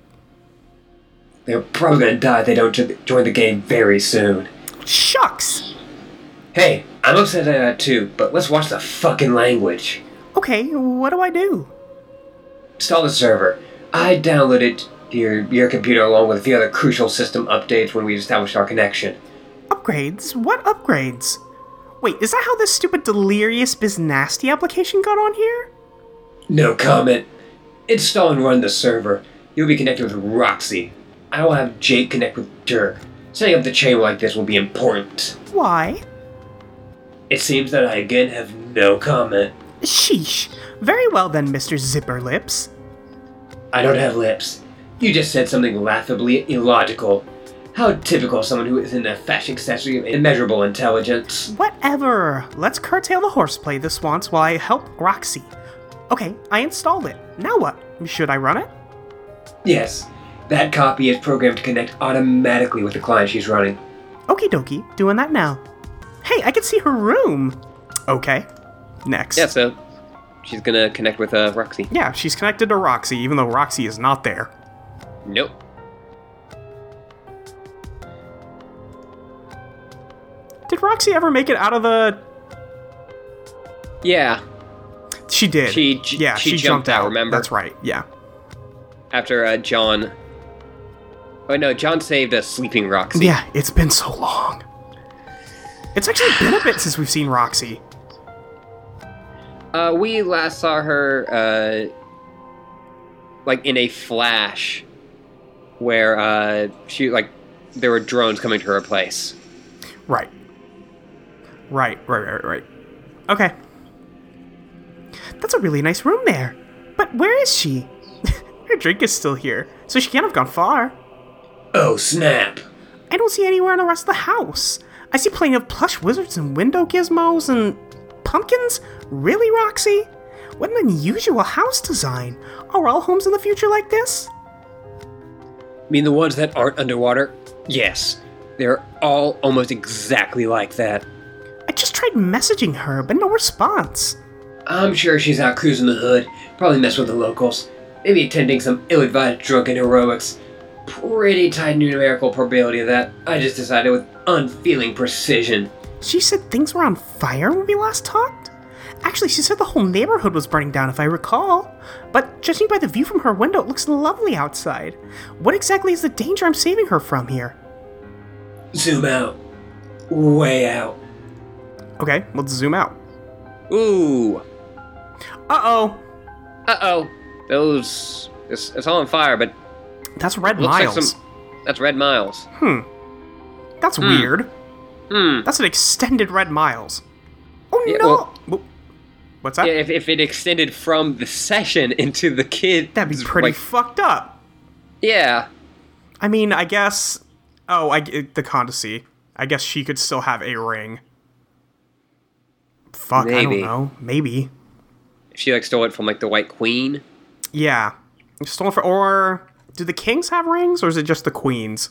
S1: They're probably gonna die if they don't jo- join the game very soon.
S2: Shucks.
S1: Hey, I'm upset at that too, but let's watch the fucking language.
S2: Okay. What do I do?
S1: install the server. I downloaded your your computer along with a few other crucial system updates when we established our connection.
S2: Upgrades? What upgrades? Wait, is that how this stupid delirious biz nasty application got on here?
S1: No comment. Install and run the server. You'll be connected with Roxy. I will have Jake connect with Dirk. Setting up the chain like this will be important.
S2: Why?
S1: It seems that I again have no comment.
S2: Sheesh. Very well then, Mr. Zipper Lips.
S1: I don't have lips. You just said something laughably illogical. How typical of someone who is in a fashion accessory of immeasurable intelligence.
S2: Whatever. Let's curtail the horseplay this once while I help Roxy. Okay, I installed it. Now what? Should I run it?
S1: Yes, that copy is programmed to connect automatically with the client she's running.
S2: Okie dokie, doing that now. Hey, I can see her room. Okay. Next.
S1: so she's gonna connect with uh, Roxy.
S2: Yeah, she's connected to Roxy, even though Roxy is not there.
S1: Nope.
S2: Did Roxy ever make it out of the.
S1: Yeah,
S2: She did.
S1: She j-
S2: yeah,
S1: she
S2: she,
S1: jumped out,
S2: out.
S1: remember?
S2: That's right. Yeah.
S1: after uh, John. Oh no, John saved a sleeping Roxy.
S2: Yeah, it's been so long. It's actually been a bit since we've seen Roxy.
S1: Uh, we last saw her, uh, like in a flash, where uh, she like there were drones coming to her place.
S2: Right. Right, right, right, right. Okay. That's a really nice room there. But where is she? Her drink is still here, so she can't have gone far.
S1: Oh snap!
S2: I don't see anywhere in the rest of the house. I see plenty of plush wizards and window gizmos and pumpkins. Really, Roxy? What an unusual house design. Are all homes in the future like this?
S1: mean the ones that aren't underwater? Yes. They're all almost exactly like that.
S2: I just tried messaging her, but no response.
S1: I'm sure she's out cruising the hood, probably messing with the locals, maybe attending some ill advised drunken heroics. Pretty tight numerical probability of that, I just decided with unfeeling precision.
S2: She said things were on fire when we last talked? Actually, she said the whole neighborhood was burning down, if I recall. But judging by the view from her window, it looks lovely outside. What exactly is the danger I'm saving her from here?
S1: Zoom out. Way out.
S2: Okay, let's zoom out.
S1: Ooh.
S2: Uh oh!
S1: Uh oh. Those. It's, it's all on fire, but
S2: That's red
S1: looks
S2: miles.
S1: like some. That's red miles.
S2: That's weird.
S1: Hmm.
S2: That's an extended red miles. Oh
S1: Yeah,
S2: no!
S1: well-
S2: Whoop. What's that?
S1: Yeah, if, if it extended from the session into the kid,
S2: That'd be pretty
S1: like-
S2: fucked up.
S1: yeah,
S2: I mean, I guess. Oh, I g- the Condesi. I guess she could still have a ring. Fuck, I
S1: Maybe.
S2: don't know. Maybe.
S1: if she like stole it from like the White Queen.
S2: Yeah. Stolen for. Or. Do the kings have rings, or is it just the queens?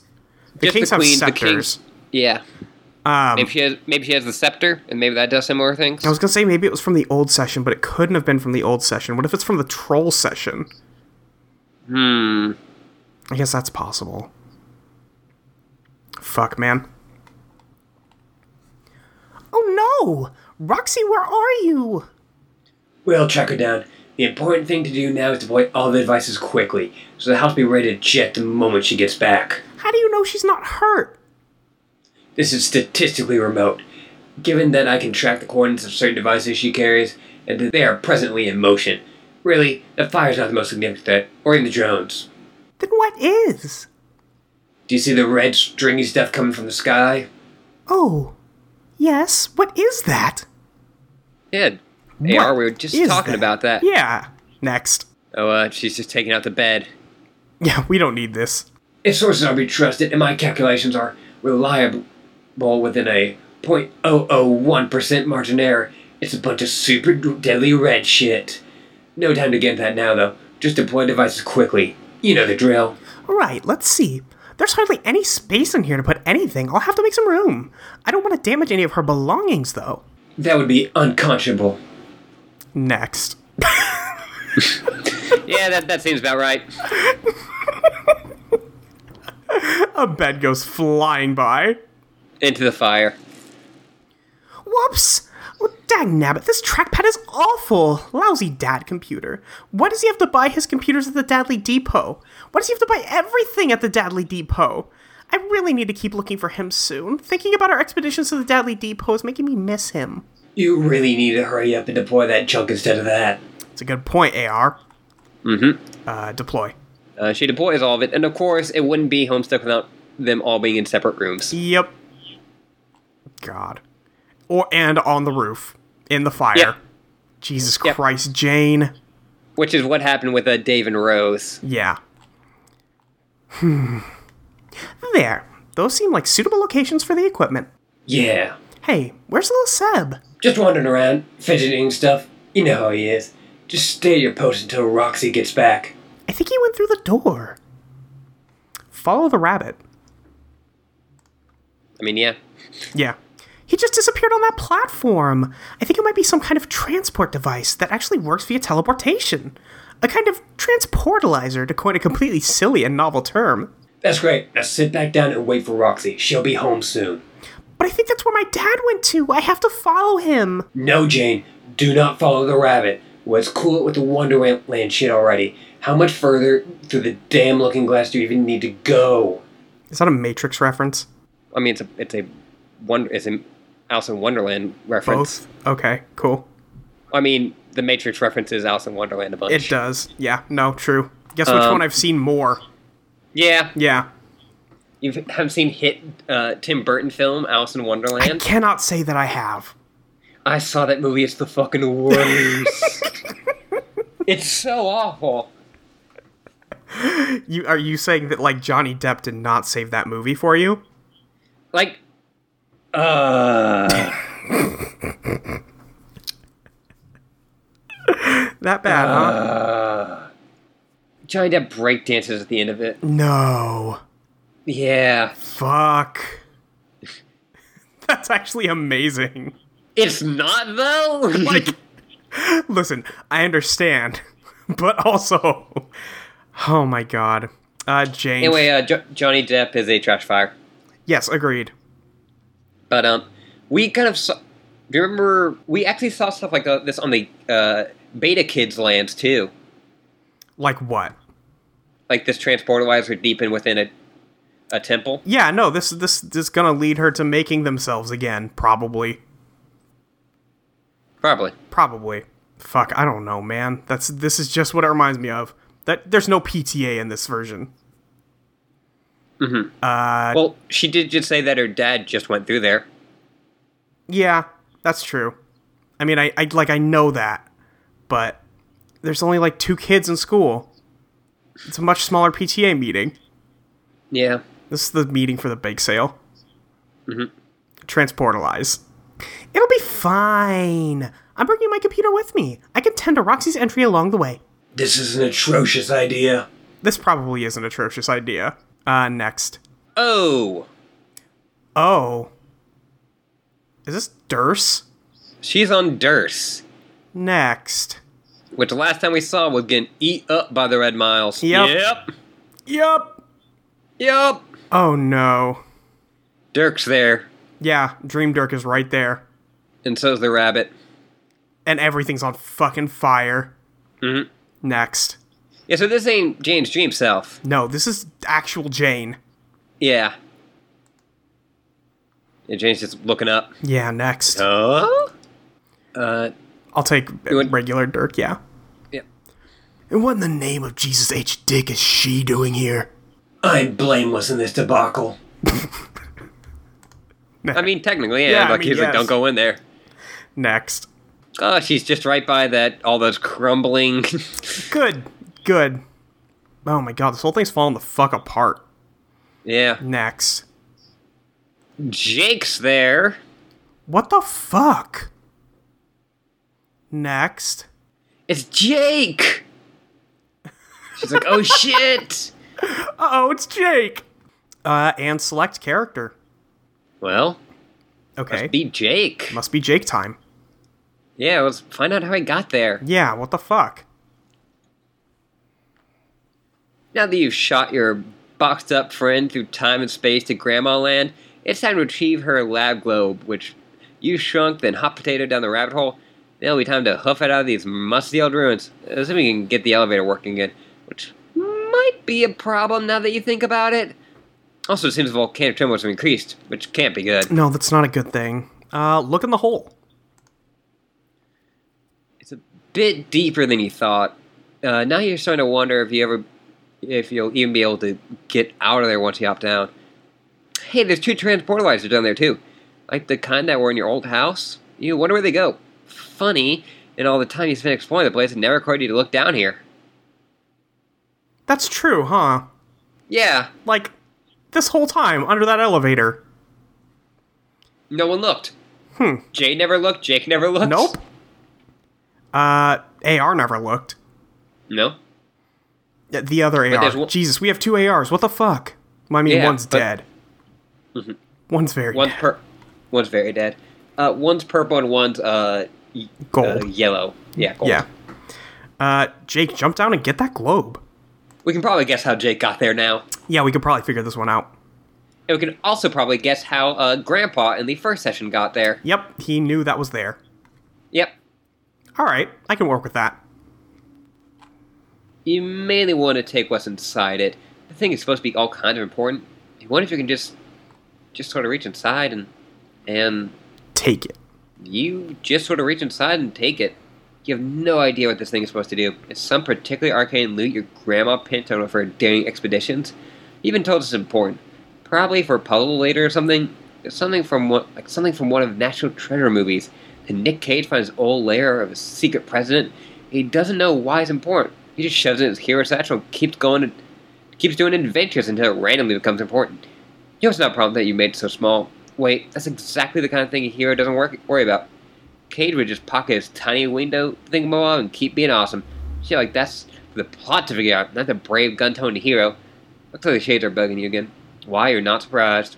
S2: The
S1: Just
S2: kings
S1: the
S2: have
S1: queen, the
S2: scepters.
S1: kings. Yeah,
S2: Um,
S1: maybe she has maybe she has the scepter, and maybe that does similar things.
S2: I was gonna say maybe it was from the old session, but it couldn't have been from the old session. What if it's from the troll session?
S1: Hmm.
S2: I guess that's possible. Fuck, man. Oh no! Roxy, where are you?
S1: We'll track her down. The important thing to do now is to avoid all the devices quickly, so the house will be ready to jet the moment she gets back.
S2: How do you know she's not hurt?
S1: This is statistically remote. Given that I can track the coordinates of certain devices she carries, and that they are presently in motion. Really, the fire's not the most significant threat, or even the drones.
S2: Then what is?
S1: Do you see the red stringy stuff coming from the sky?
S2: Oh, yes, what is that?
S1: Yeah,
S2: What
S1: AR, we were just
S2: is
S1: talking
S2: that?
S1: about that.
S2: Yeah, next.
S1: Oh, uh, she's just taking out the bed.
S2: Yeah, we don't need this.
S1: If sources are to be trusted and my calculations are reliable within a 0.001% margin error, it's a bunch of super deadly red shit. No time to get that now, though. Just deploy devices quickly. You know the drill.
S2: Right, let's see. There's hardly any space in here to put anything. I'll have to make some room. I don't want to damage any of her belongings, though.
S1: That would be unconscionable.
S2: Next.
S1: Yeah, that, that seems about right.
S2: A bed goes flying by.
S1: Into the fire.
S2: Whoops! Well, dang nabbit, this trackpad is awful! Lousy dad computer. Why does he have to buy his computers at the Dadley Depot? Why does he have to buy everything at the Dadley Depot? I really need to keep looking for him soon. Thinking about our expeditions to the Dadley Depot is making me miss him.
S1: You really need to hurry up and deploy that junk instead of that.
S2: It's a good point, AR.
S1: Mm hmm.
S2: Uh, deploy.
S1: Uh, she deploys all of it, and of course, it wouldn't be Homestuck without them all being in separate rooms.
S2: Yep. God. Or and on the roof. In the fire.
S1: Yeah.
S2: Jesus
S1: Yep.
S2: Christ, Jane.
S1: Which is what happened with uh, Dave and Rose.
S2: Yeah. Hmm. There. Those seem like suitable locations for the equipment.
S1: Yeah.
S2: Hey, where's little Seb?
S1: Just wandering around, fidgeting stuff. You know how he is. Just stay at your post until Roxy gets back.
S2: I think he went through the door. Follow the rabbit.
S1: I mean, yeah.
S2: Yeah. He just disappeared on that platform. I think it might be some kind of transport device that actually works via teleportation. A kind of transportalizer, to coin a completely silly and novel term.
S1: That's great. Now sit back down and wait for Roxy. She'll be home soon.
S2: But I think that's where my dad went to. I have to follow him.
S1: No, Jane. Do not follow the rabbit. Let's cool it with the Wonderland shit already. How much further through the damn looking glass do you even need to go?
S2: Is that a Matrix reference?
S1: I mean, it's a it's a wonder it's an Alice in Wonderland reference.
S2: Both? Okay, cool.
S1: I mean, the Matrix references Alice in Wonderland a bunch.
S2: It does. Yeah. No. True. Guess which
S1: Um,
S2: one I've seen more.
S1: Yeah,
S2: Yeah.
S1: you haven't seen hit uh, Tim Burton film Alice in
S2: I
S1: Wonderland.
S2: cannot say that I have.
S1: I saw that movie. It's the fucking worst. it's so awful.
S2: You are you saying that like Johnny Depp did not save that movie for you?
S1: Like, uh,
S2: That bad, huh?
S1: Uh. Johnny Depp breakdances at the end of it.
S2: No.
S1: Yeah,
S2: Fuck. That's actually amazing.
S1: It's not though.
S2: Like, listen, I understand, but also, oh my god, uh, James.
S1: anyway, uh, jo- Johnny Depp is a trash fire.
S2: yes, agreed.
S1: But um, we kind of saw. Do you remember we actually saw stuff like uh, this on the uh, Beta Kids lands too?
S2: Like what?
S1: Like this transporter wires were deep in within a a temple.
S2: Yeah, no, this this this is gonna lead her to making themselves again, probably.
S1: Probably.
S2: Probably. Fuck, I don't know, man. That's this is just what it reminds me of. That there's no PTA in this version.
S1: well, she did just say that her dad just went through there.
S2: Yeah, that's true. I mean, I, I like I know that, but there's only like two kids in school. It's a much smaller PTA meeting.
S1: Yeah.
S2: This is the meeting for the bake sale. Mm-hmm. Transportalize. It'll be fine. I'm bringing my computer with me. I can tend to Roxy's entry along the way.
S3: This is an atrocious idea.
S2: This probably is an atrocious idea. Uh, next.
S1: Oh,
S2: Oh. Is this Durse?
S1: she's on Durse,
S2: Next.
S1: which the last time we saw was getting eat up by the Red Miles.
S2: Yep.
S1: Yep.
S2: Yup.
S1: Yep.
S2: Oh no.
S1: Dirk's there,
S2: Yeah, Dream Dirk is right there.
S1: and so's the rabbit.
S2: and everything's on fucking fire. Mm-hmm. Next.
S1: Yeah, so this ain't Jane's dream self.
S2: No, this is actual Jane.
S1: Yeah. And Jane's just looking up.
S2: Yeah, next.
S1: Huh? Uh,
S2: I'll take
S1: want-
S2: regular Dirk, yeah.
S1: yeah.
S2: And what in the name of Jesus H. Dick is she doing here?
S3: I'm blameless in this debacle.
S1: I mean, technically, yeah.
S2: Yeah,
S1: like,
S2: I mean,
S1: he's like,
S2: yes.
S1: don't go in there.
S2: Next.
S1: Oh, she's just right by that, all those crumbling.
S2: Good. Good. Oh my god, this whole thing's falling the fuck apart.
S1: yeah.
S2: Next.
S1: Jake's there.
S2: What the fuck? Next.
S1: It's Jake! She's like, oh shit!
S2: Uh oh, it's Jake! Uh, and select character.
S1: Well,
S2: Okay.
S1: be Jake.
S2: Must be Jake time.
S1: Yeah, let's find out how he got there.
S2: Yeah, what the fuck?
S1: Now that you've shot your boxed up friend through time and space to Grandma Land, it's time to retrieve her lab globe, which you shrunk, then hot potato down the rabbit hole. Now it'll be time to huff it out of these musty old ruins. Let's see if we can get the elevator working again, which might be a problem now that you think about it. Also, it seems volcanic tremors have increased, which can't be good.
S2: No, that's not a good thing. Uh, look in the hole.
S1: it's a bit deeper than you thought. Uh, now you're starting to wonder if you ever, if you'll even be able to get out of there once you hop down. Hey, there's two transportalizers down there too, like the kind that were in your old house. You wonder where they go. Funny, and all the time you spent exploring the place, it never occurred to you to look down here.
S2: That's true, huh?
S1: Yeah,
S2: Like, this whole time under that elevator.
S1: no one looked. Hmm. Jay never looked. Jake never looked.
S2: Nope. Uh, AR never looked.
S1: No.
S2: Yeah, The other AR.
S1: there's one-
S2: Jesus, we have two ARs. What the fuck? Well, I mean,
S1: Yeah,
S2: one's
S1: but- Mm-hmm.
S2: dead. One's very
S1: One's
S2: dead.
S1: per, one's very dead. Uh, one's purple and one's uh, y-
S2: Gold.
S1: uh yellow. Yeah, gold.
S2: yeah. Uh, Jake, jump down and get that globe.
S1: We can probably guess how Jake got there now.
S2: Yeah, we could probably figure this one out.
S1: And we can also probably guess how uh, Grandpa in the first session got there.
S2: Yep, he knew that was there.
S1: Yep.
S2: All right, I can work with that.
S1: You mainly want to take what's inside it. The thing is supposed to be all kind of important. You wonder if you can just, just sort of reach inside and, and
S2: Take it.
S1: you just sort of reach inside and take it. You have no idea what this thing is supposed to do. It's some particularly arcane loot your grandma pinned on for her daring expeditions. He even told us it's important. Probably for a puzzle later or something. It's something from one, like something from one of National Treasure movies. And Nick Cage finds his old lair of a secret president. He doesn't know why it's important. He just shoves it in his hero satchel and keeps going and keeps doing adventures until it randomly becomes important. You know it's not a problem that you made it so small. Wait, that's exactly the kind of thing a hero doesn't work, worry about. Cade would just pocket his tiny window thingamabob and keep being awesome. Shit, like that's for the plot to figure out, not the brave gun-toned hero. Looks like the shades are bugging you again. Why you're not surprised?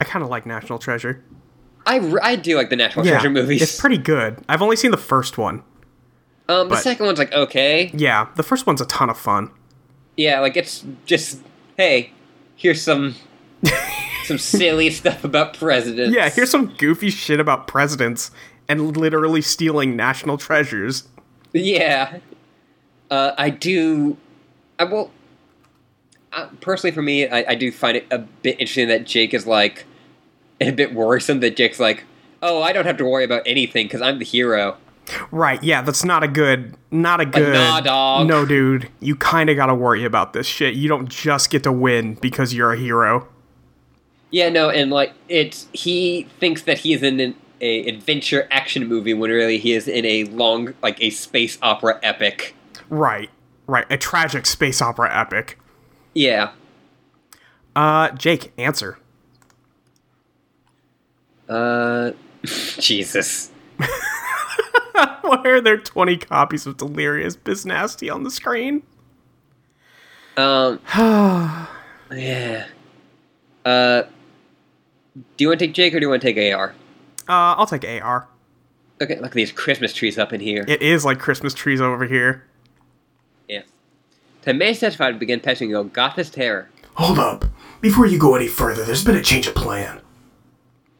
S4: I kind of like National Treasure.
S1: I, r- I do like the National Treasure movies.
S4: it's pretty good. I've only seen the first one.
S1: um, the
S4: but-
S1: second one's like okay,
S4: Yeah, the first one's a ton of fun.
S1: yeah, like it's just hey, here's some some silly stuff about presidents.
S4: Yeah, here's some goofy shit about presidents and literally stealing national treasures.
S1: Yeah. Uh, I do. I will. Uh, personally, for me, I, I do find it a bit interesting that Jake is like. A bit worrisome that Jake's like, oh, I don't have to worry about anything because I'm the hero.
S4: Right, yeah, that's not a good not a good
S1: nah, dog.
S4: No dude, you kinda gotta worry about this shit. You don't just get to win because you're a hero.
S1: Yeah, no, and like, it's. He thinks that he's in an a adventure action movie when really he is in a long, like, a space opera epic.
S4: Right. Right. A tragic space opera epic.
S1: Yeah.
S4: Uh Jake, answer.
S1: Uh. Jesus.
S4: Why are there twenty copies of Delirious Biznasty on the screen? Uh,
S1: Um. yeah. Uh. Do you want to take Jake or do you want to take AR?
S4: Uh I'll take AR.
S1: Look at look at these Christmas trees up in here.
S4: It is like Christmas trees over here.
S1: Yeah. To May satisfied began passing Golgotha's terror.
S2: Hold up. Before you go any further, there's been a change of plan.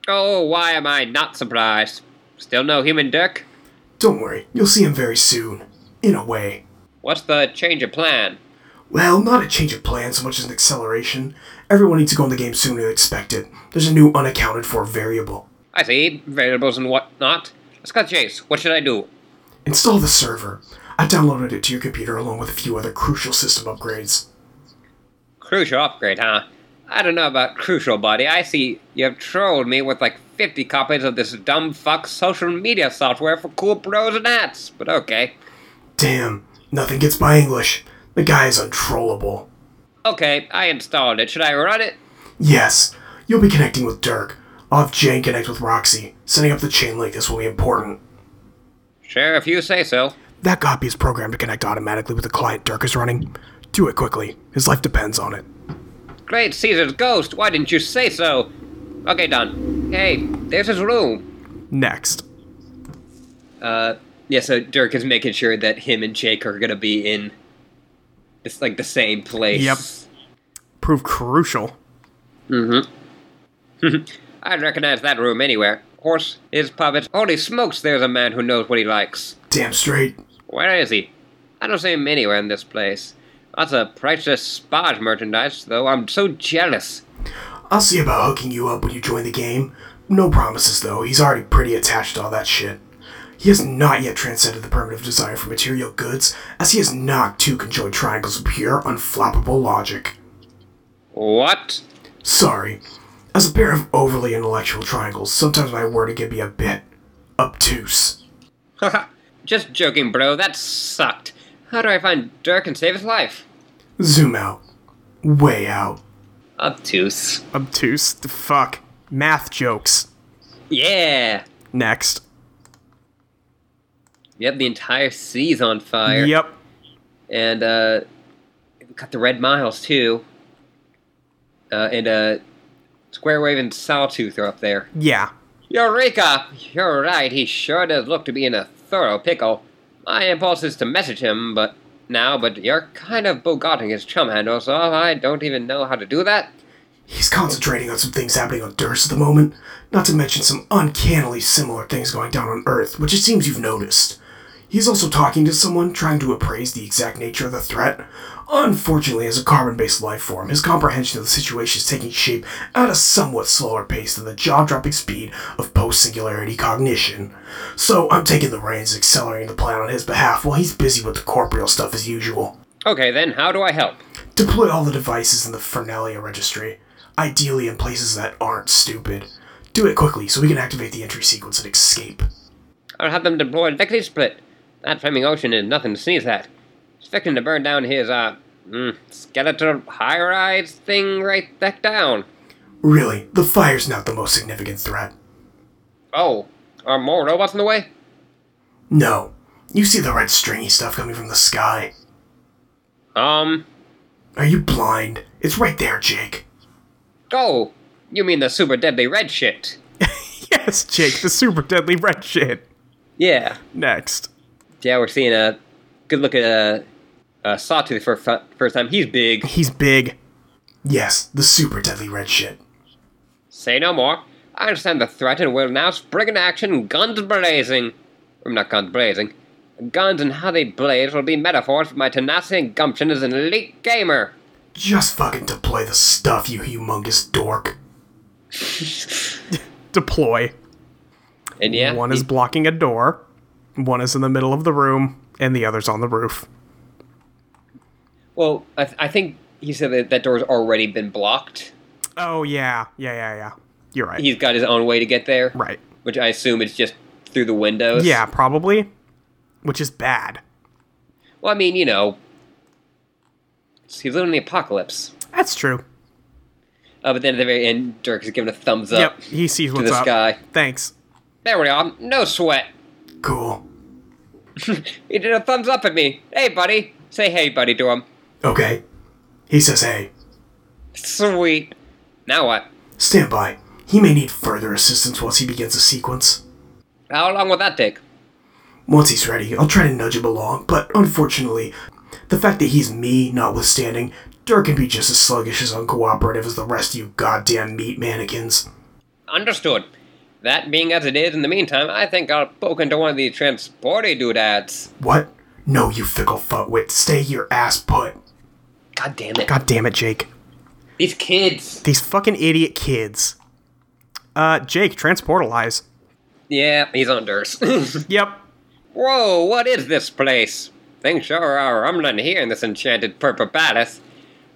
S1: Oh, why am I not surprised? Still no human dick?
S2: Don't worry, you'll see him very soon. In a way.
S1: What's the change of plan?
S2: Well, not a change of plan so much as an acceleration. Everyone needs to go in the game sooner than expected. There's a new unaccounted for variable.
S1: I see, variables and whatnot. Let's cut Chase. What should I do?
S2: Install the server. I've downloaded it to your computer along with a few other crucial system upgrades.
S1: Crucial upgrade, huh? I don't know about crucial, buddy. I see you've trolled me with like 50 copies of this dumb fuck social media software for cool bros and hats, but okay.
S2: Damn, nothing gets by English. The guy is untrollable.
S1: Okay, I installed it. Should I run it?
S2: Yes, you'll be connecting with Dirk. I'll have Jane connect with Roxy. Setting up the chain link this will be important.
S1: Sure, if you say so.
S2: That copy is programmed to connect automatically with the client Dirk is running. Do it quickly. His life depends on it.
S1: Great Caesar's ghost, why didn't you say so? Okay, done. Hey, there's his room.
S4: Next.
S1: Uh, yeah, so Dirk is making sure that him and Jake are gonna be in this, like the same place.
S4: Yep. Prove crucial.
S1: Mm-hmm. I'd recognize that room anywhere. Horse, his puppets. Holy smokes, there's a man who knows what he likes.
S2: Damn straight.
S1: Where is he? I don't see him anywhere in this place. Lots of priceless Spaj merchandise, though I'm so jealous.
S2: I'll see about hooking you up when you join the game. No promises though, he's already pretty attached to all that shit. He has not yet transcended the primitive desire for material goods, as he has not too conjoined triangles of pure, unflappable logic.
S1: What?
S2: Sorry. As a pair of overly intellectual triangles, sometimes my wording can be a bit obtuse.
S1: Just joking, bro, that sucked. How do I find Dirk and save his life?
S2: Zoom out. Way out.
S1: Obtuse.
S4: Obtuse. The fuck. Math jokes.
S1: Yeah!
S4: Next.
S1: Yep, the entire sea's on fire.
S4: Yep.
S1: And, uh, we got the Red Miles, too. Uh, and, uh, Square Wave and Sawtooth are up there.
S4: Yeah.
S1: Eureka! You're right, he sure does look to be in a thorough pickle. My impulse is to message him, but now, but you're kind of bogarting his chum handle, so I don't even know how to do that.
S2: He's concentrating on some things happening on Durst at the moment, not to mention some uncannily similar things going down on Earth, which it seems you've noticed. He's also talking to someone trying to appraise the exact nature of the threat. Unfortunately, as a carbon based life form, his comprehension of the situation is taking shape at a somewhat slower pace than the jaw dropping speed of post singularity cognition. So I'm taking the reins, and accelerating the plan on his behalf while he's busy with the corporeal stuff as usual.
S1: Okay, then, how do I help?
S2: Deploy all the devices in the Fernalia registry, ideally in places that aren't stupid. Do it quickly so we can activate the entry sequence and escape.
S1: I'll have them deploy lickety split. That Flaming Ocean is nothing to sneeze at. Expecting to burn down his, uh, mm, skeletal high rise thing right back down.
S2: Really, the fire's not the most significant threat.
S1: Oh, are more robots in the way?
S2: No, you see the red stringy stuff coming from the sky.
S1: Um,
S2: Are you blind? It's right there, Jake.
S1: go! oh, You mean the super deadly red shit?
S2: Yes, Jake, the super deadly red shit.
S1: Yeah.
S2: Next.
S1: Yeah, we're seeing a good look at a, a sawtooth for fu- first time. He's big.
S2: He's big.
S3: Yes, the super deadly red shit.
S1: Say no more. I understand the threat and will now spring into action, guns blazing. I'm not guns blazing. Guns and how they blaze will be metaphors for my tenacity and gumption as an elite gamer.
S3: Just fucking deploy the stuff, you humongous dork.
S2: Deploy.
S1: And yeah,
S2: One is
S1: he-
S2: blocking a door, one is in the middle of the room, and the other's on the roof.
S1: well, I, th- I think he said that that door's already been blocked.
S2: Oh, yeah. Yeah, yeah, yeah. You're right.
S1: He's got his own way to get there,
S2: right.
S1: which I assume is just through the windows.
S2: Yeah, probably. Which is bad.
S1: Well, I mean, you know, he's living in the apocalypse.
S2: That's true.
S1: Uh, but then at the very end, Dirk is giving a thumbs up.
S2: Yep, he sees what's
S1: the
S2: up.
S1: sky.
S2: Thanks.
S1: There we are. No sweat.
S3: Cool.
S1: He did a thumbs up at me. Hey, buddy. Say hey, buddy, to him.
S3: Okay. He says, hey,
S1: Sweet. Now what?
S3: stand by. He may need further assistance once he begins a sequence.
S1: How long will that take?
S3: Once he's ready, I'll try to nudge him along, but unfortunately, the fact that he's me notwithstanding, Dirk can be just as sluggish as uncooperative as the rest of you goddamn meat mannequins.
S1: Understood. That being as it is, in the meantime, I think I'll poke into one of the transporter doodads.
S3: What? No, you fickle fuckwit. Stay your ass put.
S1: God damn it.
S2: God damn it, Jake.
S1: These kids.
S2: These fucking idiot kids. Uh, Jake, transportalize.
S1: Yeah, he's on Durs.
S2: Yep.
S1: Whoa, what is this place? Things sure are rumbling here in this enchanted purple palace.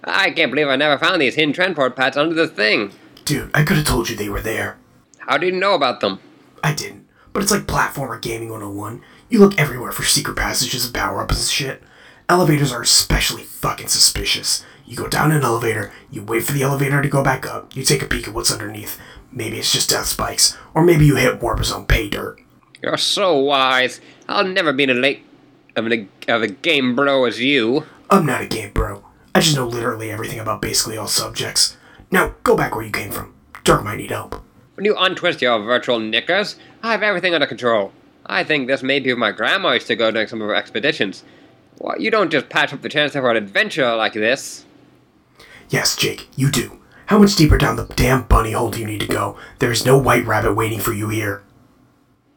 S1: I can't believe I never found these hidden transport pads under this thing.
S3: Dude, I could have told you they were there.
S1: How do you know about them?
S3: I didn't. But it's like platformer gaming 101. You look everywhere for secret passages and power ups and shit. Elevators are especially fucking suspicious. You go down an elevator, you wait for the elevator to go back up, you take a peek at what's underneath. Maybe it's just death spikes, or maybe you hit warp zone pay dirt.
S1: You're so wise. I'll never be as late of a, of a game bro as you.
S3: I'm not a game bro. I just know literally everything about basically all subjects. Now go back where you came from. Dirk might need help.
S1: When you untwist your virtual knickers, I have everything under control. I think this may be where my grandma used to go during some of her expeditions. Well, you don't just patch up the chance for an adventure like this.
S3: Yes, Jake, you do. How much deeper down the damn bunny hole do you need to go? There is no white rabbit waiting for you here.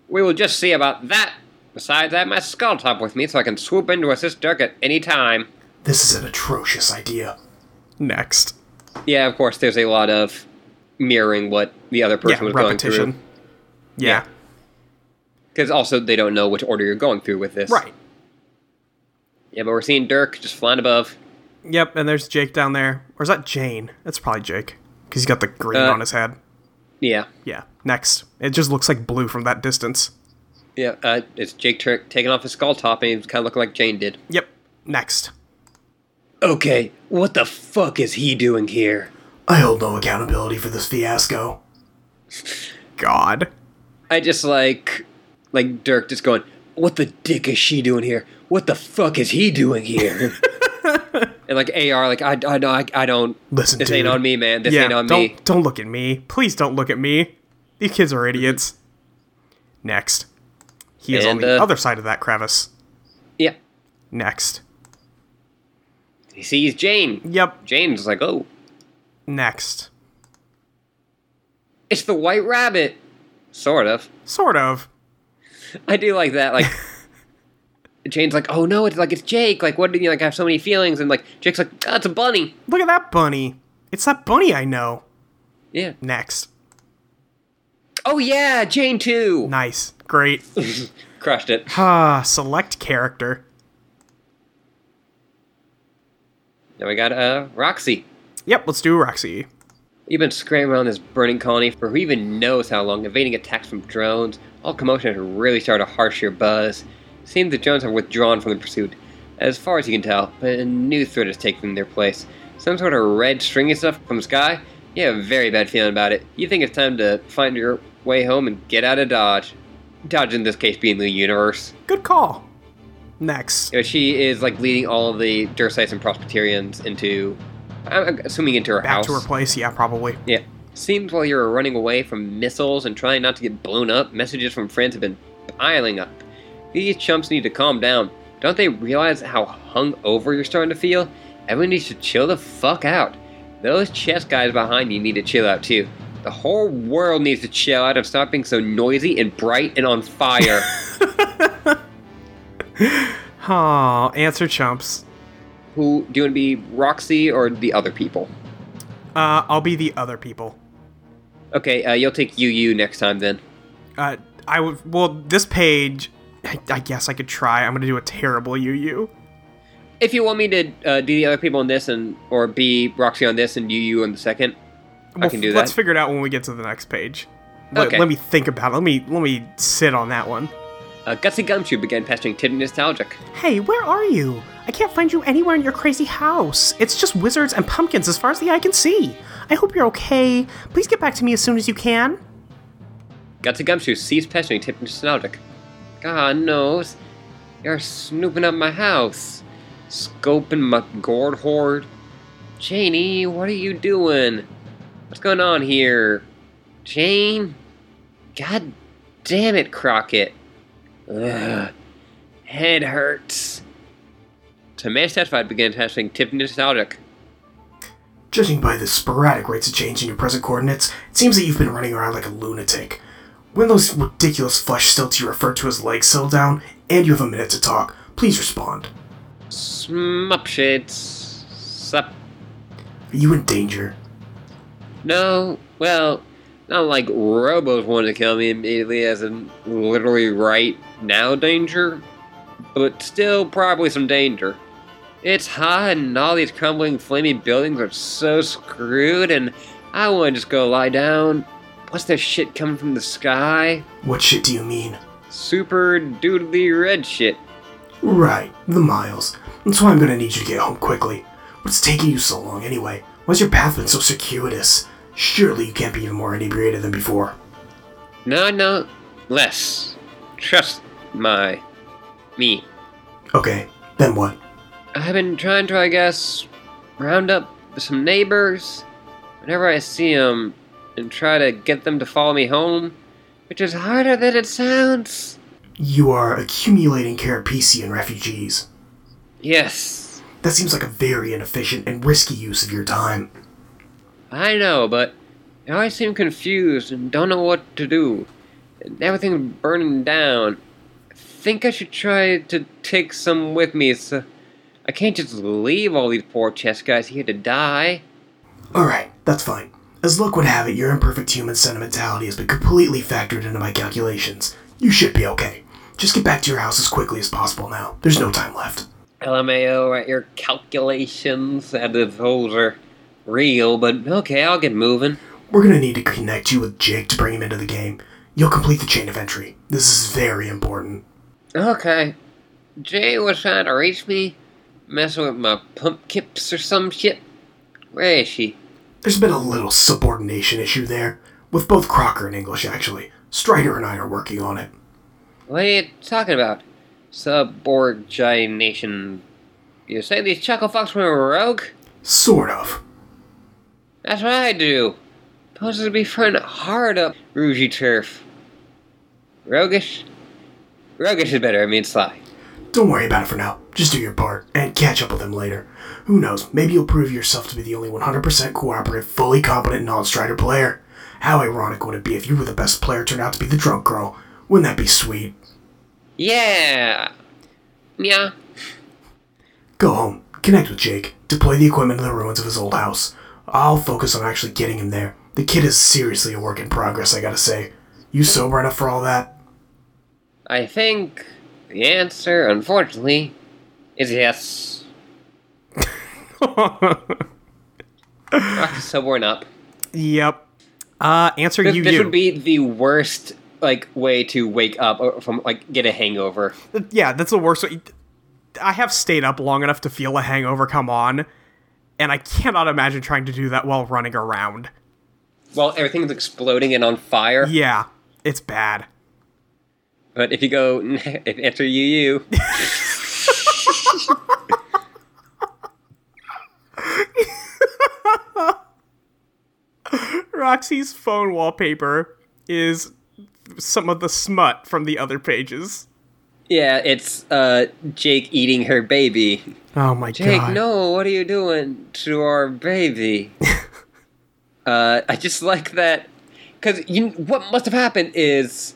S1: We will just see about that. Besides, I have my skull top with me so I can swoop in to assist Dirk at any time.
S3: This is an atrocious idea.
S2: Next.
S1: Yeah, of course, there's a lot of mirroring what the other person
S2: yeah,
S1: was going
S2: repetition.
S1: through.
S2: Yeah.
S1: Because also, they don't know which order you're going through with this.
S2: Right.
S1: Yeah, but we're seeing Dirk just flying above.
S2: Yep, and there's Jake down there. Or is that Jane? That's probably Jake. Because he's got the green
S1: Uh,
S2: on his head.
S1: Yeah.
S2: Yeah. Next. It just looks like blue from that distance.
S1: Yeah, uh, it's Jake Tur- taking off his skull top and he's kind of looking like Jane did.
S2: Yep. Next.
S1: Okay, what the fuck is he doing here?
S3: I hold no accountability for this fiasco.
S2: God.
S1: I just like, like Dirk just going, what the dick is she doing here? What the fuck is he doing here? and like AR, like, I, I, I, I don't,
S3: Listen,
S1: this
S3: dude.
S1: ain't on me, man. This
S2: yeah.
S1: ain't on
S2: don't
S1: me.
S2: don't look at me. Please don't look at me. These kids are idiots. Next. He is on
S1: And,
S2: the
S1: uh,
S2: other side of that crevice.
S1: Yeah.
S2: Next.
S1: He sees Jane.
S2: Yep.
S1: Jane's like, oh,
S2: Next.
S1: it's the white rabbit. Sort of.
S2: Sort of.
S1: I do like that. Like Jane's like, oh no, it's like it's Jake. Like what do you like? I have so many feelings, and like Jake's like, oh, it's a bunny.
S2: Look at that bunny. It's that bunny I know.
S1: Yeah.
S2: Next.
S1: Oh yeah, Jane too.
S2: Nice. Great.
S1: Crushed it.
S2: Ah, select character.
S1: Now we got uh Roxy.
S2: Yep, let's do Roxy.
S1: You've been scrambling around this burning colony for who even knows how long, evading attacks from drones. All commotion has really started to harsh your buzz. Seems the drones have withdrawn from the pursuit, as far as you can tell, but a new threat has taken their place. Some sort of red stringy stuff from the sky? You have a very bad feeling about it. You think it's time to find your way home and get out of Dodge. Dodge, in this case, being the universe.
S2: Good call. Next.
S1: You know, she is like leading all of the Dursites and Prosperterians into. I'm assuming into her
S2: Back
S1: house.
S2: to her place. Yeah, probably.
S1: Yeah. Seems while you were running away from missiles and trying not to get blown up, messages from friends have been piling up. These chumps need to calm down. Don't they realize how hungover you're starting to feel? Everyone needs to chill the fuck out. Those chess guys behind you need to chill out too. The whole world needs to chill out and stop being so noisy and bright and on fire.
S5: Aw, answer chumps.
S1: Who do you want to be, Roxy or the other people?
S5: Uh, I'll be the other people.
S1: Okay, uh, you'll take UU next time then.
S5: Uh, I would. Well, this page, I, I guess I could try. I'm gonna do a terrible UU.
S1: If you want me to uh, do the other people on this and or be Roxy on this and UU on the second, I
S5: Well,
S1: can do
S5: f-
S1: that.
S5: Let's figure it out when we get to the next page. Let,
S1: Okay.
S5: let me think about it. Let me let me sit on that one.
S1: Uh, Gutsy Gumshoe began pestering Tim Nostalgic.
S5: Hey, where are you? I can't find you anywhere in your crazy house. It's just wizards and pumpkins as far as the eye can see. I hope you're okay. Please get back to me as soon as you can.
S1: Gutsy Gumshoe ceased pestering Tim Nostalgic. God knows, you're snooping up my house, scoping my gourd hoard. Janie, what are you doing? What's going on here? Jane? God damn it, Crockett. Ugh. Head hurts. Tamara Satisfied began testing Tiffany Nostalgic.
S2: Judging by the sporadic rates of change in your present coordinates, it seems that you've been running around like a lunatic. When those ridiculous flesh stilts you refer to as legs settle down, and you have a minute to talk, please respond.
S1: Smupshit. Sup.
S2: Are you in danger?
S1: No, well, not like Robos wanted to kill me immediately, as in literally right now danger, but still probably some danger. It's hot and all these crumbling, flammy buildings are so screwed, and I want to just go lie down. What's this shit coming from the sky?
S2: What shit do you mean?
S1: Super doodly red shit.
S2: Right, the miles. That's why I'm gonna need you to get home quickly. What's taking you so long anyway? Why's your path been so circuitous? Surely you can't be even more inebriated than before.
S1: No, no, less. Trust my. me.
S2: Okay, then what?
S1: I've been trying to, I guess, round up some neighbors whenever I see them and try to get them to follow me home, which is harder than it sounds.
S2: You are accumulating Carapecian refugees.
S1: Yes,
S2: That seems like a very inefficient and risky use of your time.
S1: I know, but they always seem confused and don't know what to do, and everything's burning down. I think I should try to take some with me. So I can't just leave all these poor chess guys here to die.
S2: Alright, that's fine. As luck would have it, your imperfect human sentimentality has been completely factored into my calculations. You should be okay. Just get back to your house as quickly as possible now. There's no time left.
S1: LMAO at your calculations that if those are real, but okay, I'll get moving.
S2: We're gonna need to connect you with Jake to bring him into the game. You'll complete the chain of entry. This is very important.
S1: Okay. Jay was trying to reach me, messing with my pump kips or some shit. Where is she?
S2: There's been a little subordination issue there, with both Crocker and English actually. Strider and I are working on it.
S1: What are you talking about? Subordination. You say these chuckle fucks were rogue?
S2: Sort of.
S1: That's what I do. Supposed to be fun hard up Rougie turf. Roguish? Roguish is better, I mean sly.
S2: Don't worry about it for now. Just do your part and catch up with him later. Who knows? Maybe you'll prove yourself to be the only 100% cooperative, fully competent non-Strider player. How ironic would it be if you were the best player turned out to be the drunk girl? Wouldn't that be sweet?
S1: Yeah. Yeah.
S2: Go home, connect with Jake, deploy the equipment in the ruins of his old house. I'll focus on actually getting him there. The kid is seriously a work in progress, I gotta say. You sober enough for all that?
S1: I think the answer, unfortunately, is yes. Rock someone up.
S5: yep. Uh, answer
S1: This,
S5: you.
S1: this
S5: you.
S1: would be the worst like way to wake up or from like get a hangover.
S5: yeah, that's the worst. way- I have stayed up long enough to feel a hangover come on, and I cannot imagine trying to do that while running around.
S1: Well, everything's exploding and on fire.
S5: Yeah, it's bad.
S1: But if you go if enter UU,
S5: Right.
S2: Roxy's phone wallpaper is some of the smut from the other pages.
S1: Yeah, it's uh, Jake eating her baby.
S2: Oh my
S1: Jake,
S2: god.
S1: no, what are you doing to our baby? uh, I just like that. Because you, what must have happened is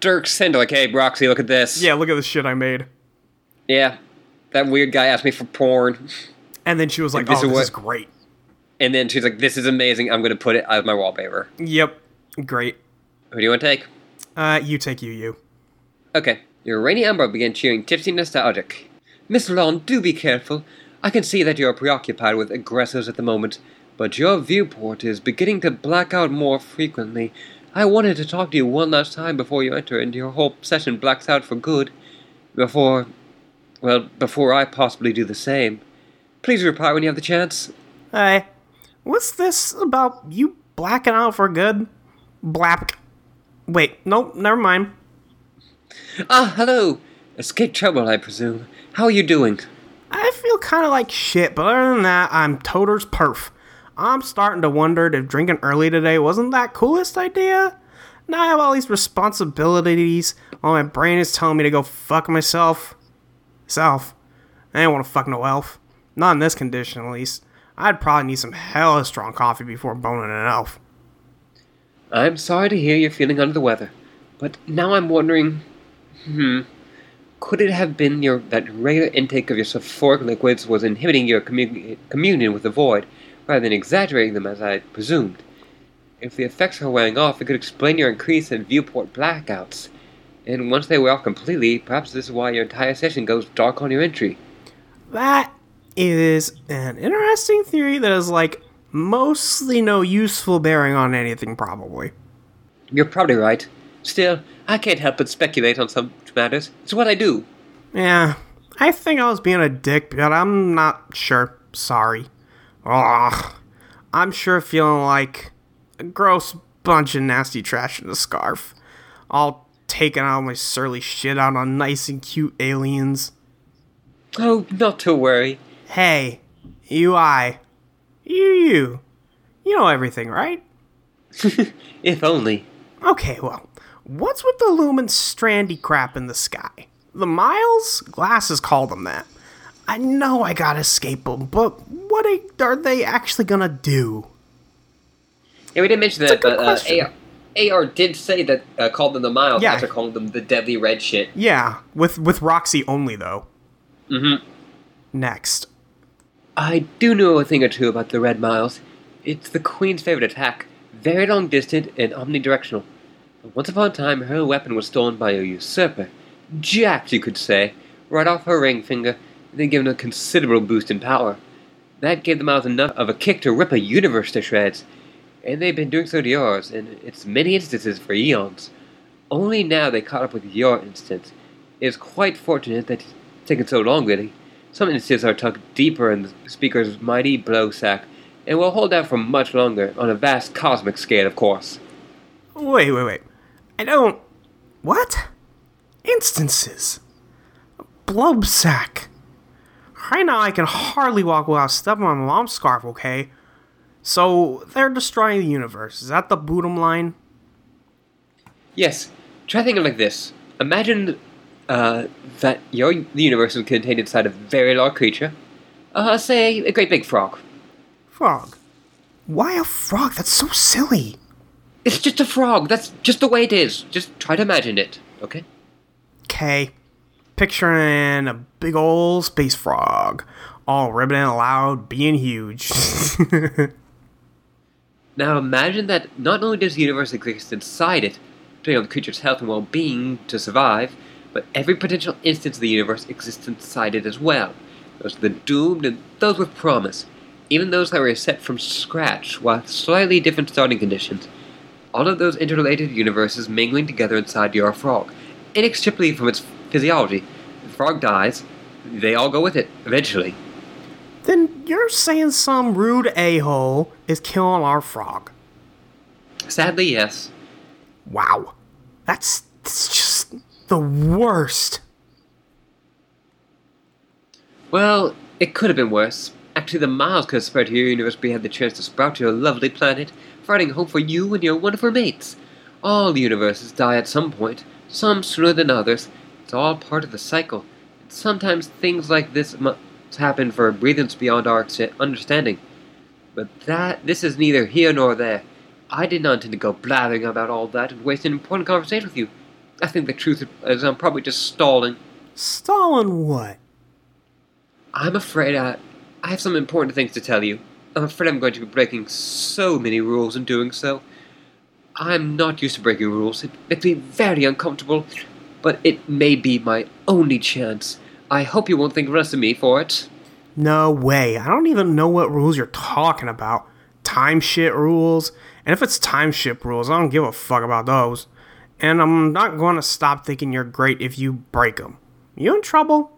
S1: Dirk sent, like, hey, Roxy, look at this.
S2: Yeah, look at the shit I made.
S1: Yeah. That weird guy asked me for porn.
S2: And then she was like,
S1: this
S2: "Oh,
S1: is
S2: this
S1: what-
S2: is great."
S1: And then she's like, this is amazing. I'm going to put it as my wallpaper.
S2: Yep, great.
S1: Who do you want to take?
S2: Uh, you take you, you.
S1: Okay. Your rainy umbrella began cheering tipsy nostalgic. Miss Long, do be careful. I can see that you are preoccupied with aggressors at the moment, but your viewport is beginning to black out more frequently. I wanted to talk to you one last time before you enter and your whole session blacks out for good. Before. well, before I possibly do the same. Please reply when you have the chance.
S2: Hey, what's this about you blacking out for good? Black. Wait, nope, never mind.
S1: Ah, hello! Escape trouble, I presume. How are you doing?
S2: I feel kind of like shit, but other than that, I'm toters perf. I'm starting to wonder if drinking early today wasn't that coolest idea. Now I have all these responsibilities, while my brain is telling me to go fuck myself. Self. I ain't want to fuck no elf. Not in this condition, at least. I'd probably need some hella strong coffee before boning an elf.
S1: I'm sorry to hear you're feeling under the weather, but now I'm wondering, hmm, could it have been your that regular intake of your sulfuric liquids was inhibiting your commu- communion with the void, rather than exaggerating them as I had presumed? If the effects are wearing off, it could explain your increase in viewport blackouts. And once they wear off completely, perhaps this is why your entire session goes dark on your entry.
S2: That is an interesting theory that is like mostly no useful bearing on anything, probably.
S1: You're probably right. Still, I can't help but speculate on some matters. It's what I do.
S2: Yeah, I think I was being a dick, but I'm not sure. Sorry. Ugh. I'm sure feeling like a gross bunch of nasty trash in a scarf. All taking all my surly shit out on nice and cute aliens.
S1: Oh, not to worry.
S2: Hey, you I. You you. You know everything, right?
S1: if only.
S2: Okay, well, what's with the lumen strandy crap in the sky? The miles? Glasses call them that. I know I gotta escape them, but what a- are they actually gonna do?
S1: Yeah, we didn't mention
S2: It's
S1: that,
S2: a good
S1: but uh,
S2: question.
S1: AR, AR did say that uh, called them the miles
S2: Yeah.
S1: after calling them the deadly red shit.
S2: Yeah, with with Roxy only though. Mm-hmm.
S1: Mhm.
S2: Next.
S1: I do know a thing or two about the red miles. It's the queen's favorite attack, very long distance and omnidirectional. Once upon a time, her weapon was stolen by a usurper, jacked, you could say, right off her ring finger, and then given a considerable boost in power. That gave the miles enough of a kick to rip a universe to shreds, and they've been doing so to yours in its many instances for eons. Only now they caught up with your instance. It is quite fortunate that it's taken so long, really. Some instances are tucked deeper in the speaker's mighty blow sack, and will hold out for much longer, on a vast cosmic scale, of course.
S2: Wait, wait, wait. I don't. What? Instances. Blubsack. Right now, I can hardly walk without stepping on my mom's scarf, okay? So, they're destroying the universe. Is that the bottom line?
S1: Yes, try thinking like this. Imagine uh, that your the universe is contained inside a very large creature. Uh, say, a great big frog.
S2: Frog. Why a frog? That's so silly.
S1: It's just a frog, that's just the way it is. Just try to imagine it, okay?
S2: Okay. Picturing a big old space frog. All ribbon and loud, being huge.
S1: Now imagine that not only does the universe exist inside it, depending on the creature's health and well-being to survive, but every potential instance of the universe exists inside it as well. Those the doomed and those with promise, even those that were set from scratch, while slightly different starting conditions. All of those interrelated universes mingling together inside your frog, inextricably from its physiology. The frog dies, they all go with it eventually.
S2: then you're saying some rude a hole is killing our frog.
S1: Sadly, yes.
S2: Wow. That's, that's just the worst.
S1: Well, it could have been worse. Actually, the miles could have spread to your universe if we had the chance to sprout to your lovely planet, providing hope for you and your wonderful mates. All universes die at some point, some sooner than others. It's all part of the cycle. And sometimes things like this must happen for reasons beyond our ex- understanding. But that this is neither here nor there. I did not intend to go blathering about all that and waste an important conversation with you. I think the truth is I'm probably just stalling.
S2: Stalin what?
S1: I'm afraid I, I have some important things to tell you. I'm afraid I'm going to be breaking so many rules in doing so. I'm not used to breaking rules. It makes me very uncomfortable, but it may be my only chance. I hope you won't think less of me for it.
S2: No way. I don't even know what rules you're talking about. Time shit rules. And if it's time ship rules, I don't give a fuck about those. And I'm not going to stop thinking you're great if you break them. You in trouble?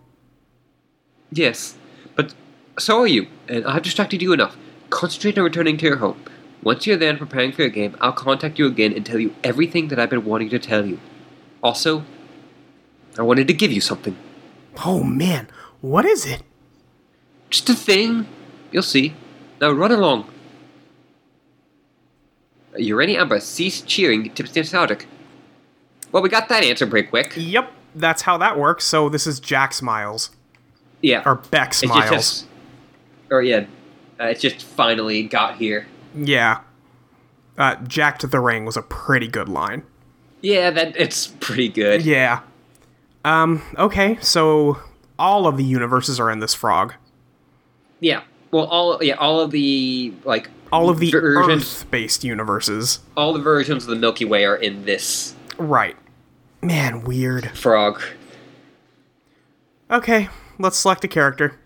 S1: Yes, but so are you, and I've distracted you enough. Concentrate on returning to your home. Once you're there and preparing for your game, I'll contact you again and tell you everything that I've been wanting to tell you. Also, I wanted to give you something.
S2: Oh man, what is it?
S1: Just a thing. You'll see. Now run along. Urania Amber ceased cheering Tipsy Nostalgic. Well, we got that answer pretty quick.
S2: Yep, that's how that works. So this is Jack Smiles.
S1: Yeah.
S2: Or Beck
S1: It's just,
S2: Smiles.
S1: just- or yeah, uh, it just finally got here.
S2: Yeah. Uh, Jack to the Ring was a pretty good line.
S1: Yeah, that it's pretty good.
S2: Yeah. Um, okay, so all of the universes are in this frog.
S1: Yeah. Well, all yeah, all of the like
S2: All of the
S1: versions,
S2: Earth based universes.
S1: all the versions of the Milky Way are in this
S2: Right. Man, weird.
S1: frog.
S2: Okay, let's select a character.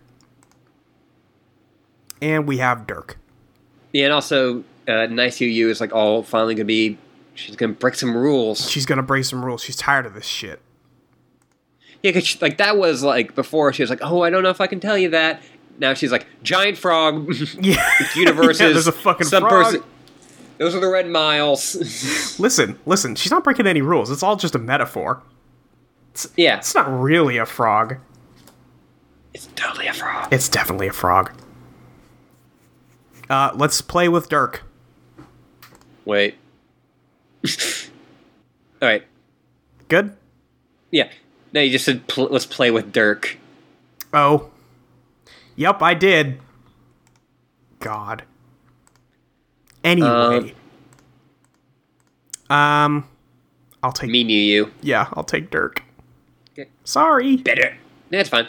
S2: And we have Dirk.
S1: Yeah, and also uh, nice UU is like all finally gonna be. She's gonna break some rules.
S2: She's gonna break some rules. She's tired of this shit.
S1: Yeah, 'cause she, like that was like before she was like, oh, I don't know if I can tell you that. Now she's like giant frog
S2: Yeah.
S1: universes.
S2: yeah, there's a fucking
S1: some
S2: frog.
S1: person- Those are the red miles.
S2: Listen, listen, she's not breaking any rules. It's all just a metaphor.
S1: yeah,
S2: It's not really a frog.
S1: it's totally a frog.
S2: It's definitely a frog. Uh, let's play with Dirk.
S1: Wait. all right.
S2: Good?
S1: Yeah. No, you just said pl- let's play with Dirk.
S2: Oh. Yep, I did. God. Anyway. Um, I'll take
S1: Me knew you.
S2: yeah, I'll take Dirk.
S1: Okay.
S2: Sorry.
S1: Better. That's fine.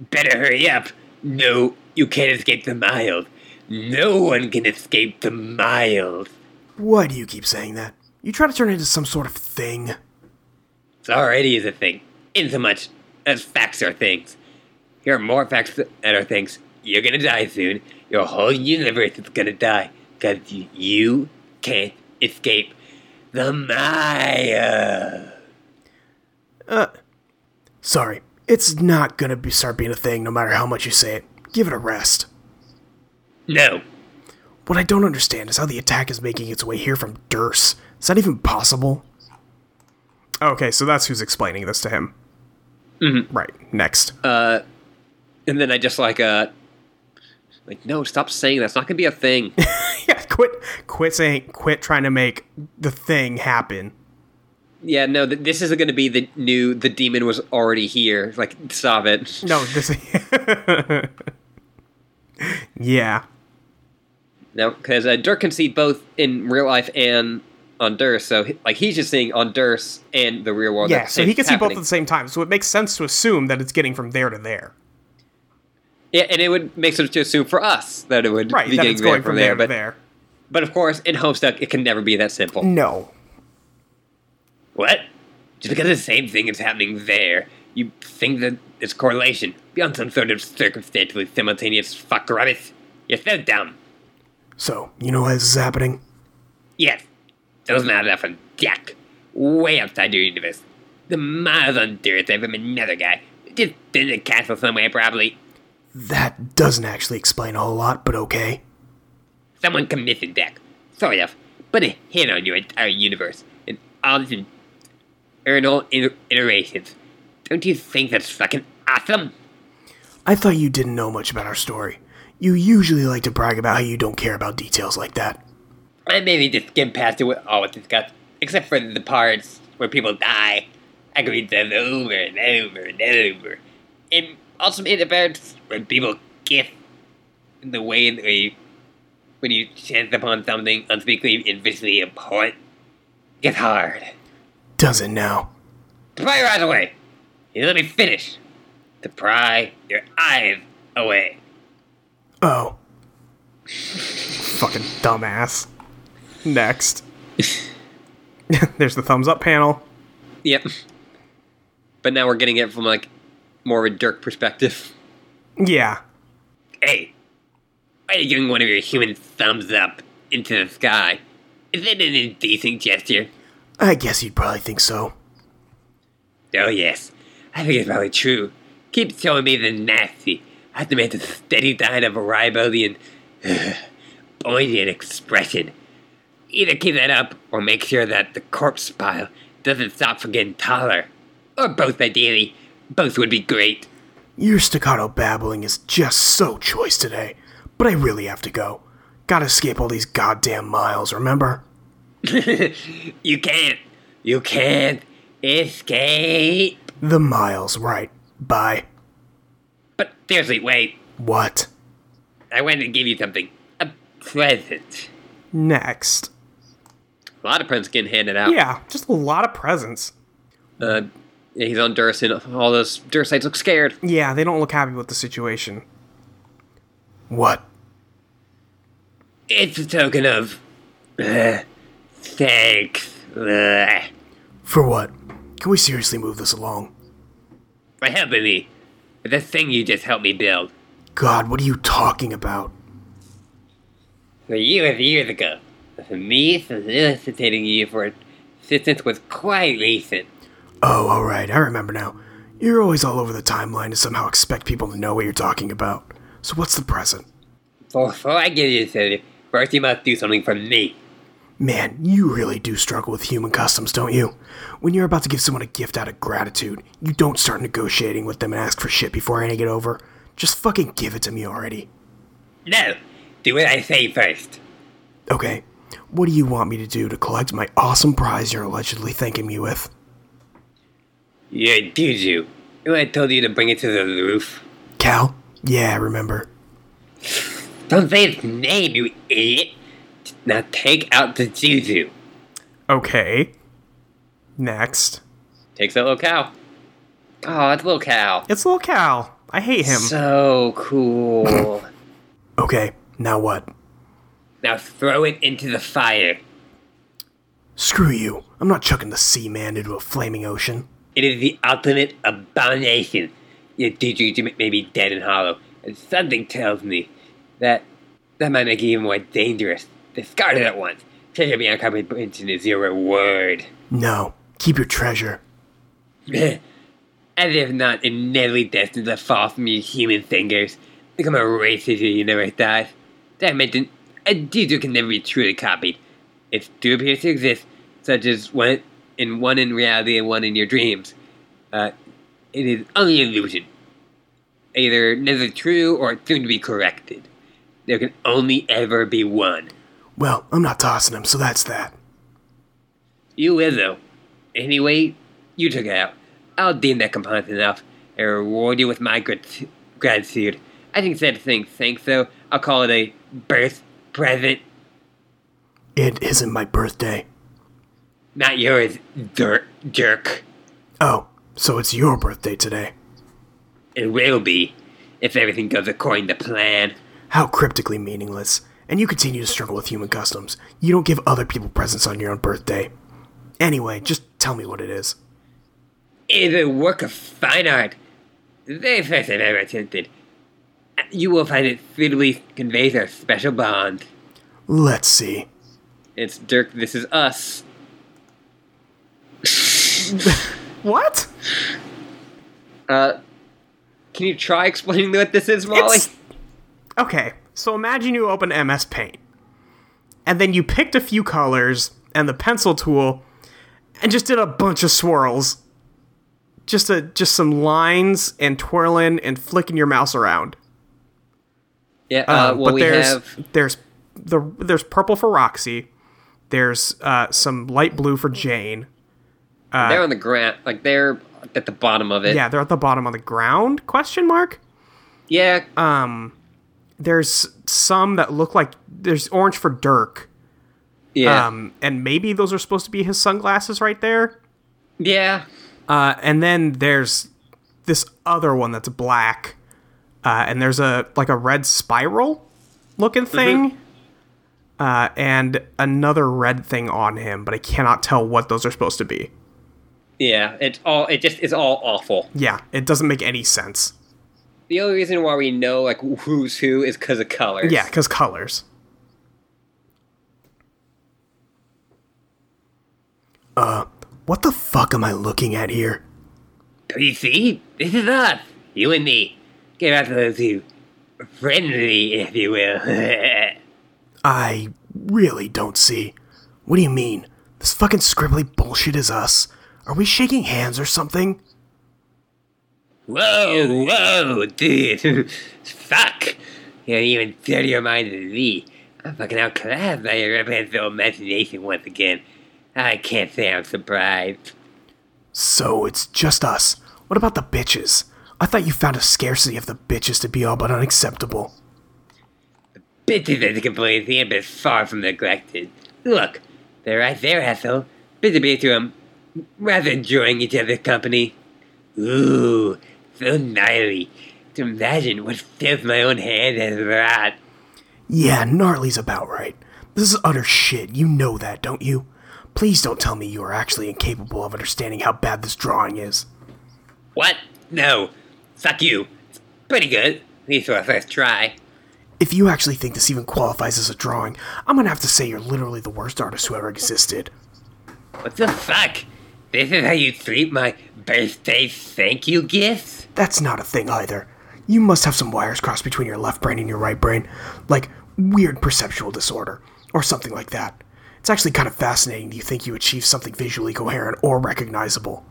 S1: Better hurry up. No, you can't escape the mild. No one can escape the mild.
S3: Why do you keep saying that? You try to turn it into some sort of thing.
S1: It's already is a thing, insomuch as facts are things. Here are more facts that are things. You're gonna die soon. Your whole universe is gonna die because you can't escape the Maya.
S3: Sorry, it's not gonna be start being a thing no matter how much you say it. Give it a rest.
S1: No,
S3: What I don't understand is how the attack is making its way here from Durse. Is that even possible?
S2: Okay, so that's who's explaining this to him.
S1: Mm-hmm.
S2: Right. Next.
S1: and then I just like uh, like no, stop saying that's not gonna be a thing.
S2: yeah, quit quit saying quit trying to make the thing happen.
S1: yeah, no, th- this isn't gonna be the new. The demon was already here. Like, stop it.
S2: No, this Yeah.
S1: No, because uh, Dirk can see both in real life and on Durst, so he- like he's just seeing on Durst and the real world.
S2: Yeah,
S1: that's
S2: so he can see both at
S1: happening.
S2: the same time. So it makes sense to assume that it's getting from there to there.
S1: Yeah, and it would make sense to assume for us that it would
S2: Right,
S1: be
S2: that
S1: getting
S2: it's
S1: there
S2: going
S1: from there,
S2: to
S1: but
S2: there. Mm.
S1: but of course in Homestuck it can never be that simple.
S2: No.
S1: What? Just because the same thing is happening there, you think that it's correlation beyond some sort of circumstantially simultaneous fuck rabbit? You're so dumb.
S3: So, you know why this is happening?
S1: Yes, those miles are from Jack, way outside your universe. The miles on Earth are from another guy, just in a castle somewhere probably.
S3: That doesn't actually explain a whole lot, but okay.
S1: Someone committed Jack, sort of, put a hit on your entire universe and all its eternal iter- iterations. Don't you think that's fucking awesome?
S3: I thought you didn't know much about our story. You usually like to brag about how you don't care about details like that.
S1: I maybe just skim past it with all it's got, except for the parts where people die. I can read them over and over and over. And also in the parts where people get in the way that we, when you chance upon something unspeakably invisibly important, gets hard.
S2: Does it now?
S1: Pry your eyes away. You let me finish. To pry your eyes away.
S2: Oh,
S6: Fucking dumbass. Next. There's the thumbs up panel.
S1: Yep. But now we're getting it from like more of a Dirk perspective.
S6: Yeah.
S1: Hey, why are you giving one of your human thumbs up into the sky? Is it an indecent gesture?
S2: I guess you'd probably think so.
S1: Oh yes, I think it's probably true. Keep showing me the nasty. I have to make a steady diet of variability and poignant expression. Either keep that up or make sure that the corpse pile doesn't stop from getting taller. Or both ideally. Both would be great.
S2: Your staccato babbling is just so choice today, but I really have to go. Gotta skip all these goddamn miles, remember?
S1: you can't. You can't escape.
S2: The miles, right. Bye.
S1: But seriously, wait.
S2: What?
S1: I wanted to give you something. A present.
S6: Next.
S1: A lot of presents getting handed out.
S6: Yeah, just a lot of presents.
S1: Uh, he's on Durst, and all those Dursites look scared.
S6: Yeah, they don't look happy with the situation.
S2: What?
S1: It's a token of. Uh, thanks. Uh,
S2: For what? Can we seriously move this along?
S1: for helping me. With the thing you just helped me build.
S2: God, what are you talking about?
S1: For years, years ago. For me, soliciting you for assistance was quite recent.
S2: Oh, alright, I remember now. You're always all over the timeline and somehow expect people to know what you're talking about. So what's the present?
S1: Before I give you this, first you must do something for me.
S2: Man, you really do struggle with human customs, don't you? When you're about to give someone a gift out of gratitude, you don't start negotiating with them and ask for shit before handing it over. Just fucking give it to me already.
S1: No! Do what I say first.
S2: Okay, what do you want me to do to collect my awesome prize you're allegedly thanking me with?
S1: Yeah, did you? When I told you to bring it to the roof.
S2: Cal? Yeah, I remember.
S1: Don't say his name, you idiot! Now take out the juju.
S6: Okay. Next.
S1: Takes that little cow. Oh, it's a little cow.
S6: It's little Cal. I hate him.
S1: So cool.
S2: Okay, now what?
S1: now throw it into the fire.
S2: Screw you. I'm not chucking the sea man into a flaming ocean.
S1: It is the ultimate abomination. Your juju may be dead and hollow, and something tells me that that might make it even more dangerous. Discard it at once. Treasure beyond comprehension is your reward.
S2: No, keep your treasure.
S1: As if not inevitably destined to fall from your human fingers, become erased as your universe dies. Did I mention a juju can never be truly copied? It still appears to exist, such as one in one in reality and one in your dreams. Uh, it is only an illusion, either neither true or soon to be corrected. There can only ever be one.
S2: Well, I'm not tossing him, so that's that.
S1: You Lizzo. Anyway, you took it out. I'll deem that component enough and reward you with my grat- gratitude. I think said thing thanks so. I'll call it a birth present.
S2: It isn't my birthday.
S1: Not yours, dirt jerk.
S2: Oh, so it's your birthday today.
S1: It will be, if everything goes according to plan.
S2: How cryptically meaningless. And you continue to struggle with human customs. You don't give other people presents on your own birthday. Anyway, just tell me what it is.
S1: It is a work of fine art. The very first I've ever attempted. You will find it suitably conveys our special bond.
S2: Let's see.
S1: It's Dirk, this is us.
S6: What?
S1: Uh, can you try explaining what this is, Molly?
S6: It's- Okay, so imagine you open MS Paint, and then you picked a few colors and the pencil tool, and just did a bunch of swirls. Just a just some lines and twirling and flicking your mouse around.
S1: Yeah. Uh,
S6: Um,
S1: well,
S6: but
S1: we
S2: uh,
S6: there's
S1: have
S6: there's the there's purple for Roxy,
S2: There's uh, some light blue for Jane.
S1: they're on the ground, like they're at the bottom of it.
S2: Yeah, they're at the bottom of the ground? Question mark.
S1: Yeah.
S2: There's some that look like there's orange for Dirk.
S1: yeah.
S2: Um, and maybe those are supposed to be his sunglasses right there.
S1: yeah.
S2: Uh, and then there's this other one that's black, uh, and there's a like a red spiral looking
S1: Mm-hmm.
S2: thing, uh, and another red thing on him, but I cannot tell what those are supposed to be.
S1: Yeah. It's all. It just is all awful.
S2: Yeah, it doesn't make any sense.
S1: The only reason why we know like who's who is because of colors.
S2: Yeah, because colors. Uh, What the fuck am I looking at here?
S1: You see, this is us, you and me. Get out of those two. Friendly, if you will.
S2: I really don't see. What do you mean? This fucking scribbly bullshit is us. Are we shaking hands or something?
S1: whoa, whoa, dude. Fuck. You don't even dirty your mind to me. I'm fucking outclassed by your reprehensible imagination once again. I can't say I'm surprised.
S2: So it's just us. What about the bitches? I thought you found a scarcity of the bitches to be all but unacceptable.
S1: Bitches as a complete thing, but far from neglected. Look, they're right there, Ethel. Busy be to 'em, rather enjoying each other's company. Ooh, so gnarly. To imagine what fills my own hand as rot.
S2: Yeah, gnarly's about right. This is utter shit. You know that, don't you? Please don't tell me you are actually incapable of understanding how bad this drawing is.
S1: What? No. Fuck you. It's pretty good. At least for a first try.
S2: If you actually think this even qualifies as a drawing, I'm gonna have to say you're literally the worst artist who ever existed.
S1: What the fuck? This is how you treat my birthday thank you gifts?
S2: That's not a thing either. You must have some wires crossed between your left brain and your right brain, like weird perceptual disorder, or something like that. It's actually kind of fascinating Do you think you achieve something visually coherent or recognizable.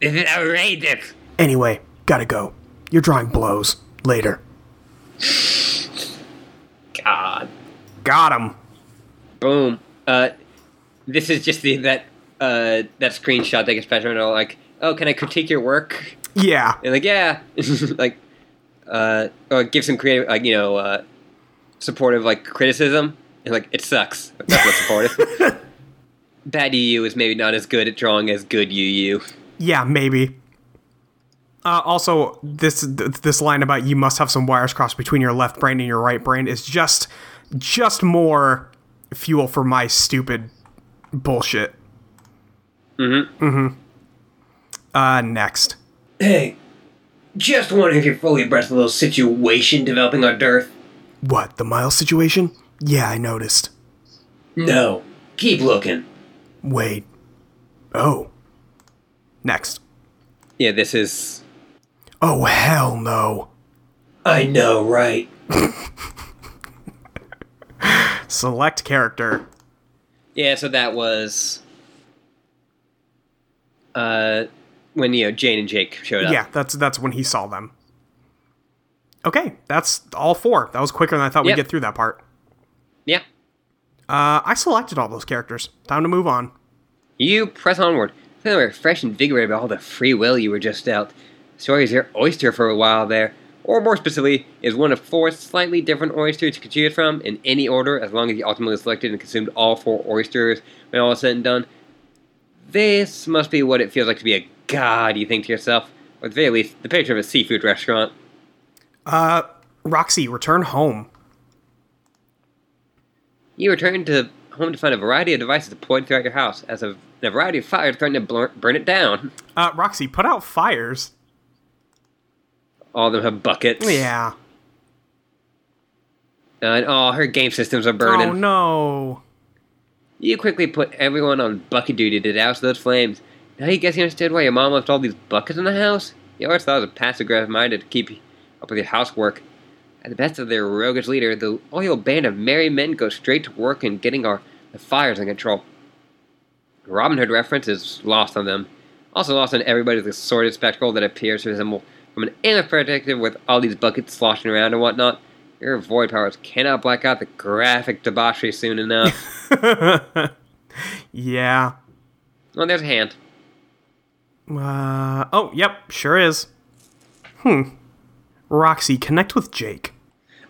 S1: This is outrageous.
S2: Anyway, gotta go. Your drawing blows. Later.
S1: God.
S2: Got him.
S1: Boom. Uh, this is just the that uh, that screenshot that gets better and all like, oh, can I critique your work?
S2: Yeah.
S1: And like, yeah, like, uh, or give some creative, like you know, uh, supportive like criticism. And like, it sucks. Like, That's what supportive. Bad UU is maybe not as good at drawing as good UU.
S2: Yeah, maybe. Uh, also, this th- this line about you must have some wires crossed between your left brain and your right brain is just just more fuel for my stupid bullshit. Mm-hmm. Mm-hmm. Uh, next.
S1: Hey, just wondering if you're fully abreast of the little situation developing on Dearth.
S2: What the Miles situation? Yeah, I noticed.
S1: No, keep looking.
S2: Wait. Oh. Next.
S1: Yeah, this is.
S2: Oh hell no.
S1: I know, right?
S2: Select character.
S1: Yeah, so that was uh when you know Jane and Jake showed up.
S2: Yeah, that's that's when he saw them. Okay, that's all four. That was quicker than I thought
S1: Yep.
S2: we'd get through that part.
S1: Yeah.
S2: Uh, I selected all those characters. Time to move on.
S1: You press onward, feeling refreshed and invigorated by all the free will you were just dealt. Story is your oyster for a while there, or more specifically, is one of four slightly different oysters you can choose from in any order as long as you ultimately selected and consumed all four oysters when all is said and done. This must be what it feels like to be a god, you think to yourself, or at the very least, the picture of a seafood restaurant.
S2: Uh, Roxy, return home.
S1: You return to home to find a variety of devices deployed throughout your house, as a, a variety of fires threaten to blur, burn it down.
S2: Uh, Roxy, put out fires.
S1: All of them have buckets.
S2: Yeah.
S1: Uh, and all her game systems are burning.
S2: Oh no.
S1: You quickly put everyone on bucket duty to douse those flames. Now you guess you understood why your mom left all these buckets in the house? You always thought it was a passive aggressive minded to keep up with your housework. At the best of their roguish leader, the loyal band of merry men go straight to work in getting our the fires in control. The Robin Hood reference is lost on them. Also lost on everybody is the sordid spectacle that appears to resemble from an inner perspective with all these buckets sloshing around and whatnot. Your void powers cannot black out the graphic debauchery soon enough.
S2: Yeah.
S1: oh, there's a hand.
S2: Uh, oh, yep, sure is. Hmm. Roxy, connect with Jake.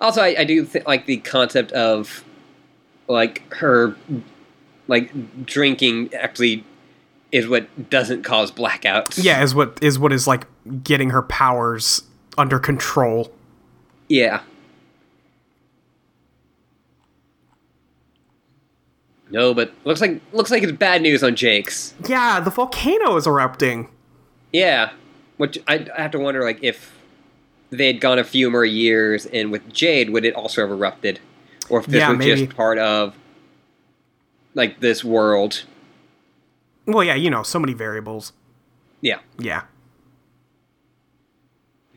S1: Also, I, I do th- like the concept of like her like drinking actually is what doesn't cause blackouts.
S2: Yeah, is what is what is like getting her powers under control.
S1: Yeah. No, but looks like looks like it's bad news on Jake's.
S2: Yeah, the volcano is erupting.
S1: Yeah, which I, I have to wonder like if they had gone a few more years and with Jade would it also have erupted, or if this
S2: Yeah,
S1: was
S2: maybe.
S1: just part of like this world.
S2: Well, yeah, you know, so many variables.
S1: Yeah,
S2: Yeah.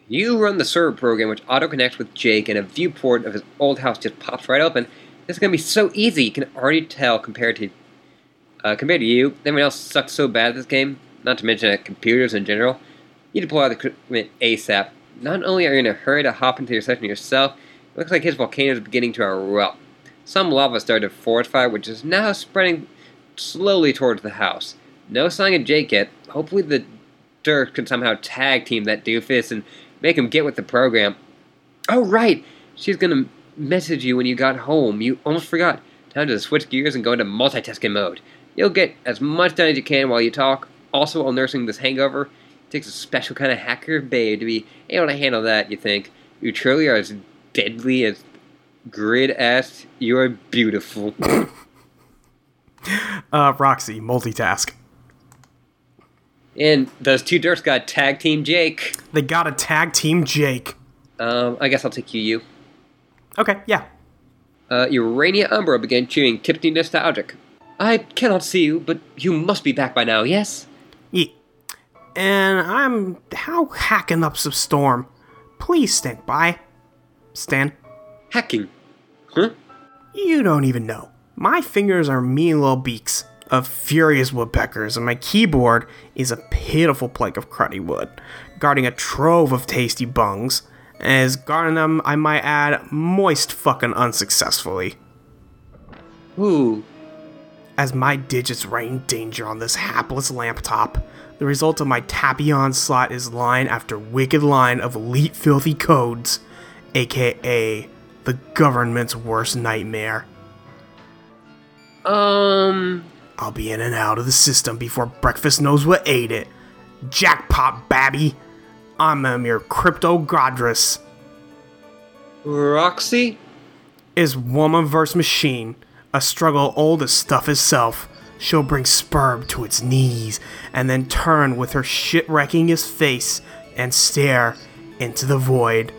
S1: you run the server program which auto connects with Jake and a viewport of his old house just pops right open. This is gonna be so easy. You can already tell compared to uh, compared to you. Everyone else sucks so bad at this game. Not to mention at computers in general. You need to pull out the equipment ASAP. Not only are you in a hurry to hop into your session yourself, it looks like his volcano is beginning to erupt. Some lava started to fortify, which is now spreading slowly towards the house. No sign of Jake yet. Hopefully the Dirk can somehow tag team that doofus and make him get with the program. Oh right, she's gonna message you when you got home. You almost forgot. Time to switch gears and go into multitasking mode. You'll get as much done as you can while you talk. Also, while nursing this hangover, it takes a special kind of hacker babe to be able to handle that. You think you truly are as deadly as grid ass. You are beautiful.
S2: Uh, Roxy, multitask.
S1: and those two dirks got tag team Jake.
S2: They got to tag team Jake.
S1: Um, I guess I'll take you. You.
S2: Okay, yeah.
S1: Uh, Urania Umbra began chewing, tipsy nostalgic. I cannot see you, but you must be back by now, yes?
S2: Ye- And I'm how hacking up some storm. Please stand by. Stan,
S1: Hacking. Huh?
S2: you don't even know. My fingers are mean little beaks of furious woodpeckers, and my keyboard is a pitiful plank of cruddy wood, guarding a trove of tasty bungs. As guarding them, I might add, moist fucking unsuccessfully.
S1: Ooh.
S2: as my digits rain danger on this hapless laptop. The result of my Tapion slot is line after wicked line of elite filthy codes, aka the government's worst nightmare.
S1: Um.
S2: I'll be in and out of the system before breakfast knows what ate it. Jackpot, babby! I'm a mere crypto godress.
S1: Roxy?
S2: is woman versus machine, a struggle old as stuff itself. She'll bring sperm to its knees and then turn with her shit wrecking his face and stare into the void.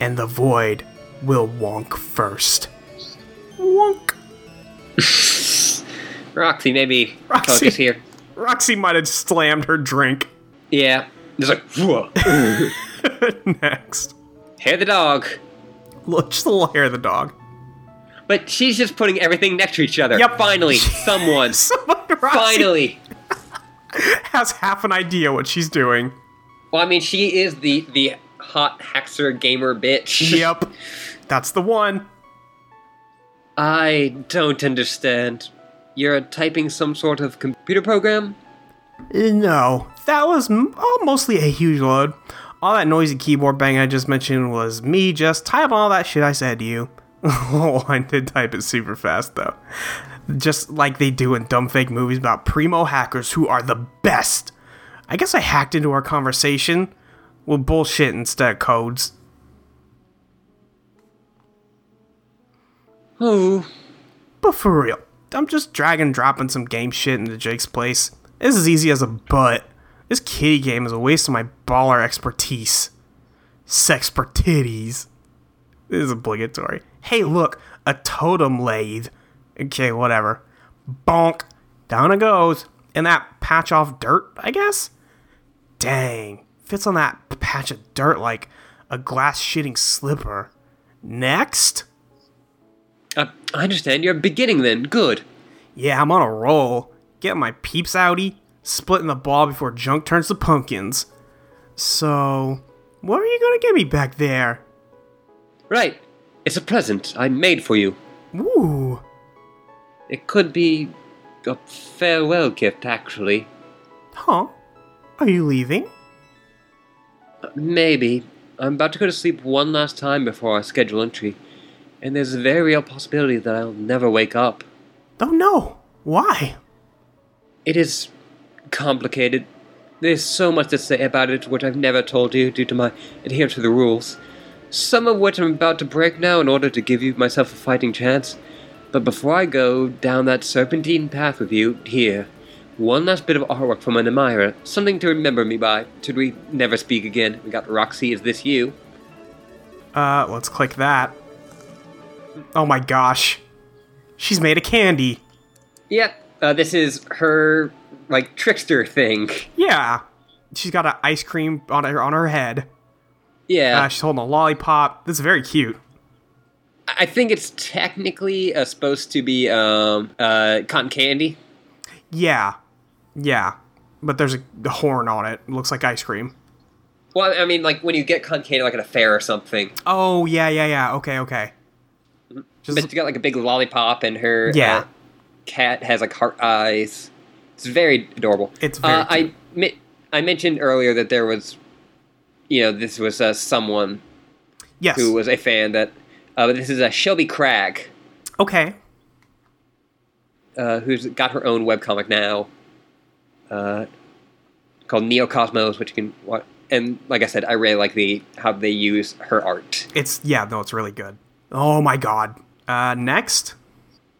S2: And the void will wonk first. Wonk.
S1: Roxy, maybe.
S2: Roxy.
S1: Focus here.
S2: Roxy might have slammed her drink.
S1: Yeah. Just like, whoa.
S2: Next.
S1: Hair the dog.
S2: Look, just a little hair of the dog.
S1: But she's just putting everything next to each other.
S2: Yep.
S1: Finally, someone.
S2: Someone Roxy
S1: Finally.
S2: has half an idea what she's doing.
S1: Well, I mean, she is the the hot hacker gamer bitch.
S2: Yep. That's the one.
S1: I don't understand. You're typing some sort of computer program?
S2: Eh, No, that was m- all mostly a huge load. All that noisy keyboard bang I just mentioned was me just typing all that shit I said to you. oh, I did type it super fast though. Just like they do in dumb fake movies about primo hackers who are the best. I guess I hacked into our conversation with bullshit instead of codes.
S1: Oh.
S2: But for real, I'm just drag and dropping some game shit into Jake's place. This is easy as a butt. This kitty game is a waste of my baller expertise. Sexpertitties. This is obligatory. Hey, look, a totem lathe. Okay, whatever. Bonk. Down it goes. And that patch off dirt, I guess? Dang. Fits on that patch of dirt like a glass shitting slipper. Next?
S1: Uh, I understand. You're beginning then. Good.
S2: Yeah, I'm on a roll. Getting my peeps outy, splitting the ball before junk turns to pumpkins. So, what are you gonna get me back there?
S1: Right. It's a present I made for you.
S2: Ooh.
S1: It could be a farewell gift, actually.
S2: Huh? Are you leaving?
S1: Uh, Maybe. I'm about to go to sleep one last time before our schedule entry, and there's a very real possibility that I'll never wake up.
S2: Oh no. Why?
S1: It is complicated. There's so much to say about it which I've never told you due to my adherence to the rules. Some of which I'm about to break now in order to give you myself a fighting chance. But before I go down that serpentine path with you, here, one last bit of artwork from an admirer, something to remember me by. Should we never speak again? We got Roxy, is this you?
S2: Uh, let's click that. Oh my gosh. She's made a candy.
S1: Yep, uh, this is her, like, trickster thing.
S2: Yeah. She's got an ice cream on her on her head.
S1: Yeah.
S2: Uh, she's holding a lollipop. This is very cute.
S1: I think it's technically uh, supposed to be um, uh, cotton candy.
S2: Yeah. Yeah. But there's a horn on it. It looks like ice cream.
S1: Well, I mean, like when you get cotton candy, like at a fair or something.
S2: Oh, yeah, yeah, yeah. Okay, okay.
S1: Just but she got like a big lollipop, and her
S2: Yeah.
S1: uh, cat has like heart eyes. It's very adorable.
S2: It's very
S1: Uh, I mi- I mentioned earlier that there was, you know, this was uh, someone
S2: Yes.
S1: who was a fan that. Uh, this is uh, Shelby Cragg,
S2: Okay.
S1: uh, who's got her own webcomic now, uh, called Neo Cosmos, which you can watch. And like I said, I really like the how they use her art.
S2: It's yeah, no, it's really good. Oh my god. Uh next.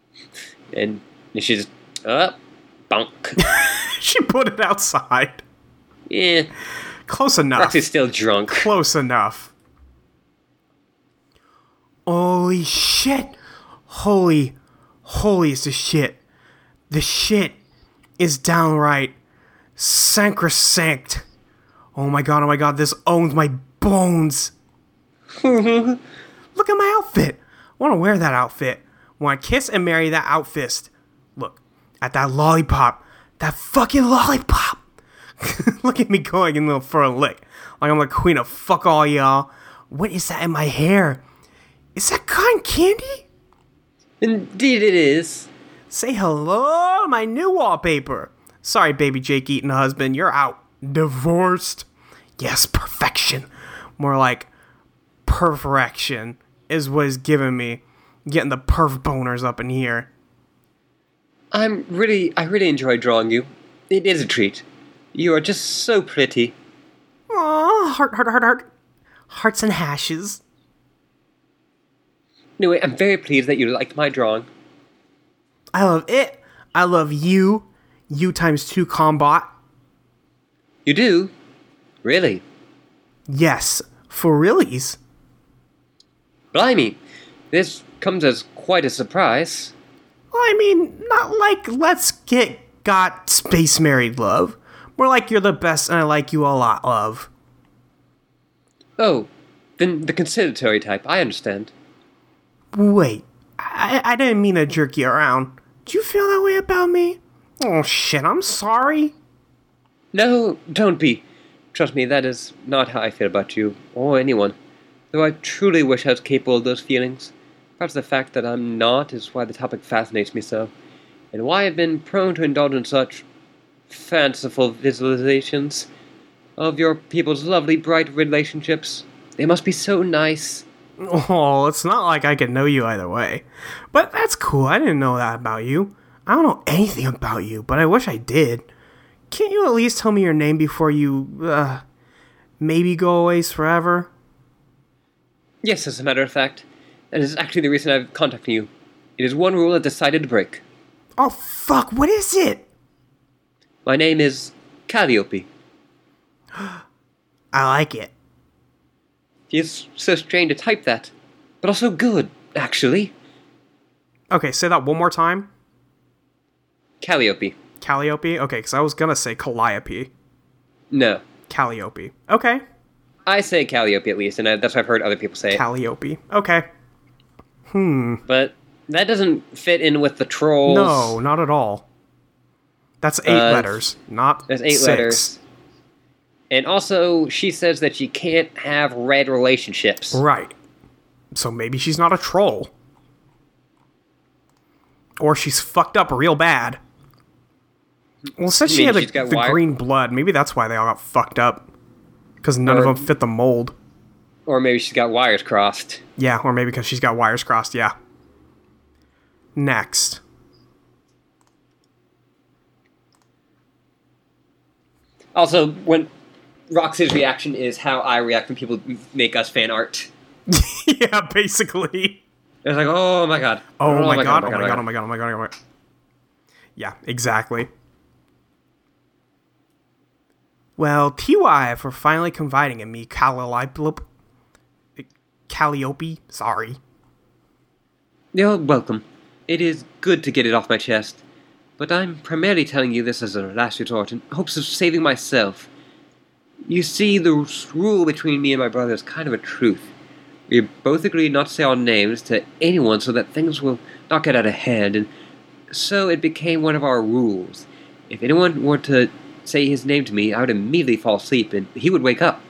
S1: and she's uh, up, bonk.
S2: she put it outside.
S1: yeah,
S2: Close enough.
S1: Roxy's still drunk.
S2: Close enough. Holy shit. Holy holy is the shit. The shit is downright sacrosanct. Oh my god, oh my god, this owns my bones. Look at my outfit. I want to wear that outfit. Want to kiss and marry that outfist. Look at that lollipop. That fucking lollipop. Look at me going in little for a lick. Like I'm the queen of fuck all y'all. What is that in my hair? Is that cotton candy?
S1: Indeed, it is.
S2: Say hello to my new wallpaper. Sorry, baby Jake Eaton husband, you're out. Divorced. Yes, perfection. More like perfection is what is giving me. Getting the perf boners up in here.
S1: I'm really, I really enjoy drawing you. It is a treat. You are just so pretty.
S2: Aw, heart, heart, heart, heart. Hearts and hashes.
S1: Anyway, I'm very pleased that you liked my drawing.
S2: I love it. I love you. You times two combat.
S1: You do, really.
S2: Yes, for realies.
S1: Blimey, this comes as quite a surprise.
S2: Well, I mean, not like let's get got space married love. More like you're the best and I like you a lot love.
S1: Oh, then the conciliatory type. I understand.
S2: Wait, I, I didn't mean to jerk you around. Do you feel that way about me? Oh shit, I'm sorry.
S1: No, don't be. Trust me, that is not how I feel about you or anyone. Though I truly wish I was capable of those feelings. Perhaps the fact that I'm not is why the topic fascinates me so, and why I've been prone to indulge in such fanciful visualizations of your people's lovely, bright relationships. They must be so nice.
S2: Oh, it's not like I could know you either way. But that's cool, I didn't know that about you. I don't know anything about you, but I wish I did. Can't you at least tell me your name before you, uh, maybe go away forever?
S1: Yes, as a matter of fact, that is actually the reason I've contacted you. It is one rule I've decided to break.
S2: Oh fuck, what is it?
S1: My name is Calliope.
S2: I like it.
S1: He's so strange to type that, but also good, actually.
S2: Okay, say that one more time.
S1: Calliope.
S2: Calliope? Okay, because I was gonna say Calliope.
S1: No.
S2: Calliope. Okay.
S1: I say Calliope at least, and I, that's what I've heard other people say. it.
S2: Calliope. Okay. Hmm,
S1: but that doesn't fit in with the trolls.
S2: No, not at all. That's eight
S1: Uh,
S2: letters, not
S1: There's eight
S2: six.
S1: letters. And also, she says that she can't have red relationships.
S2: Right. So maybe she's not a troll. Or she's fucked up real bad. Well, it says
S1: You
S2: she
S1: mean
S2: had a,
S1: she's got
S2: the
S1: wire-
S2: green blood. Maybe that's why they all got fucked up. Because none of
S1: Or-
S2: them fit the mold.
S1: Or maybe she's got wires crossed.
S2: Yeah, or maybe because she's got wires crossed. Yeah. Next.
S1: Also, when Roxy's reaction is how I react when people make us fan art.
S2: yeah, basically.
S1: It's like, oh my god.
S2: Oh, my, god, oh my god, oh my god, oh my god, oh my god. Yeah, exactly. Well, TY for finally confiding in me, Calliope. Calliope, sorry.
S1: You're welcome. It is good to get it off my chest. But I'm primarily telling you this as a last resort in hopes of saving myself. You see, the r- rule between me and my brother is kind of a truth. We both agreed not to say our names to anyone so that things will not get out of hand, and so it became one of our rules. If anyone were to say his name to me, I would immediately fall asleep and he would wake up.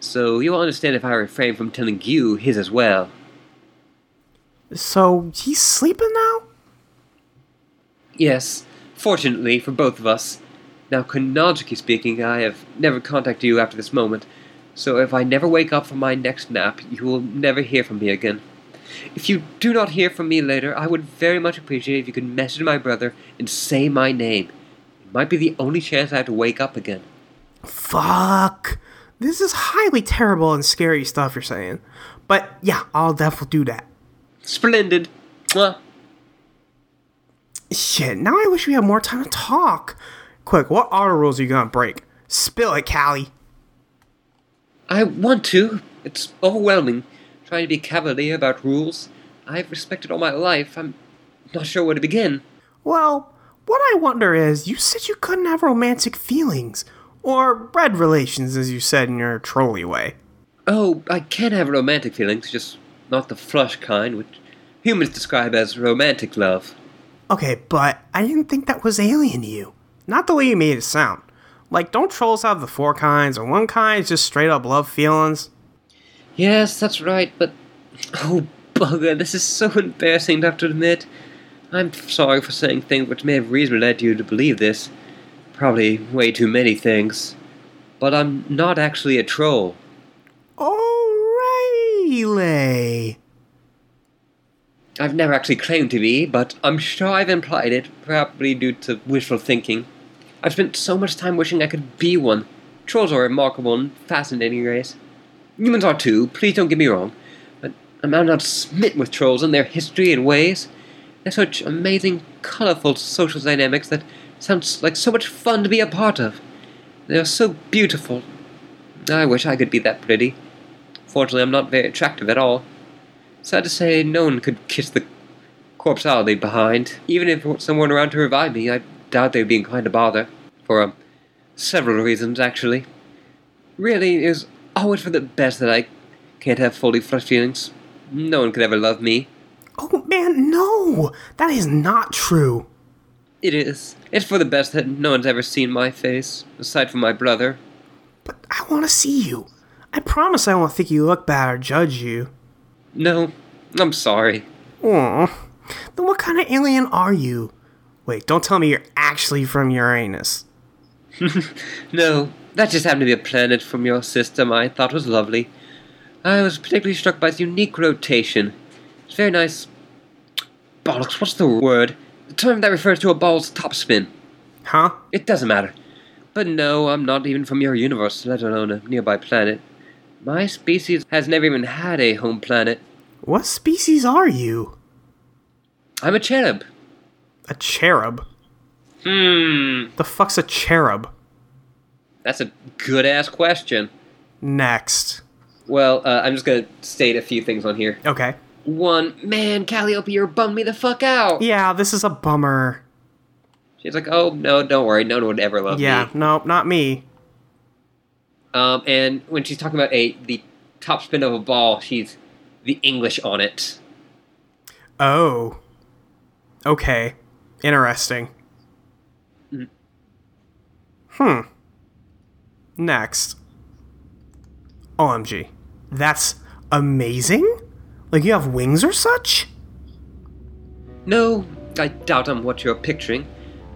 S1: So you'll understand if I refrain from telling you his as well.
S2: So he's sleeping now?
S1: Yes, fortunately for both of us. Now, chronologically speaking, I have never contacted you after this moment, so if I never wake up from my next nap, you will never hear from me again. If you do not hear from me later, I would very much appreciate if you could message my brother and say my name. It might be the only chance I have to wake up again.
S2: Fuck. This is highly terrible and scary stuff you're saying. But yeah, I'll definitely do that.
S1: Splendid! Mwah.
S2: Shit, now I wish we had more time to talk. Quick, what auto rules are you gonna break? Spill it, Callie.
S1: I want to. It's overwhelming. Trying to be cavalier about rules. I've respected all my life. I'm not sure where to begin.
S2: Well, what I wonder is, you said you couldn't have romantic feelings. Or bread relations, as you said in your trolley way.
S1: Oh, I can have romantic feelings, just not the flush kind, which humans describe as romantic love.
S2: Okay, but I didn't think that was alien to you. Not the way you made it sound. Like, don't trolls have the four kinds, and one kind is just straight up love feelings?
S1: Yes, that's right, but. Oh, bugger, this is so embarrassing to have to admit. I'm sorry for saying things which may have reasonably led you to believe this. Probably way too many things. But I'm not actually a troll.
S2: O'Reilly!
S1: I've never actually claimed to be, but I'm sure I've implied it, probably due to wishful thinking. I've spent so much time wishing I could be one. Trolls are a remarkable and fascinating race. Humans are too, please don't get me wrong, but I'm I'm not smitten with trolls and their history and ways. They're such amazing, colorful social dynamics that sounds like so much fun to be a part of. They are so beautiful. I wish I could be that pretty. Fortunately, I'm not very attractive at all. Sad to say, no one could kiss the corpseality behind. Even if there was someone around to revive me, I doubt they'd be inclined to bother. For um, several reasons, actually. Really, it was always for the best that I can't have fully fleshed feelings. No one could ever love me.
S2: Oh man, no! That is not true.
S1: It is. It's for the best that no one's ever seen my face, aside from my brother.
S2: But I wanna see you. I promise I won't think you look bad or judge you.
S1: No, I'm sorry.
S2: Aw. Then what kind of alien are you? Wait, don't tell me you're actually from Uranus.
S1: No, that just happened to be a planet from your system I thought was lovely. I was particularly struck by its unique rotation. It's very nice. Bollocks, what's the word? The term that refers to a ball's topspin.
S2: Huh?
S1: It doesn't matter. But no, I'm not even from your universe, let alone a nearby planet. My species has never even had a home planet.
S2: What species are you?
S1: I'm a cherub.
S2: A cherub.
S1: Hmm,
S2: The fuck's a cherub?
S1: that's a good ass question.
S2: Next.
S1: Well, uh, I'm just gonna state a few things on here.
S2: Okay.
S1: One, man, Calliope, you're bummed me the fuck out.
S2: Yeah, this is a bummer.
S1: She's like, oh no, don't worry, no one would ever love
S2: yeah,
S1: me.
S2: nope, not me.
S1: Um, and when she's talking about a the top spin of a ball, she's the English on it.
S2: Oh. Okay. Interesting. Hmm. Next. OMG. That's amazing? Like you have wings or such?
S1: No, I doubt I'm what you're picturing.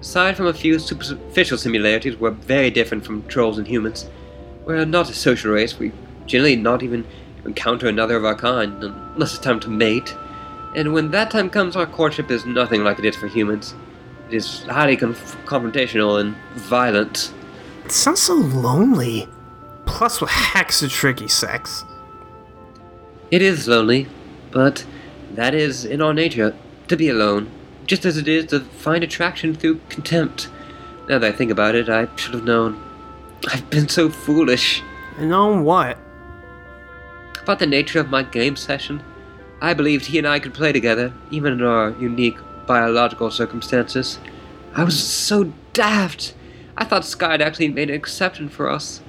S1: Aside from a few superficial similarities, we're very different from trolls and humans. We're not a social race. We generally not even encounter another of our kind unless it's time to mate. And when that time comes, our courtship is nothing like it is for humans. It is highly conf- confrontational and violent.
S2: It sounds so lonely. Plus, with hex of tricky sex.
S1: It is lonely, but that is in our nature to be alone, just as it is to find attraction through contempt. Now that I think about it, I should have known. I've been so foolish.
S2: And on what?
S1: About the nature of my game session, I believed he and I could play together, even in our unique biological circumstances. I was so daft. I thought Sky had actually made an exception for us,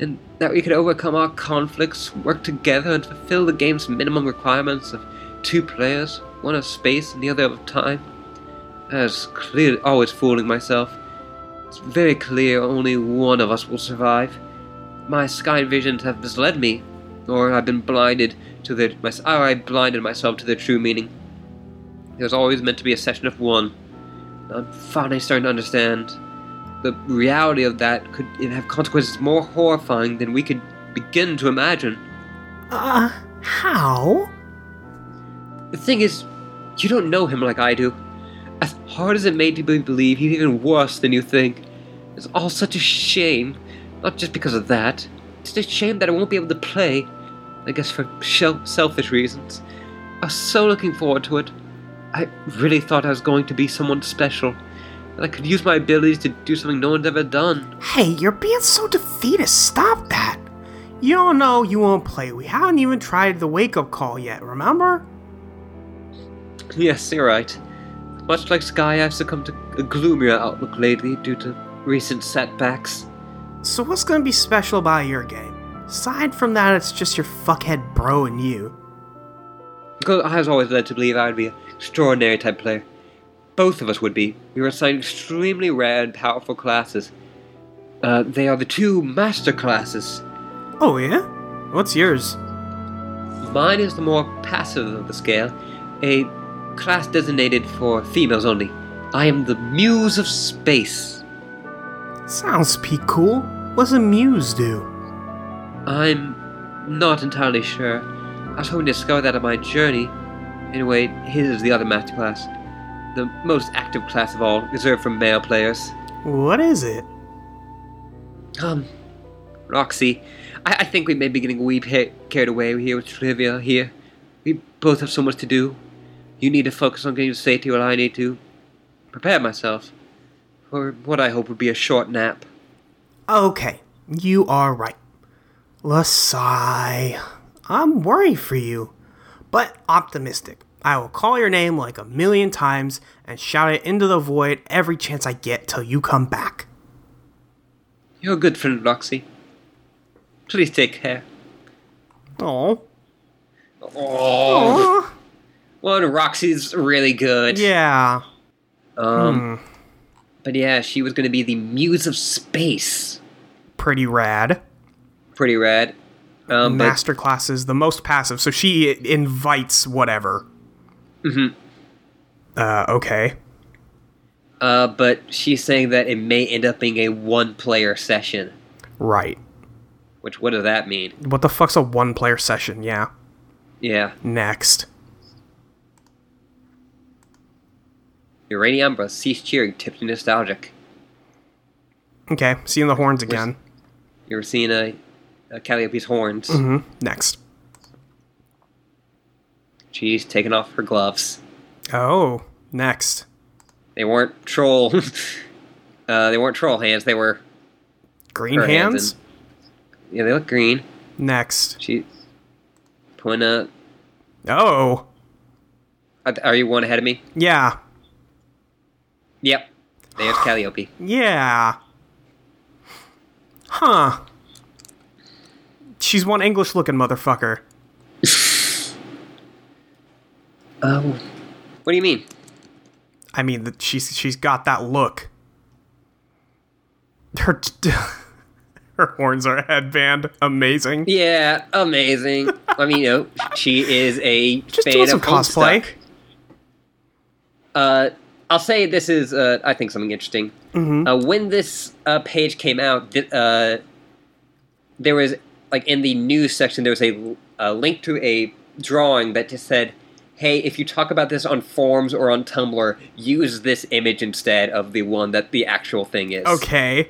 S1: and that we could overcome our conflicts, work together, and fulfill the game's minimum requirements of two players, one of space and the other of time. I was clearly always fooling myself. It's very clear only one of us will survive. My sky visions have misled me, or I've been blinded to their. My, or I blinded myself to their true meaning. There's always meant to be a session of one. I'm finally starting to understand. The reality of that could have consequences more horrifying than we could begin to imagine.
S2: Uh, how?
S1: The thing is, you don't know him like I do. As hard as it made me believe, he's even worse than you think. It's all such a shame. Not just because of that. It's just a shame that I won't be able to play. I guess for shel- selfish reasons. I was so looking forward to it. I really thought I was going to be someone special. That I could use my abilities to do something no one's ever done.
S2: Hey, you're being so defeatist. Stop that. You don't know you won't play. We haven't even tried the wake up call yet, remember?
S1: Yes, you're right. Much like Sky, I've succumbed to a gloomier outlook lately due to recent setbacks.
S2: So, what's gonna be special about your game? Aside from that, it's just your fuckhead bro and you.
S1: Because I was always led to believe I would be an extraordinary type player. Both of us would be. We were assigned extremely rare and powerful classes. Uh, they are the two master classes.
S2: Oh, yeah? What's yours?
S1: Mine is the more passive of the scale, a class designated for females only. I am the Muse of Space.
S2: Sounds peak cool. What's a muse do?
S1: I'm not entirely sure. I was hoping to discover that on my journey. Anyway, his is the other master class. The most active class of all, reserved for male players.
S2: What is it?
S1: Um, Roxy, I, I think we may be getting a wee pa- carried away here with trivia here. We both have so much to do. You need to focus on getting to safety while I need to prepare myself for what I hope would be a short nap.
S2: Okay, you are right. Lasai, I'm worried for you, but optimistic. I will call your name like a million times and shout it into the void every chance I get till you come back.
S1: You're a good friend, Roxy. Please take care.
S2: Oh.
S1: Oh, well, and Roxy's really good.
S2: Yeah.
S1: Um, but yeah, she was going to be the muse of space.
S2: Pretty rad.
S1: Pretty rad. Um, but
S2: Master class is the most passive, so she invites whatever.
S1: Mhm.
S2: Uh, okay.
S1: uh, but she's saying that it may end up being a one-player session.
S2: Right.
S1: Which what does that mean?
S2: What the fuck's a one player session? Yeah.
S1: Yeah,
S2: Next.
S1: Uranium Umbra ceased cheering, tipped to nostalgic.
S2: Okay, seeing the horns again.
S1: You were seeing a, a Calliope's horns.
S2: Mm-hmm. Next.
S1: She's taking off her gloves.
S2: Oh, next.
S1: They weren't troll. uh, they weren't troll hands. They were.
S2: Green
S1: her
S2: hands?
S1: hands and- yeah, they look green.
S2: Next.
S1: She. Putting a.
S2: Oh,
S1: Are are you one ahead of me?
S2: yeah.
S1: Yep. There's Calliope.
S2: Yeah. Huh. She's one English looking motherfucker.
S1: Oh. What do you mean?
S2: I mean, that she's she's got that look. Her her horns are a headband. Amazing.
S1: Yeah, amazing. I mean, no, she is a
S2: Just
S1: fan
S2: doing some
S1: of
S2: cosplay.
S1: Homestuck. Uh, I'll say this is, uh, I think, something interesting.
S2: Mm-hmm.
S1: Uh, when this uh, page came out, th- uh, there was, like, in the news section, there was a, a link to a drawing that just said, hey, if you talk about this on forums or on Tumblr, use this image instead of the one that the actual thing is.
S2: Okay.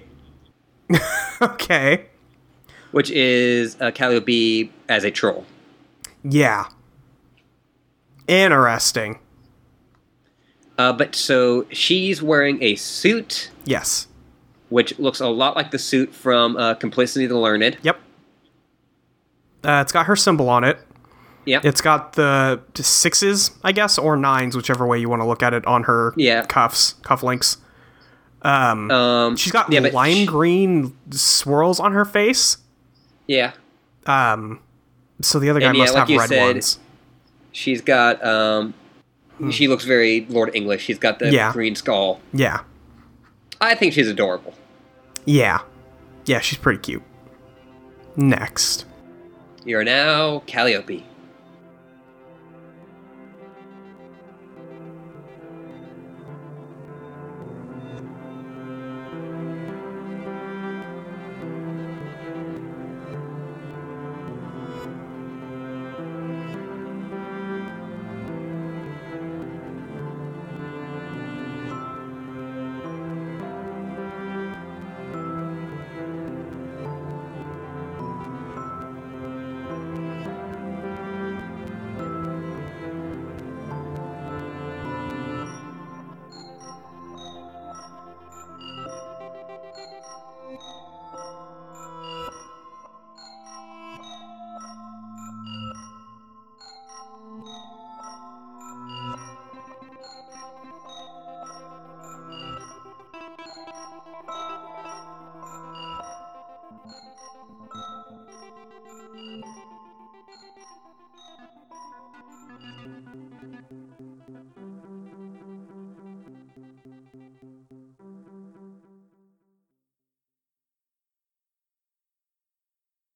S2: okay.
S1: Which is uh, Calliope as a troll.
S2: Yeah. Interesting.
S1: Uh, but so she's wearing a suit,
S2: Yes.
S1: which looks a lot like the suit from uh, Complicity of the Learned.
S2: Yep. Uh, it's got her symbol on it.
S1: Yep.
S2: It's got the sixes, I guess, or nines, whichever way you want to look at it, on her
S1: Yeah.
S2: cuffs, cufflinks.
S1: um,
S2: She's got
S1: yeah, but
S2: lime
S1: sh-
S2: green swirls on her face.
S1: yeah.
S2: Um, so the other guy
S1: And yeah,
S2: must
S1: like
S2: have
S1: you
S2: red
S1: said-
S2: ones.
S1: She's got. Um, She looks very Lord English. She's got the
S2: Hmm. Yeah.
S1: green skull.
S2: Yeah.
S1: I think she's adorable.
S2: Yeah. Yeah, she's pretty cute. Next.
S1: You're now Calliope.